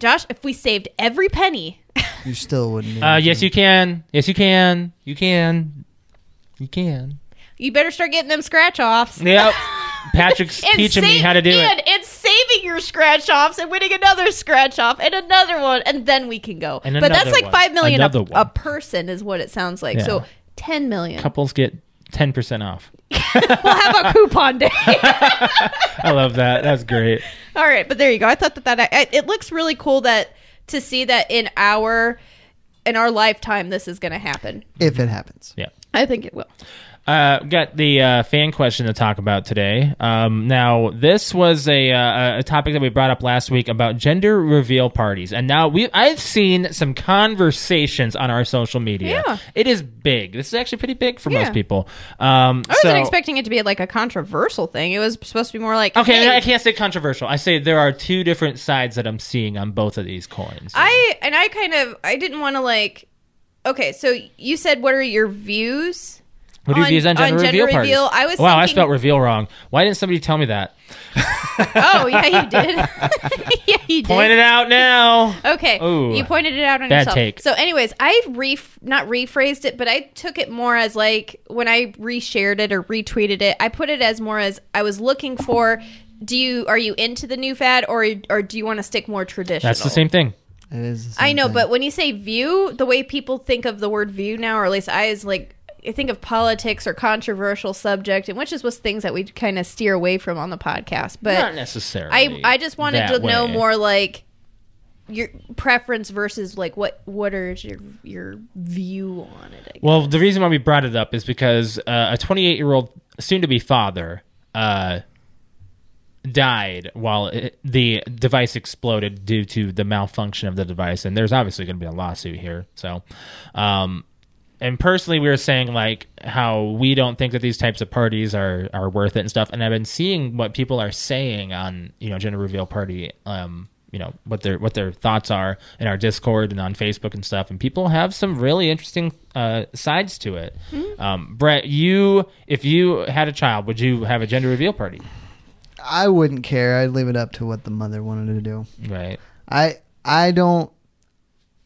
Speaker 3: Josh, if we saved every penny, [laughs]
Speaker 1: You still wouldn't. be
Speaker 2: Uh,
Speaker 1: able
Speaker 2: yes,
Speaker 1: to.
Speaker 2: you can. Yes, you can. You can. You can.
Speaker 3: you better start getting them scratch offs. [laughs]
Speaker 2: Yep. Patrick's teaching me how to do
Speaker 3: and,
Speaker 2: it.
Speaker 3: and saving your scratch offs and winning another scratch off and another one, and then we can go.
Speaker 2: And
Speaker 3: but that's
Speaker 2: another
Speaker 3: like
Speaker 2: one.
Speaker 3: five million a,
Speaker 2: Another one.
Speaker 3: a person is what it sounds like.
Speaker 2: Yeah.
Speaker 3: So ten million.
Speaker 2: Couples get 10% off.
Speaker 3: we'll
Speaker 2: [laughs]
Speaker 3: have a coupon day. [laughs]
Speaker 2: I love that. That's great.
Speaker 3: All right, but there you go. I thought that that I, it looks really cool that to see that in our in our lifetime this is going to happen.
Speaker 1: if it happens.
Speaker 2: Yeah.
Speaker 3: I think it will.
Speaker 2: Uh, got the uh, fan question to talk about today. Um, now, this was a, uh, a topic that we brought up last week about gender reveal parties, and now we I've seen some conversations on our social media.
Speaker 3: Yeah.
Speaker 2: It is big. This is actually pretty big for
Speaker 3: Yeah.
Speaker 2: most people. Um,
Speaker 3: I wasn't
Speaker 2: so-
Speaker 3: expecting it to be like a controversial thing. It was supposed to be more like
Speaker 2: Okay,
Speaker 3: hey,
Speaker 2: I can't say controversial. I say there are two different sides that I'm seeing on both of these coins.
Speaker 3: I and
Speaker 2: [laughs]
Speaker 3: I kind of I didn't want to like. Okay, so you said what are your views?
Speaker 2: What do you
Speaker 3: on-
Speaker 2: views on gender,
Speaker 3: on
Speaker 2: reveal
Speaker 3: gender
Speaker 2: parties?
Speaker 3: reveal, I was
Speaker 2: wow, I
Speaker 3: thinking-
Speaker 2: spelled reveal wrong. Why didn't somebody tell me that?
Speaker 3: Oh yeah,
Speaker 2: [laughs]
Speaker 3: you did. [laughs] yeah, you did.
Speaker 2: Point it out
Speaker 3: [laughs]
Speaker 2: now.
Speaker 3: Okay,
Speaker 2: Ooh.
Speaker 3: you pointed it out on
Speaker 2: Bad
Speaker 3: yourself.
Speaker 2: take.
Speaker 3: So, anyways, I ref not rephrased it, but I took it more as like when I reshared it or retweeted it, I put it as more as I was looking for. Do you are you into the new fad or or do you want to stick more traditional?
Speaker 2: That's the same thing.
Speaker 1: It is. the
Speaker 3: I
Speaker 1: same
Speaker 3: know,
Speaker 1: thing.
Speaker 3: but when you say view, the way people think of the word view now, or at least I is like I think of politics or controversial subject, and which is was things that we kind of steer away from on the podcast. But
Speaker 2: Not necessarily.
Speaker 3: I I just wanted
Speaker 2: that
Speaker 3: to know
Speaker 2: way.
Speaker 3: more like your preference versus like what what are your your view on it? I guess.
Speaker 2: Well, the reason why we brought it up is because uh, a 28 year old soon to be father uh, died while it, the device exploded due to the malfunction of the device, and there's obviously going to be a lawsuit here. So, um, and personally, we were saying like how we don't think that these types of parties are are worth it and stuff. And I've been seeing what people are saying on you know gender reveal party. Um, you know what their what their thoughts are in our Discord and on Facebook and stuff, and people have some really interesting uh, sides to it. Um, Brett, you if you had a child, would you have a gender reveal party?
Speaker 1: I wouldn't care. I'd leave it up to what the mother wanted to do.
Speaker 2: Right.
Speaker 1: I I don't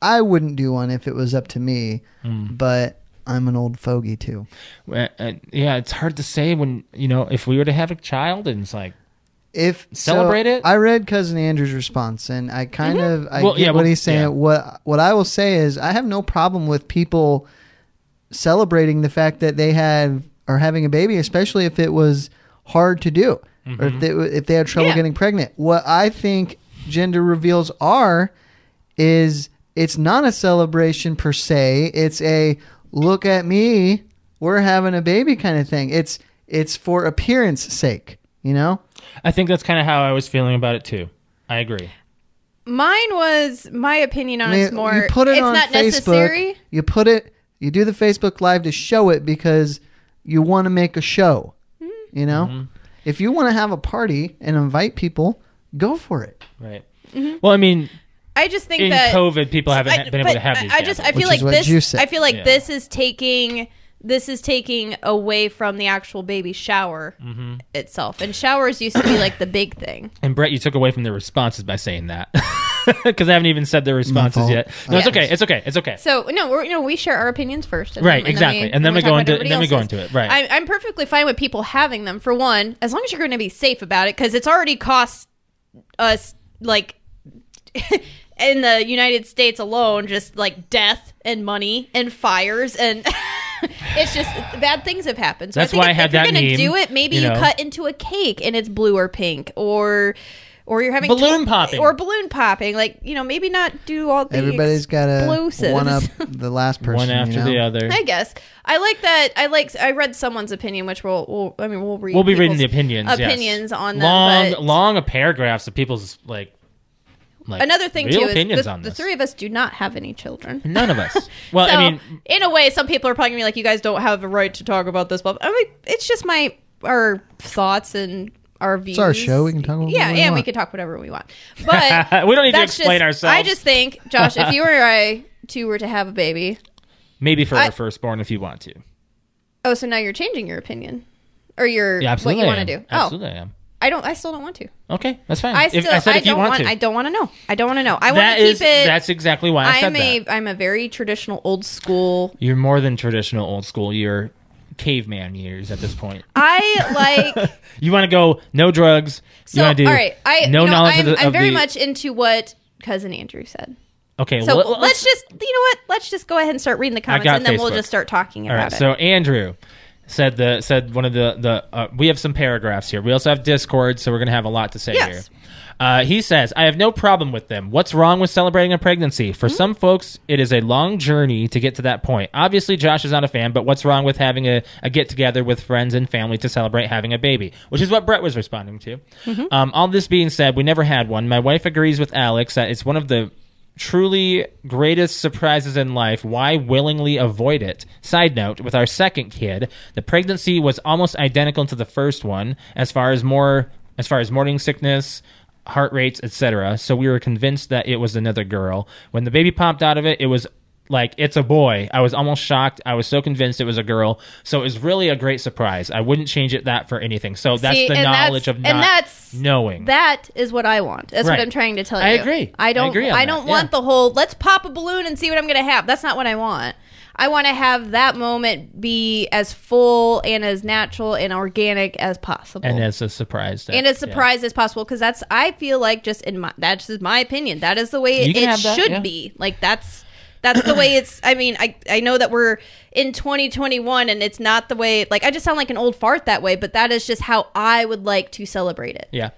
Speaker 1: I wouldn't do one if it was up to me,
Speaker 2: Hmm.
Speaker 1: but I'm an old fogey too.
Speaker 2: Well, uh, yeah, it's hard to say when you know if we were to have a child and it's like
Speaker 1: If so,
Speaker 2: Celebrate it? Mm-hmm.
Speaker 1: I read cousin Andrew's response, and I kind of I
Speaker 2: Well,
Speaker 1: get
Speaker 2: yeah,
Speaker 1: what
Speaker 2: well,
Speaker 1: he's saying.
Speaker 2: yeah.
Speaker 1: What what I will say is I have no problem with people celebrating the fact that they had are having a baby, especially if it was hard to do
Speaker 2: Mm-hmm.
Speaker 1: or if they if they had trouble
Speaker 3: Yeah.
Speaker 1: getting pregnant. What I think gender reveals are is it's not a celebration per se. It's a look at me, we're having a baby kind of thing. It's it's for appearance sake, you know.
Speaker 2: I think that's kind of how I was feeling about it too. I agree.
Speaker 3: Mine was my opinion on
Speaker 1: I mean,
Speaker 3: it's more.
Speaker 1: you put it
Speaker 3: it's
Speaker 1: on
Speaker 3: not
Speaker 1: Facebook.
Speaker 3: necessary.
Speaker 1: You put it. You do the Facebook live to show it because you want to make a show.
Speaker 3: Mm-hmm.
Speaker 1: You know,
Speaker 2: Mm-hmm.
Speaker 1: if you want to have a party and invite people, go for it.
Speaker 2: Right. Well, I mean,
Speaker 3: Mm-hmm. I just think
Speaker 2: in
Speaker 3: that
Speaker 2: COVID, people haven't
Speaker 3: I-
Speaker 2: been able
Speaker 3: but
Speaker 2: to have
Speaker 3: I-
Speaker 2: these.
Speaker 3: I just I
Speaker 2: gatherings.
Speaker 3: feel
Speaker 1: Which
Speaker 3: like
Speaker 1: is what
Speaker 3: this.
Speaker 1: you said.
Speaker 3: I feel like
Speaker 2: Yeah.
Speaker 3: this is taking this is taking away from the actual baby shower
Speaker 2: Mm-hmm.
Speaker 3: itself. And showers used to be like the big thing.
Speaker 2: And Brett, you took away from their responses by saying that [laughs] because I haven't even said their responses
Speaker 1: fault.
Speaker 2: yet. No, it's
Speaker 3: Yeah.
Speaker 2: okay. It's okay. It's okay.
Speaker 3: So no, we're, you know, we share our opinions first, and
Speaker 2: Right,
Speaker 3: then- and
Speaker 2: exactly.
Speaker 3: then we,
Speaker 2: And then we
Speaker 3: talk
Speaker 2: go
Speaker 3: about
Speaker 2: into-
Speaker 3: everybody
Speaker 2: then we go
Speaker 3: else's.
Speaker 2: into it, right.
Speaker 3: I'm, I'm perfectly fine with people having them for one, as long as you're going to be safe about it, because it's already cost us like [laughs] in the United States alone, just like death and money and fires and. [laughs] It's just bad things have happened. So
Speaker 2: That's
Speaker 3: I think
Speaker 2: why I
Speaker 3: if,
Speaker 2: had
Speaker 3: if you're
Speaker 2: that
Speaker 3: gonna
Speaker 2: meme,
Speaker 3: do it, maybe
Speaker 2: you
Speaker 3: you,
Speaker 2: know.
Speaker 3: cut into a cake and it's blue or pink, or or you're having
Speaker 2: Balloon popping.
Speaker 3: or balloon popping. Like you know, maybe not do all the
Speaker 1: Everybody's got to
Speaker 3: explosives.
Speaker 1: one up the last
Speaker 2: [laughs]
Speaker 1: person.
Speaker 2: One after
Speaker 1: you know?
Speaker 2: the other.
Speaker 3: [laughs] I guess I like that. I like. I read someone's opinion, which we'll. we'll I mean, we'll read.
Speaker 2: We'll be reading
Speaker 3: people's
Speaker 2: the opinions. yes.
Speaker 3: Opinions on them,
Speaker 2: long,
Speaker 3: but-
Speaker 2: long paragraphs of people's like. like
Speaker 3: Another thing
Speaker 2: real
Speaker 3: too
Speaker 2: opinions
Speaker 3: is the,
Speaker 2: on
Speaker 3: the
Speaker 2: this.
Speaker 3: three of us do not have any children.
Speaker 2: None of
Speaker 3: [laughs]
Speaker 2: us. Well,
Speaker 3: so,
Speaker 2: I mean,
Speaker 3: in a way, some people are probably gonna be like, "You guys don't have a right to talk about this." Blah. blah." I mean, it's just my our thoughts and our views.
Speaker 1: our show. We can talk about
Speaker 3: Yeah,
Speaker 1: whatever we
Speaker 3: and we
Speaker 1: want.
Speaker 3: can talk whatever we
Speaker 2: [laughs]
Speaker 3: want. But
Speaker 2: uh, We don't need to
Speaker 3: that's
Speaker 2: explain
Speaker 3: just-
Speaker 2: ourselves.
Speaker 3: I just think, Josh, if
Speaker 2: [laughs]
Speaker 3: you or I two were to have a baby,
Speaker 2: maybe for
Speaker 3: I-
Speaker 2: our firstborn if you want to.
Speaker 3: oh, so now you're changing your opinion or your
Speaker 2: Yeah,
Speaker 3: what
Speaker 2: absolutely.
Speaker 3: you
Speaker 2: I
Speaker 3: want to
Speaker 2: am.
Speaker 3: do?
Speaker 2: Absolutely, I am.
Speaker 3: Oh, I don't. I still don't want to.
Speaker 2: Okay, that's fine.
Speaker 3: I
Speaker 2: If-
Speaker 3: still, I,
Speaker 2: I said if you
Speaker 3: don't
Speaker 2: want,
Speaker 3: want,
Speaker 2: to.
Speaker 3: I don't want to know. I don't want to know. I want
Speaker 2: That
Speaker 3: to keep
Speaker 2: is-
Speaker 3: it.
Speaker 2: That's exactly why I
Speaker 3: I'm
Speaker 2: said
Speaker 3: a,
Speaker 2: that.
Speaker 3: am a very traditional, old school.
Speaker 2: You're more than traditional old school. You're caveman years at this point. [laughs]
Speaker 3: I like.
Speaker 2: You want to go no drugs.
Speaker 3: So
Speaker 2: you
Speaker 3: all
Speaker 2: want to do
Speaker 3: right, I
Speaker 2: no
Speaker 3: you know,
Speaker 2: knowledge
Speaker 3: I'm,
Speaker 2: of the.
Speaker 3: I'm
Speaker 2: of
Speaker 3: very
Speaker 2: the-
Speaker 3: much into what cousin Andrew said.
Speaker 2: okay.
Speaker 3: So
Speaker 2: let-
Speaker 3: let's, just, you know what? Let's just go ahead and start reading the comments,
Speaker 2: got
Speaker 3: and then we'll
Speaker 2: Facebook.
Speaker 3: just start talking
Speaker 2: All
Speaker 3: about
Speaker 2: right.
Speaker 3: it.
Speaker 2: So Andrew said the said one of the the uh, we have some paragraphs here. We also have Discord, so we're gonna have a lot to say
Speaker 3: Yes.
Speaker 2: here. Uh, he says, I have no problem with them. What's wrong with celebrating a pregnancy? For
Speaker 3: Hmm?
Speaker 2: some folks, it is a long journey to get to that point. Obviously, Josh is not a fan, but what's wrong with having a, a get together with friends and family to celebrate having a baby? Which is what Brett was responding to.
Speaker 3: Mm-hmm.
Speaker 2: Um, all this being said, we never had one. My wife agrees with Alex that it's one of the truly greatest surprises in life why willingly avoid it side note with our second kid the pregnancy was almost identical to the first one as far as more as far as morning sickness heart rates etc so we were convinced that it was another girl when the baby popped out of it it was like it's a boy. I was almost shocked. I was so convinced it was a girl. So it was really a great surprise. I wouldn't change it that for anything. So that's
Speaker 3: See,
Speaker 2: the
Speaker 3: and that's-
Speaker 2: knowledge of
Speaker 3: and
Speaker 2: not
Speaker 3: that's-
Speaker 2: knowing.
Speaker 3: That is what I want. That's
Speaker 2: Right.
Speaker 3: what I'm trying to tell you.
Speaker 2: I agree. I
Speaker 3: I don't. I,
Speaker 2: agree on that,
Speaker 3: don't
Speaker 2: yeah.
Speaker 3: want the whole "let's pop a balloon and see what I'm going to have." That's not what I want. I want to have that moment be as full and as natural and organic as possible,
Speaker 2: and as a surprise. that-
Speaker 3: and as
Speaker 2: yeah.
Speaker 3: surprised as possible. Because that's I feel like just in my that's just my opinion. That is the way
Speaker 2: You
Speaker 3: it,
Speaker 2: can
Speaker 3: it
Speaker 2: have that,
Speaker 3: should
Speaker 2: yeah.
Speaker 3: be. Like that's that's the way it's. I mean, I I know that we're in 2021 and it's not the way. Like I just sound like an old fart that way, but that is just how I would like to celebrate it.
Speaker 2: Yeah.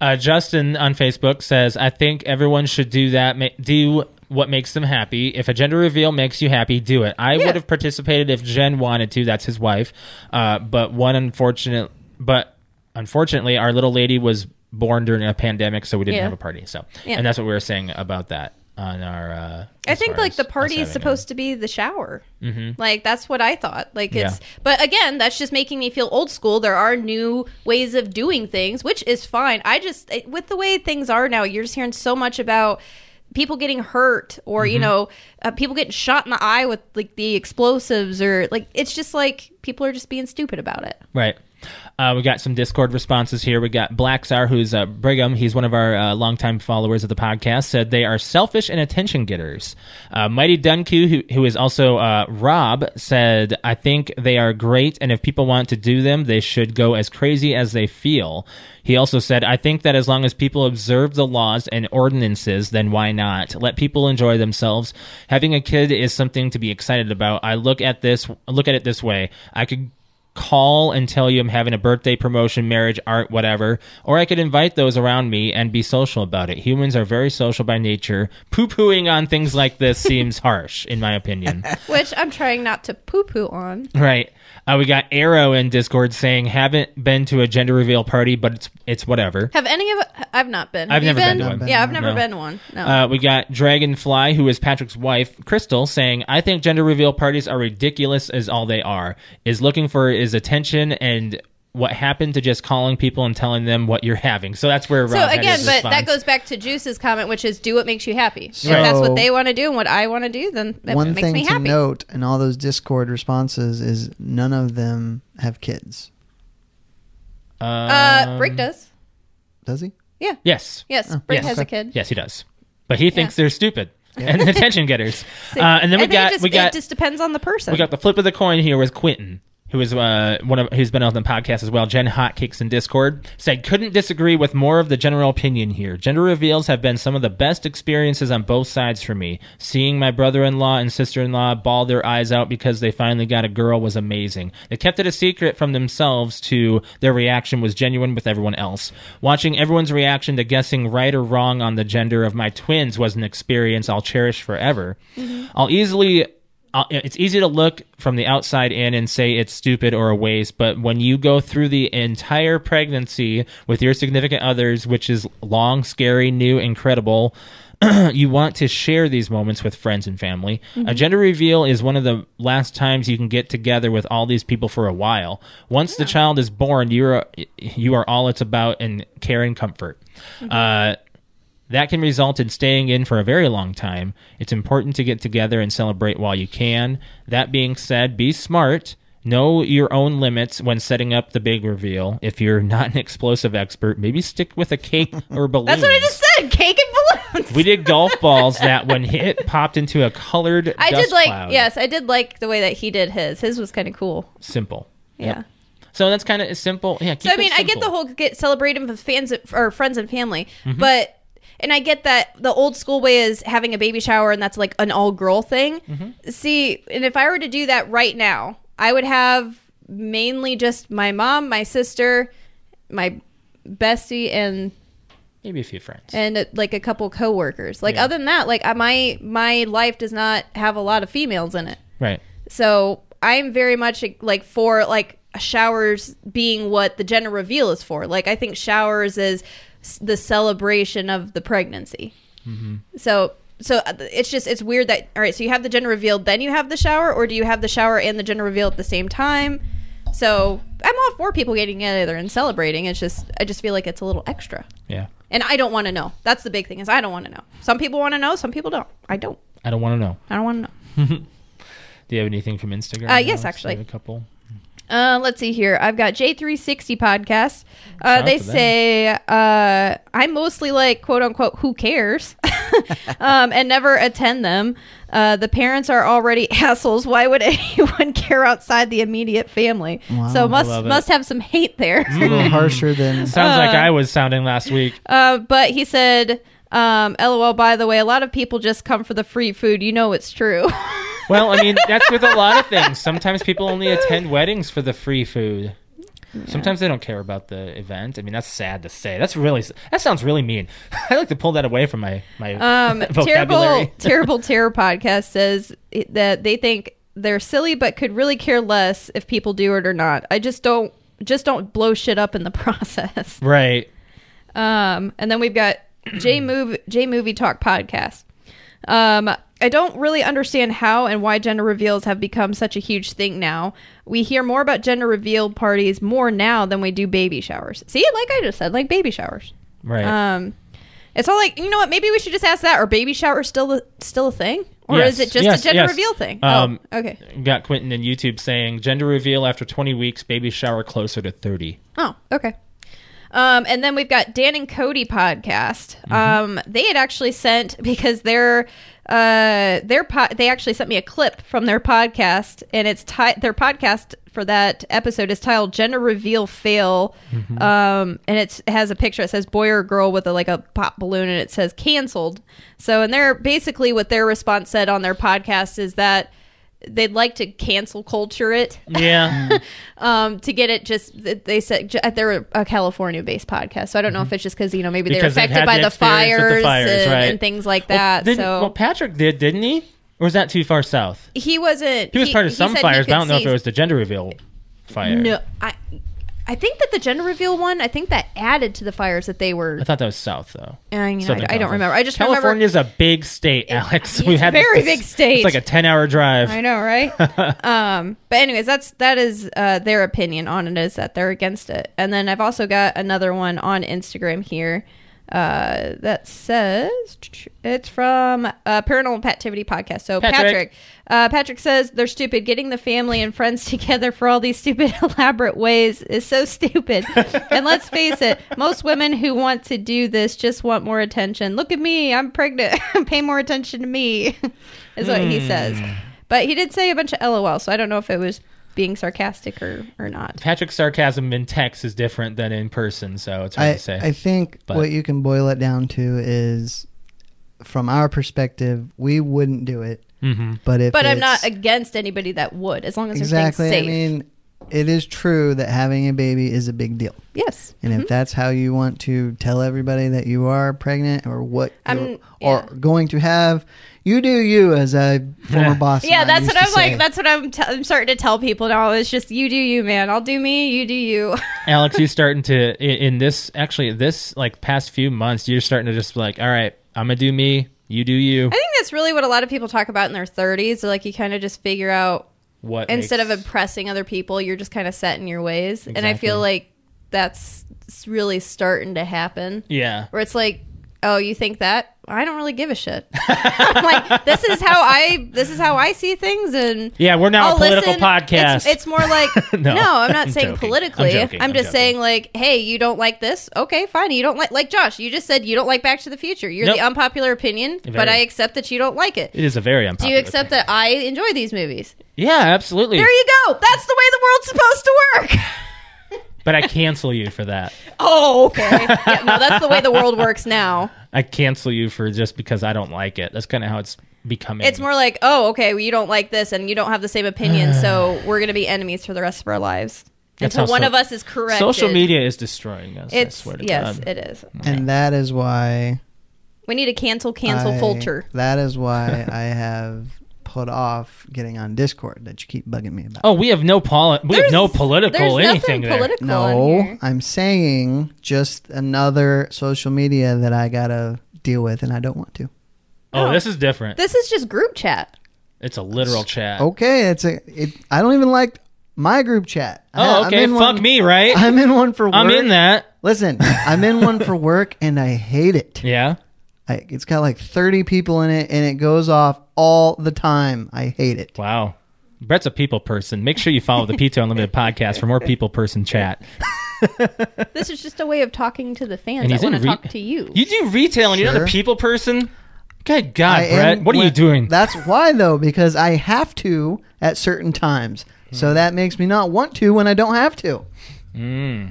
Speaker 2: Uh, Justin on Facebook says, I think everyone should do that. Ma- do what makes them happy. If a gender reveal makes you happy, do it. I would have participated if Jen wanted to. That's his wife. Uh, but one unfortunate, but unfortunately, our little lady was born during a pandemic, so we didn't
Speaker 3: Yeah.
Speaker 2: have a party. So,
Speaker 3: Yeah.
Speaker 2: and that's what we were saying about that on our. Uh,
Speaker 3: I think like the party is supposed to be the shower. Mm-hmm. Like that's what I thought. Like it's,
Speaker 2: Yeah.
Speaker 3: but again, that's just making me feel old school. There are new ways of doing things, which is fine. I just I- with the way things are now, you're just hearing so much about people getting hurt or
Speaker 2: Mm-hmm.
Speaker 3: you know uh, people getting shot in the eye with like the explosives or like it's just like people are just being stupid about it.
Speaker 2: Right. Uh, we got some Discord responses here. We got Blacksar, who's uh, Brigham. He's one of our uh, longtime followers of the podcast. Said they are selfish and attention getters. Uh, Mighty Dunku, who, who is also uh, Rob, said I think they are great, and if people want to do them, they should go as crazy as they feel. He also said I think that as long as people observe the laws and ordinances, then why not let people enjoy themselves? Having a kid is something to be excited about. I look at this look at it this way. I could call and tell you I'm having a birthday, promotion, marriage, art, whatever, or I could invite those around me and be social about it. Humans are very social by nature. Poo pooing on things like this seems harsh, in my opinion.
Speaker 3: Which I'm trying not to poo poo on.
Speaker 2: Right. Uh, we got Arrow in Discord saying, haven't been to a gender reveal party, but it's, it's whatever.
Speaker 3: Have any of I've not been.
Speaker 2: I've
Speaker 3: Have you
Speaker 2: never been to one.
Speaker 3: Yeah, I've never
Speaker 2: No.
Speaker 3: been to one. No.
Speaker 2: Uh, we got Dragonfly, who is Patrick's wife, Crystal, saying, I think gender reveal parties are ridiculous as all they are, is looking for his attention and what happened to just calling people and telling them what you're having. So that's where Rob
Speaker 3: So
Speaker 2: had
Speaker 3: again,
Speaker 2: his
Speaker 3: but that
Speaker 2: response.
Speaker 3: goes back to Juice's comment, which is do what makes you happy.
Speaker 1: So-
Speaker 3: if that's what they want to do and what I want to do, then that
Speaker 1: One
Speaker 3: makes
Speaker 1: thing
Speaker 3: me
Speaker 1: to
Speaker 3: happy.
Speaker 1: note in all those Discord responses is none of them have kids. um,
Speaker 3: uh, Brick does.
Speaker 1: Does he?
Speaker 2: Um, Yes.
Speaker 3: Yes,
Speaker 1: oh,
Speaker 3: Brick
Speaker 2: yes.
Speaker 3: has a kid.
Speaker 2: Yes, he does. But he thinks they're stupid and [laughs] attention
Speaker 3: [laughs]
Speaker 2: getters. uh, and then we
Speaker 3: I think
Speaker 2: got,
Speaker 3: it just,
Speaker 2: we
Speaker 3: it
Speaker 2: got
Speaker 3: just depends on the person.
Speaker 2: We got the flip of the coin here with Quentin, who is uh, one of who's been on the podcast as well. Jen Hotcakes in Discord said, "Couldn't disagree with more of the general opinion here. Gender reveals have been some of the best experiences on both sides for me. Seeing my brother-in-law and sister-in-law bawl their eyes out because they finally got a girl was amazing. They kept it a secret from themselves to their reaction was genuine with everyone else. Watching everyone's reaction to guessing right or wrong on the gender of my twins was an experience I'll cherish forever. I'll easily." I'll- it's easy to look from the outside in and say it's stupid or a waste, but when you go through the entire pregnancy with your significant others, which is long, scary, new, incredible, [clears throat] you want to share these moments with friends and family.
Speaker 3: Mm-hmm.
Speaker 2: A gender reveal is one of the last times you can get together with all these people for a while. Once the child is born, you're you are all it's about in care and comfort.
Speaker 3: Mm-hmm.
Speaker 2: Uh, that can result in staying in for a very long time. It's important to get together and celebrate while you can. That being said, be smart. Know your own limits when setting up the big reveal. If you're not an [laughs] explosive expert, maybe stick with a cake or balloons.
Speaker 3: [laughs] That's what I just said. Cake and balloons.
Speaker 2: We did golf balls that when hit popped into a colored.
Speaker 3: I
Speaker 2: dust
Speaker 3: did like
Speaker 2: cloud.
Speaker 3: yes, I did like the way that he did his. His was kind of cool.
Speaker 2: Simple.
Speaker 3: Yeah.
Speaker 2: So that's kind of simple. Mm-hmm. Yeah.
Speaker 3: So I mean, I get the whole get celebrate 'em with fans or friends and family, but and I get that the old school way is having a baby shower and that's like an all girl thing.
Speaker 2: Mm-hmm.
Speaker 3: See, and if I were to do that right now, I would have mainly just my mom, my sister, my bestie, and
Speaker 2: maybe a few friends.
Speaker 3: and uh, like a couple coworkers. Like
Speaker 2: Yeah.
Speaker 3: other than that, like I- my my life does not have a lot of females in it.
Speaker 2: Right.
Speaker 3: So I'm very much like for like showers being what the gender reveal is for. Like I think showers is s- the celebration of the pregnancy. So so uh, it's just it's weird that all right. So you have the gender reveal, then you have the shower, or do you have the shower and the gender reveal at the same time? So I'm all for people getting together and celebrating. It's just I just feel like it's a little extra,
Speaker 2: Yeah.
Speaker 3: and I don't want to know. That's the big thing is I don't want to know. Some people want to know, some people don't. I don't.
Speaker 2: I don't want to know.
Speaker 3: I don't want to know.
Speaker 2: Do you have anything from Instagram?
Speaker 3: Uh,
Speaker 2: Alex?
Speaker 3: yes, actually.
Speaker 2: I have a couple.
Speaker 3: Uh, let's see here. I've got J360 podcast. Uh,
Speaker 2: out
Speaker 3: they
Speaker 2: to them.
Speaker 3: say uh, I mostly like quote unquote who cares, [laughs] um, and never attend them. Uh, the parents are already [laughs] assholes. Why would anyone care outside the immediate family?
Speaker 1: Wow. I
Speaker 3: so must
Speaker 2: love it.
Speaker 3: must have some
Speaker 2: [laughs]
Speaker 3: hate there.
Speaker 1: a little
Speaker 2: Mm.
Speaker 1: harsher than
Speaker 2: Sounds like
Speaker 3: Uh,
Speaker 2: I was sounding last week.
Speaker 3: Uh, but he said, um, "LOL." By the way, a lot of people just come for the free food. You know it's
Speaker 2: [laughs]
Speaker 3: true.
Speaker 2: Well, I mean, that's with a lot of things. Sometimes people only attend weddings for the free food. Sometimes they don't care about the event. I mean, that's sad to say. That's really that sounds really mean. [laughs] I like to pull that away from my my
Speaker 3: Um,
Speaker 2: [laughs] vocabulary.
Speaker 3: terrible, terrible terror podcast says that they think they're silly, but could really care less if people do it or not. I just don't, just don't blow shit up in the [laughs] process.
Speaker 2: Right.
Speaker 3: Um, and then we've got J Move J Movie Talk podcast. Um, I don't really understand how and why gender reveals have become such a huge thing now. We hear more about gender reveal parties more now than we do baby showers. See, like I just said, like baby showers.
Speaker 2: Right.
Speaker 3: Um, it's all like you know what? Maybe we should just ask that. Are baby showers still a, still a thing, or
Speaker 2: Yes,
Speaker 3: is it just
Speaker 2: yes,
Speaker 3: a gender
Speaker 2: yes.
Speaker 3: reveal thing?
Speaker 2: Um,
Speaker 3: oh, okay.
Speaker 2: Got Quentin in YouTube saying gender reveal after 20 weeks, baby shower closer to 30.
Speaker 3: Oh, okay. Um, and then we've got Dan and Cody podcast. Um, they had actually sent because their uh, their po- they actually sent me a clip from their podcast, and it's ti- their podcast for that episode is titled "Gender Reveal Fail," um, and it's, it has a picture. It says boy or girl with a, like a pop balloon, and it says canceled. So, and they're basically what their response said on their podcast is that they'd like to cancel culture it
Speaker 2: [laughs] Yeah.
Speaker 3: um, to get it just th- they said j- they're a California based podcast, so I don't know if it's just because you know maybe they're
Speaker 2: Mm-hmm. Because they've
Speaker 3: affected
Speaker 2: had
Speaker 3: by
Speaker 2: the
Speaker 3: the
Speaker 2: experience with the
Speaker 3: fires,
Speaker 2: fires,
Speaker 3: and,
Speaker 2: right.
Speaker 3: and things like that.
Speaker 2: Didn't-
Speaker 3: so
Speaker 2: well, Patrick did, didn't he? Or was that too far south?
Speaker 3: he wasn't.
Speaker 2: He was part of some
Speaker 3: said he
Speaker 2: fires, but I
Speaker 3: could
Speaker 2: don't know if
Speaker 3: see-
Speaker 2: it was the gender reveal fire.
Speaker 3: No, I I think that the gender reveal one. I think that added to the fires that they were.
Speaker 2: I thought that was south, though.
Speaker 3: I, you know,
Speaker 2: Southern
Speaker 3: I, I don't
Speaker 2: California.
Speaker 3: remember. I just remember.
Speaker 2: California's a big state, Alex. [laughs]
Speaker 3: it's
Speaker 2: We've had this
Speaker 3: very
Speaker 2: dis-
Speaker 3: big state.
Speaker 2: It's like a ten-hour drive.
Speaker 3: I know, right? um, but anyways, that's that is uh, their opinion on it is that they're against it. And then I've also got another one on Instagram here uh, that says it's from uh, Paranormal Activity podcast. So
Speaker 2: Patrick.
Speaker 3: Patrick, uh, Patrick says they're stupid. Getting the family and friends [laughs] together for all these stupid [laughs] elaborate ways is so stupid. and let's face it, most women who want to do this just want more attention. Look at me, I'm pregnant. [laughs] Pay more attention to me, [laughs] is what he says.
Speaker 1: Hmm.
Speaker 3: But he did say a bunch of LOL, so I don't know if it was being sarcastic or or not.
Speaker 2: Patrick's sarcasm in text is different than in person, so it's hard
Speaker 1: I,
Speaker 2: to say.
Speaker 1: I think
Speaker 2: But-
Speaker 1: what you can boil it down to is from our perspective, we wouldn't do it.
Speaker 2: Mhm.
Speaker 1: But if
Speaker 3: But I'm not
Speaker 1: it's-
Speaker 3: against anybody that would, as long as
Speaker 1: exactly.
Speaker 3: everything's
Speaker 1: I
Speaker 3: safe.
Speaker 1: mean, it is true that having a baby is a big deal.
Speaker 3: yes.
Speaker 1: And if that's how you want to tell everybody that you are pregnant or what
Speaker 3: I'm-
Speaker 1: you're-
Speaker 3: yeah.
Speaker 1: or going to have, you do you as a former boss. of
Speaker 3: Yeah,
Speaker 1: mine
Speaker 3: that's
Speaker 1: used
Speaker 3: what
Speaker 1: to
Speaker 3: I'm
Speaker 1: say.
Speaker 3: like. That's what I'm, t- I'm starting to tell people now. It's just you do you, man. I'll do me. You do you. [laughs]
Speaker 2: Alex, you're starting to in, in this actually this like past few months, you're starting to just be like, all right, I'm gonna do me, you do you.
Speaker 3: I think that's really what a lot of people talk about in their 30s. They're Like you kind of just figure out
Speaker 2: What
Speaker 3: instead
Speaker 2: makes-
Speaker 3: of impressing other people, you're just kind of set in your ways. And I
Speaker 2: Exactly.
Speaker 3: feel like that's s- really starting to happen.
Speaker 2: yeah, [laughs]
Speaker 3: Where it's like, oh, you think that? I don't really give a shit. I'm like this is how I this is how I see things, and
Speaker 2: yeah, we're now
Speaker 3: I'll
Speaker 2: a political
Speaker 3: Oh, listen.
Speaker 2: podcast.
Speaker 3: It's, it's more like
Speaker 2: [laughs] No,
Speaker 3: no, I'm not
Speaker 2: I'm
Speaker 3: saying
Speaker 2: joking.
Speaker 3: politically.
Speaker 2: I'm
Speaker 3: I'm,
Speaker 2: joking. I'm
Speaker 3: just
Speaker 2: joking.
Speaker 3: saying like, hey, you don't like this? Okay, fine. You don't like like Josh. You just said you don't like Back to the Future. You're
Speaker 2: Nope.
Speaker 3: the unpopular opinion, but
Speaker 2: Very.
Speaker 3: I accept that you don't like it.
Speaker 2: it is a very
Speaker 3: Do
Speaker 2: unpopular.
Speaker 3: you accept that I enjoy these movies?
Speaker 2: thing. Yeah, absolutely.
Speaker 3: There you go. That's the way the world's supposed to work. [laughs]
Speaker 2: but I cancel you for that.
Speaker 3: Oh, okay. [laughs] Yeah, no, that's the way the world works now.
Speaker 2: I cancel you for just because I don't like it. That's kind of how it's becoming.
Speaker 3: It's more like, oh, okay, well, you don't like this and you don't have the same
Speaker 2: [sighs]
Speaker 3: opinion, so we're going to be enemies for the rest of our lives.
Speaker 2: That's
Speaker 3: Until
Speaker 2: how
Speaker 3: one
Speaker 2: so-
Speaker 3: of us is correct.
Speaker 2: social media is destroying us.
Speaker 3: It's,
Speaker 2: I swear to
Speaker 3: yes,
Speaker 2: God.
Speaker 3: it is.
Speaker 1: and that is why
Speaker 3: We need to cancel cancel
Speaker 1: I-
Speaker 3: culture.
Speaker 1: That
Speaker 3: [laughs]
Speaker 1: is why I have put off getting on Discord that you keep bugging me about.
Speaker 2: Oh, we have no poli- we have no political
Speaker 3: there's
Speaker 2: anything
Speaker 3: nothing
Speaker 2: there.
Speaker 3: political on
Speaker 1: No,
Speaker 3: here.
Speaker 1: I'm saying just another social media that I gotta deal with, and I don't want to.
Speaker 2: oh,
Speaker 3: No.
Speaker 2: this is different.
Speaker 3: This is just group chat.
Speaker 2: It's a literal chat.
Speaker 1: Okay, it's a. It, I don't even like my group chat. I-
Speaker 2: Oh,
Speaker 1: I'm
Speaker 2: okay.
Speaker 1: in
Speaker 2: Fuck
Speaker 1: one-
Speaker 2: me,
Speaker 1: [laughs]
Speaker 2: right?
Speaker 1: I'm in one for
Speaker 2: [laughs]
Speaker 1: work.
Speaker 2: I'm in that. [laughs]
Speaker 1: Listen, I'm in one for work, and I hate it.
Speaker 2: Yeah.
Speaker 1: I, it's got like 30 people in it, and it goes off all the time. I hate it.
Speaker 2: Wow. Brett's a people person. Make sure you follow the Pizza Unlimited podcast for more people person chat.
Speaker 3: This is just a way of talking to the
Speaker 2: [laughs]
Speaker 3: fans.
Speaker 2: And
Speaker 3: I
Speaker 2: he's
Speaker 3: want to
Speaker 2: in re-
Speaker 3: talk to you.
Speaker 2: [laughs] You do retail and you're not a
Speaker 1: Sure.
Speaker 2: people person? Good God,
Speaker 1: I am
Speaker 2: Brett. What are you
Speaker 1: when-
Speaker 2: doing?
Speaker 1: That's why though, because I have to at certain times.
Speaker 2: Hmm.
Speaker 1: So that makes me not want to when I don't have to.
Speaker 2: Mm.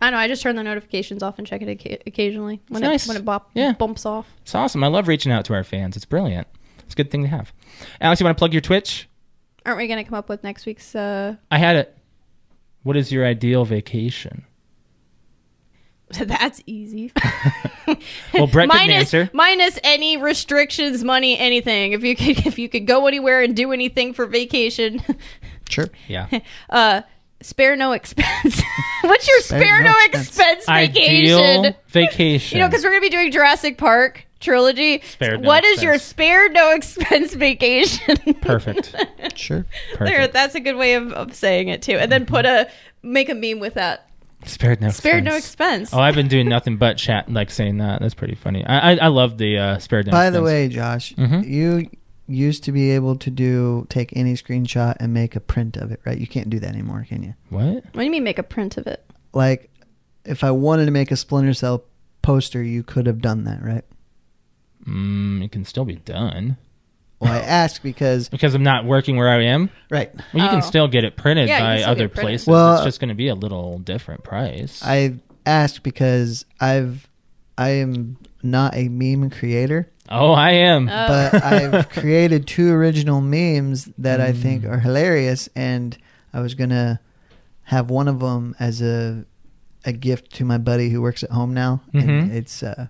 Speaker 3: I know. I just turn the notifications off and check it oca- occasionally when
Speaker 2: nice.
Speaker 3: it when it bop,
Speaker 2: Yeah.
Speaker 3: bumps off.
Speaker 2: It's awesome. I love reaching out to our fans. It's brilliant. It's a good thing to have. Alex, you want to plug your Twitch?
Speaker 3: Aren't we going to come up with next week's? Uh,
Speaker 2: I had it. What is your ideal vacation?
Speaker 3: [laughs] that's easy. [laughs]
Speaker 2: Well, Brett didn't
Speaker 3: minus
Speaker 2: answer.
Speaker 3: minus any restrictions, money, anything. If you could, [laughs] if you could go anywhere and do anything for vacation, [laughs]
Speaker 1: Sure.
Speaker 2: Yeah.
Speaker 3: uh, spare no expense. [laughs] What's your spare,
Speaker 1: Spare
Speaker 3: no,
Speaker 1: no
Speaker 3: expense, vacation?
Speaker 2: Ideal vacation.
Speaker 3: [laughs] You know, because we're gonna be doing Jurassic Park trilogy.
Speaker 2: Spare no
Speaker 3: What is your
Speaker 2: expense.
Speaker 3: spare no expense vacation? [laughs]
Speaker 2: perfect.
Speaker 1: Sure.
Speaker 3: there,
Speaker 2: Perfect. Mm-hmm.
Speaker 3: that's a good way of, of saying it too. And then put a make a meme with that.
Speaker 2: Spared no
Speaker 3: Spare no
Speaker 2: expense.
Speaker 3: expense.
Speaker 2: Oh, I've been doing nothing but chat, like saying that. That's pretty funny. I I, I love the uh, spared no
Speaker 1: By the
Speaker 2: expense.
Speaker 1: way, Josh,
Speaker 2: Mm-hmm.
Speaker 1: you used to be able to do take any screenshot and make a print of it, right? You can't do that anymore, can you?
Speaker 2: what?
Speaker 3: what do you mean make a print of it?
Speaker 1: Like if I wanted to make a Splinter Cell poster, you could have done that, right?
Speaker 2: Mm, it can still be done
Speaker 1: Well, I ask because
Speaker 2: because I'm not working where I am.
Speaker 1: right.
Speaker 2: Well, you
Speaker 3: Oh.
Speaker 2: can still get it printed
Speaker 3: Yeah, you can
Speaker 2: by
Speaker 3: still get
Speaker 2: other
Speaker 3: it printed.
Speaker 2: places.
Speaker 1: Well,
Speaker 2: it's just going to be a little different price.
Speaker 1: I asked because I've I am not a meme creator,
Speaker 2: oh, I am.
Speaker 3: Uh,
Speaker 1: but
Speaker 2: [laughs]
Speaker 1: I've created two original memes that I think
Speaker 2: Hmm.
Speaker 1: are hilarious, and I was gonna have one of them as a a gift to my buddy who works at home now, and
Speaker 2: Mhm.
Speaker 1: it's uh,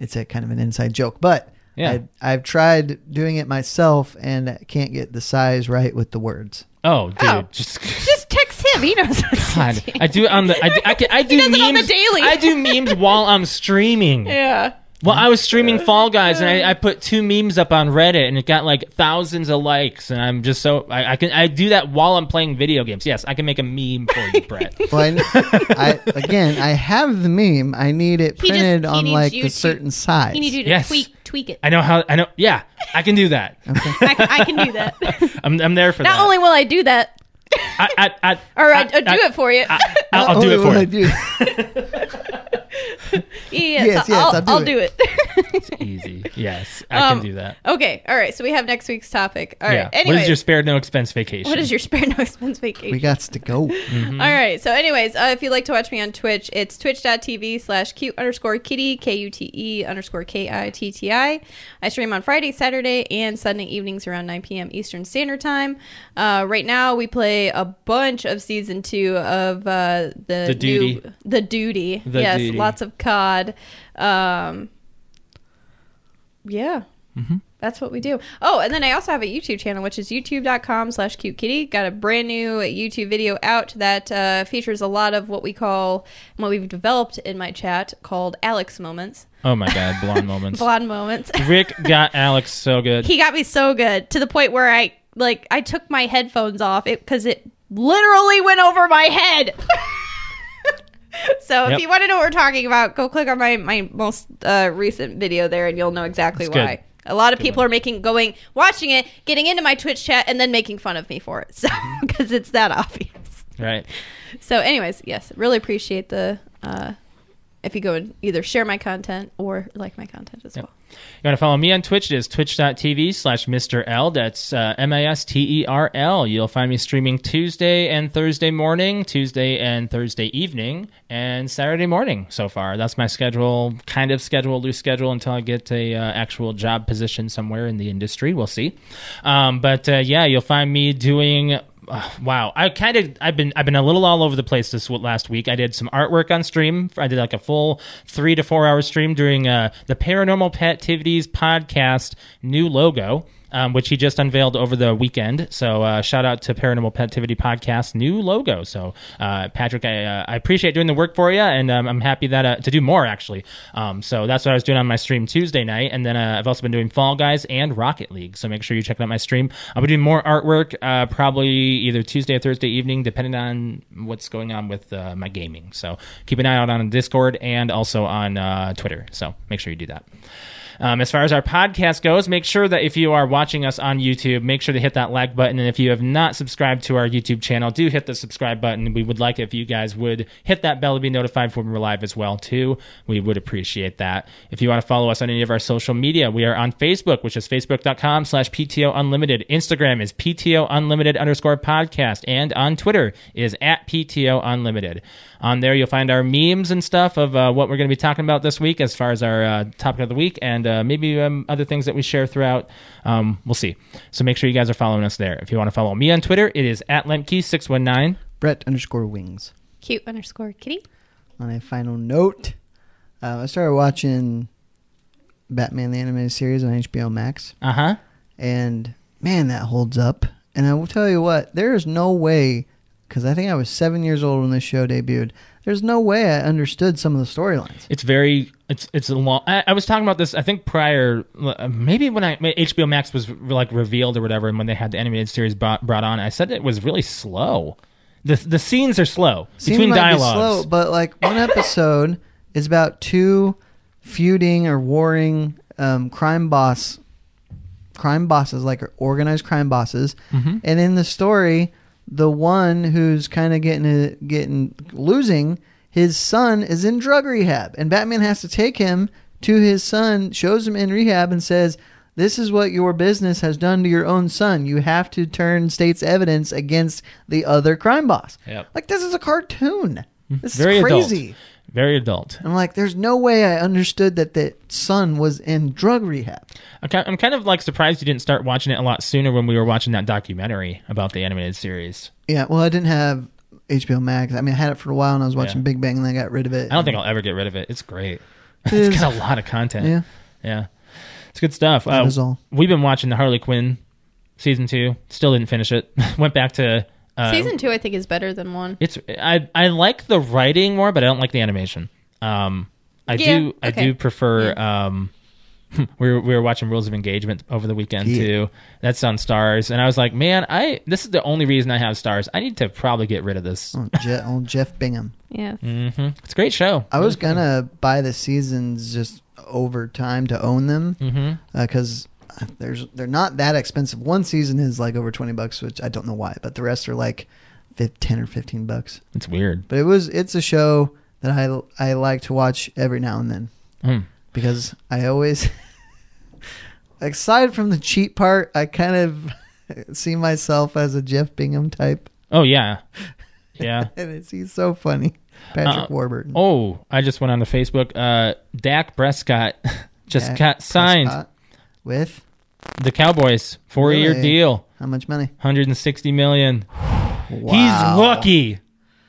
Speaker 1: it's a kind of an inside joke, but.
Speaker 2: Yeah.
Speaker 1: I, I've tried doing it myself and I can't get the size right with the words.
Speaker 2: oh, dude,
Speaker 3: Oh. [laughs]
Speaker 2: just. [laughs]
Speaker 3: [laughs] just text him. He knows. what to
Speaker 2: God,
Speaker 3: do.
Speaker 2: I do it on the I do,
Speaker 3: [laughs]
Speaker 2: I, can, I do
Speaker 3: does it
Speaker 2: memes
Speaker 3: on the daily.
Speaker 2: I do
Speaker 3: [laughs]
Speaker 2: memes while I'm streaming.
Speaker 3: yeah.
Speaker 2: Well, I was streaming Fall Guys, and I, I put two memes up on Reddit, and it got like thousands of likes. And I'm just so I, I can I do that while I'm playing video games. Yes, I can make a meme for you,
Speaker 1: [laughs]
Speaker 2: Brett.
Speaker 1: Well,
Speaker 2: [laughs]
Speaker 1: I, I, again, I have the meme. I need it
Speaker 3: He just-
Speaker 1: printed
Speaker 3: he
Speaker 1: on
Speaker 3: needs
Speaker 1: like
Speaker 3: you
Speaker 1: a
Speaker 3: to-
Speaker 1: certain size.
Speaker 3: He needs you to
Speaker 2: Yes.
Speaker 3: tweak tweak it.
Speaker 2: I know how I know. Yeah, I can do that.
Speaker 3: I, I can do that.
Speaker 2: [laughs] I'm, I'm there for
Speaker 3: Not
Speaker 2: that.
Speaker 3: only will I do that,
Speaker 2: I, I, I,
Speaker 3: [laughs] or I, I, do it for you. [laughs]
Speaker 2: I, I'll, I'll do
Speaker 1: Only
Speaker 2: it
Speaker 1: will
Speaker 2: for
Speaker 1: I
Speaker 2: you.
Speaker 1: Oh, do-
Speaker 3: yes,
Speaker 1: yes,
Speaker 3: I'll,
Speaker 1: I'll do
Speaker 3: I'll
Speaker 1: it.
Speaker 3: do
Speaker 2: [laughs]
Speaker 3: it. [laughs]
Speaker 2: Easy. Yes, I
Speaker 3: Um,
Speaker 2: can do that.
Speaker 3: okay. All right. So we have next week's topic. All right.
Speaker 2: Yeah.
Speaker 3: Anyways,
Speaker 2: what is your spare no expense vacation?
Speaker 3: spare [laughs] no expense vacation?
Speaker 1: we got to go.
Speaker 3: All right. So, anyways, uh, if you'd like to watch me on Twitch, it's twitch.tv slash cute underscore kitty, K U T E underscore K I T T I. I stream on Friday, Saturday, and Sunday evenings around 9 p.m. Eastern Standard Time. Uh, right now, we play a bunch of season two of uh, the,
Speaker 2: The Duty.
Speaker 3: new- the Duty.
Speaker 2: The
Speaker 3: yes,
Speaker 2: Duty.
Speaker 3: lots of COD. Um, yeah.
Speaker 2: Mm-hmm.
Speaker 3: That's what we do. Oh, and then I also have a YouTube channel, which is youtube.com slash cute kitty. Got a brand new YouTube video out that uh, features a lot of what we call, what we've developed in my chat called Alex moments,
Speaker 2: oh my god,
Speaker 3: [laughs]
Speaker 2: blonde moments. [laughs]
Speaker 3: blonde moments.
Speaker 2: Rick got Alex so good.
Speaker 3: he got me so good to the point where I, like, I took my headphones off because it literally went over my head. [laughs] so if
Speaker 2: Yep.
Speaker 3: you want to know what we're talking about, go click on my, my most uh, recent video there and you'll know exactly
Speaker 2: That's good.
Speaker 3: why. A lot of people are making, going, watching it, getting into my Twitch chat, and then making fun of me for it. [laughs] So,
Speaker 2: Mm-hmm.
Speaker 3: because it's that obvious.
Speaker 2: right.
Speaker 3: So, anyways, yes, really appreciate the, uh, if you go and either share my content or like my content as well.
Speaker 2: You want to follow me on Twitch? It is twitch.tv slash Mr. L. That's uh, M I S T E R L. You'll find me streaming Tuesday and Thursday morning, Tuesday and Thursday evening, and Saturday morning so far. That's my schedule, kind of schedule, loose schedule until I get a uh, actual job position somewhere in the industry. We'll see. Um, but uh, yeah, you'll find me doing uh, [sighs] wow i kind of i've been i've been a little all over the place this w- last week i did some artwork on stream i did like a full three to four hour stream during uh, the paranormal activities podcast new logo um, which he just unveiled over the weekend. So uh, shout out to Paranormal Activity Podcast new logo. So uh, Patrick, I, uh, I appreciate doing the work for you, and um, I'm happy that uh, to do more actually. Um, so that's what I was doing on my stream Tuesday night, and then uh, I've also been doing Fall Guys and Rocket League. So make sure you check out my stream. I'll be doing more artwork uh, probably either Tuesday or Thursday evening, depending on what's going on with uh, my gaming. So keep an eye out on Discord and also on uh, Twitter. So make sure you do that. Um, as far as our podcast goes, make sure that if you are watching us on YouTube, make sure to hit that like button. And if you have not subscribed to our YouTube channel, do hit the subscribe button. We would like if you guys would hit that bell to be notified when we're live as well too. We would appreciate that. If you want to follow us on any of our social media, we are on Facebook, which is facebook.com slash PTO Unlimited. Instagram is PTO Unlimited underscore podcast. And on Twitter is at PTO Unlimited. On there, you'll find our memes and stuff of uh, what we're going to be talking about this week as far as our uh, topic of the week and uh, maybe um, other things that we share throughout. Um, we'll see. So make sure you guys are following us there. If you want to follow me on Twitter, it is at Lemke619.
Speaker 1: Brett underscore wings.
Speaker 3: Cute underscore kitty.
Speaker 1: On a final note, uh, I started watching Batman the animated series on HBO Max,
Speaker 2: Uh huh.
Speaker 1: and man, that holds up. And I will tell you what, there is no way, because I think I was seven years old when this show debuted. There's no way I understood some of the storylines.
Speaker 2: It's very it's it's a long. I, I was talking about this. I think prior, uh, maybe when I when HBO Max was like revealed or whatever, and when they had the animated series brought, brought on, I said it was really slow. The the scenes are slow
Speaker 1: Seemed
Speaker 2: between
Speaker 1: might be
Speaker 2: dialogues.
Speaker 1: slow, but like
Speaker 2: [laughs]
Speaker 1: one episode is about two feuding or warring um, crime boss, crime bosses, like organized crime bosses.
Speaker 2: Mm-hmm.
Speaker 1: And in the story, the one who's kind of getting getting losing, his son is in drug rehab, and Batman has to take him to his son, shows him in rehab, and says. This is what your business has done to your own son. You have to turn state's evidence against the other crime boss.
Speaker 2: Yep. Mm-hmm.
Speaker 1: Like this is a cartoon. This
Speaker 2: Very
Speaker 1: is
Speaker 2: adult.
Speaker 1: crazy.
Speaker 2: Very adult.
Speaker 1: I'm like, there's no way I understood that the son was in drug rehab.
Speaker 2: I'm ki- I'm kind of like surprised you didn't start watching it a lot sooner when we were watching that documentary about the animated series.
Speaker 1: Yeah, well, I didn't have HBO Max. I mean, I had it for a while, and I was watching
Speaker 2: Yeah.
Speaker 1: Big Bang, and then I got rid of it.
Speaker 2: I don't think I'll ever get rid of it. It's great.
Speaker 1: is.
Speaker 2: it's got a lot of content.
Speaker 1: Yeah.
Speaker 2: Yeah. It's good stuff. Uh,
Speaker 1: That is all.
Speaker 2: We've been watching the Harley Quinn season two. Still didn't finish it. [laughs] Went back to uh,
Speaker 3: Season two, I think, is better than one.
Speaker 2: It's I I like the writing more, but I don't like the animation. Um, I
Speaker 3: Yeah,
Speaker 2: do I
Speaker 3: okay.
Speaker 2: do prefer. Um, [laughs] we were, we were watching Rules of Engagement over the weekend
Speaker 1: Yeah.
Speaker 2: too. That's on Stars, and I was like, man, I this is the only reason I have Stars. I need to probably get rid of this.
Speaker 1: Oh,
Speaker 2: [laughs]
Speaker 1: Je- old Jeff Bingham.
Speaker 3: Yeah.
Speaker 2: hmm It's a great show.
Speaker 1: I was gonna buy the seasons just over time to own them
Speaker 2: hmm
Speaker 1: because there's they're not that expensive. One season is like over twenty bucks, which I don't know why, but the rest are like fif- ten or fifteen bucks.
Speaker 2: It's weird.
Speaker 1: But it was it's a show that I I like to watch every now and then.
Speaker 2: Mm.
Speaker 1: because I always, [laughs] aside from the cheat part, I kind of [laughs] see myself as a Jeff Bingham type,
Speaker 2: Oh yeah, yeah.
Speaker 1: and it's he's so funny, Patrick Warburton.
Speaker 2: Oh, I just went on to Facebook. Uh, Dak Prescott [laughs] just
Speaker 1: Dak
Speaker 2: got signed
Speaker 1: Prescott with
Speaker 2: the Cowboys four year
Speaker 1: Really?
Speaker 2: deal,
Speaker 1: how much money?
Speaker 2: 160 million.
Speaker 1: Wow.
Speaker 2: He's lucky.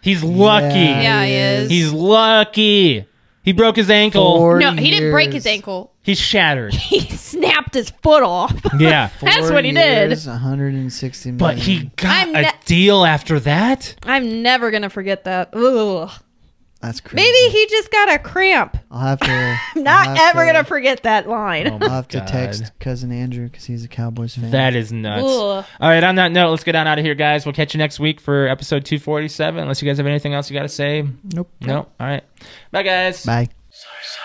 Speaker 2: He's lucky.
Speaker 3: Yeah, he is.
Speaker 2: He's lucky. He broke his ankle.
Speaker 1: Four
Speaker 3: No, he didn't break his
Speaker 1: years.
Speaker 3: ankle. [laughs]
Speaker 2: He's shattered.
Speaker 3: He snapped his foot off.
Speaker 1: [laughs]
Speaker 2: yeah.
Speaker 3: That's
Speaker 1: Four
Speaker 3: what he did.
Speaker 1: years, 160 million.
Speaker 2: But he got
Speaker 3: I'm
Speaker 2: a
Speaker 3: not-
Speaker 2: deal after that?
Speaker 3: [laughs] I'm never gonna forget that. Ugh.
Speaker 1: that's crazy.
Speaker 3: Maybe he just got a cramp.
Speaker 1: I'll
Speaker 3: [laughs]
Speaker 1: have to. I'll
Speaker 3: Not Oh,
Speaker 1: have
Speaker 3: ever
Speaker 1: to-
Speaker 3: gonna forget that line.
Speaker 1: I'll have
Speaker 2: [laughs]
Speaker 1: to
Speaker 2: Oh God.
Speaker 1: text cousin Andrew because he's a Cowboys fan.
Speaker 2: That is nuts.
Speaker 3: Ugh.
Speaker 2: All right, on that note, let's get on out of here, guys. We'll catch you next week for episode 247. Unless you guys have anything else you got to say.
Speaker 1: nope.
Speaker 2: No? All right. Bye, guys.
Speaker 1: Bye.
Speaker 4: Sorry,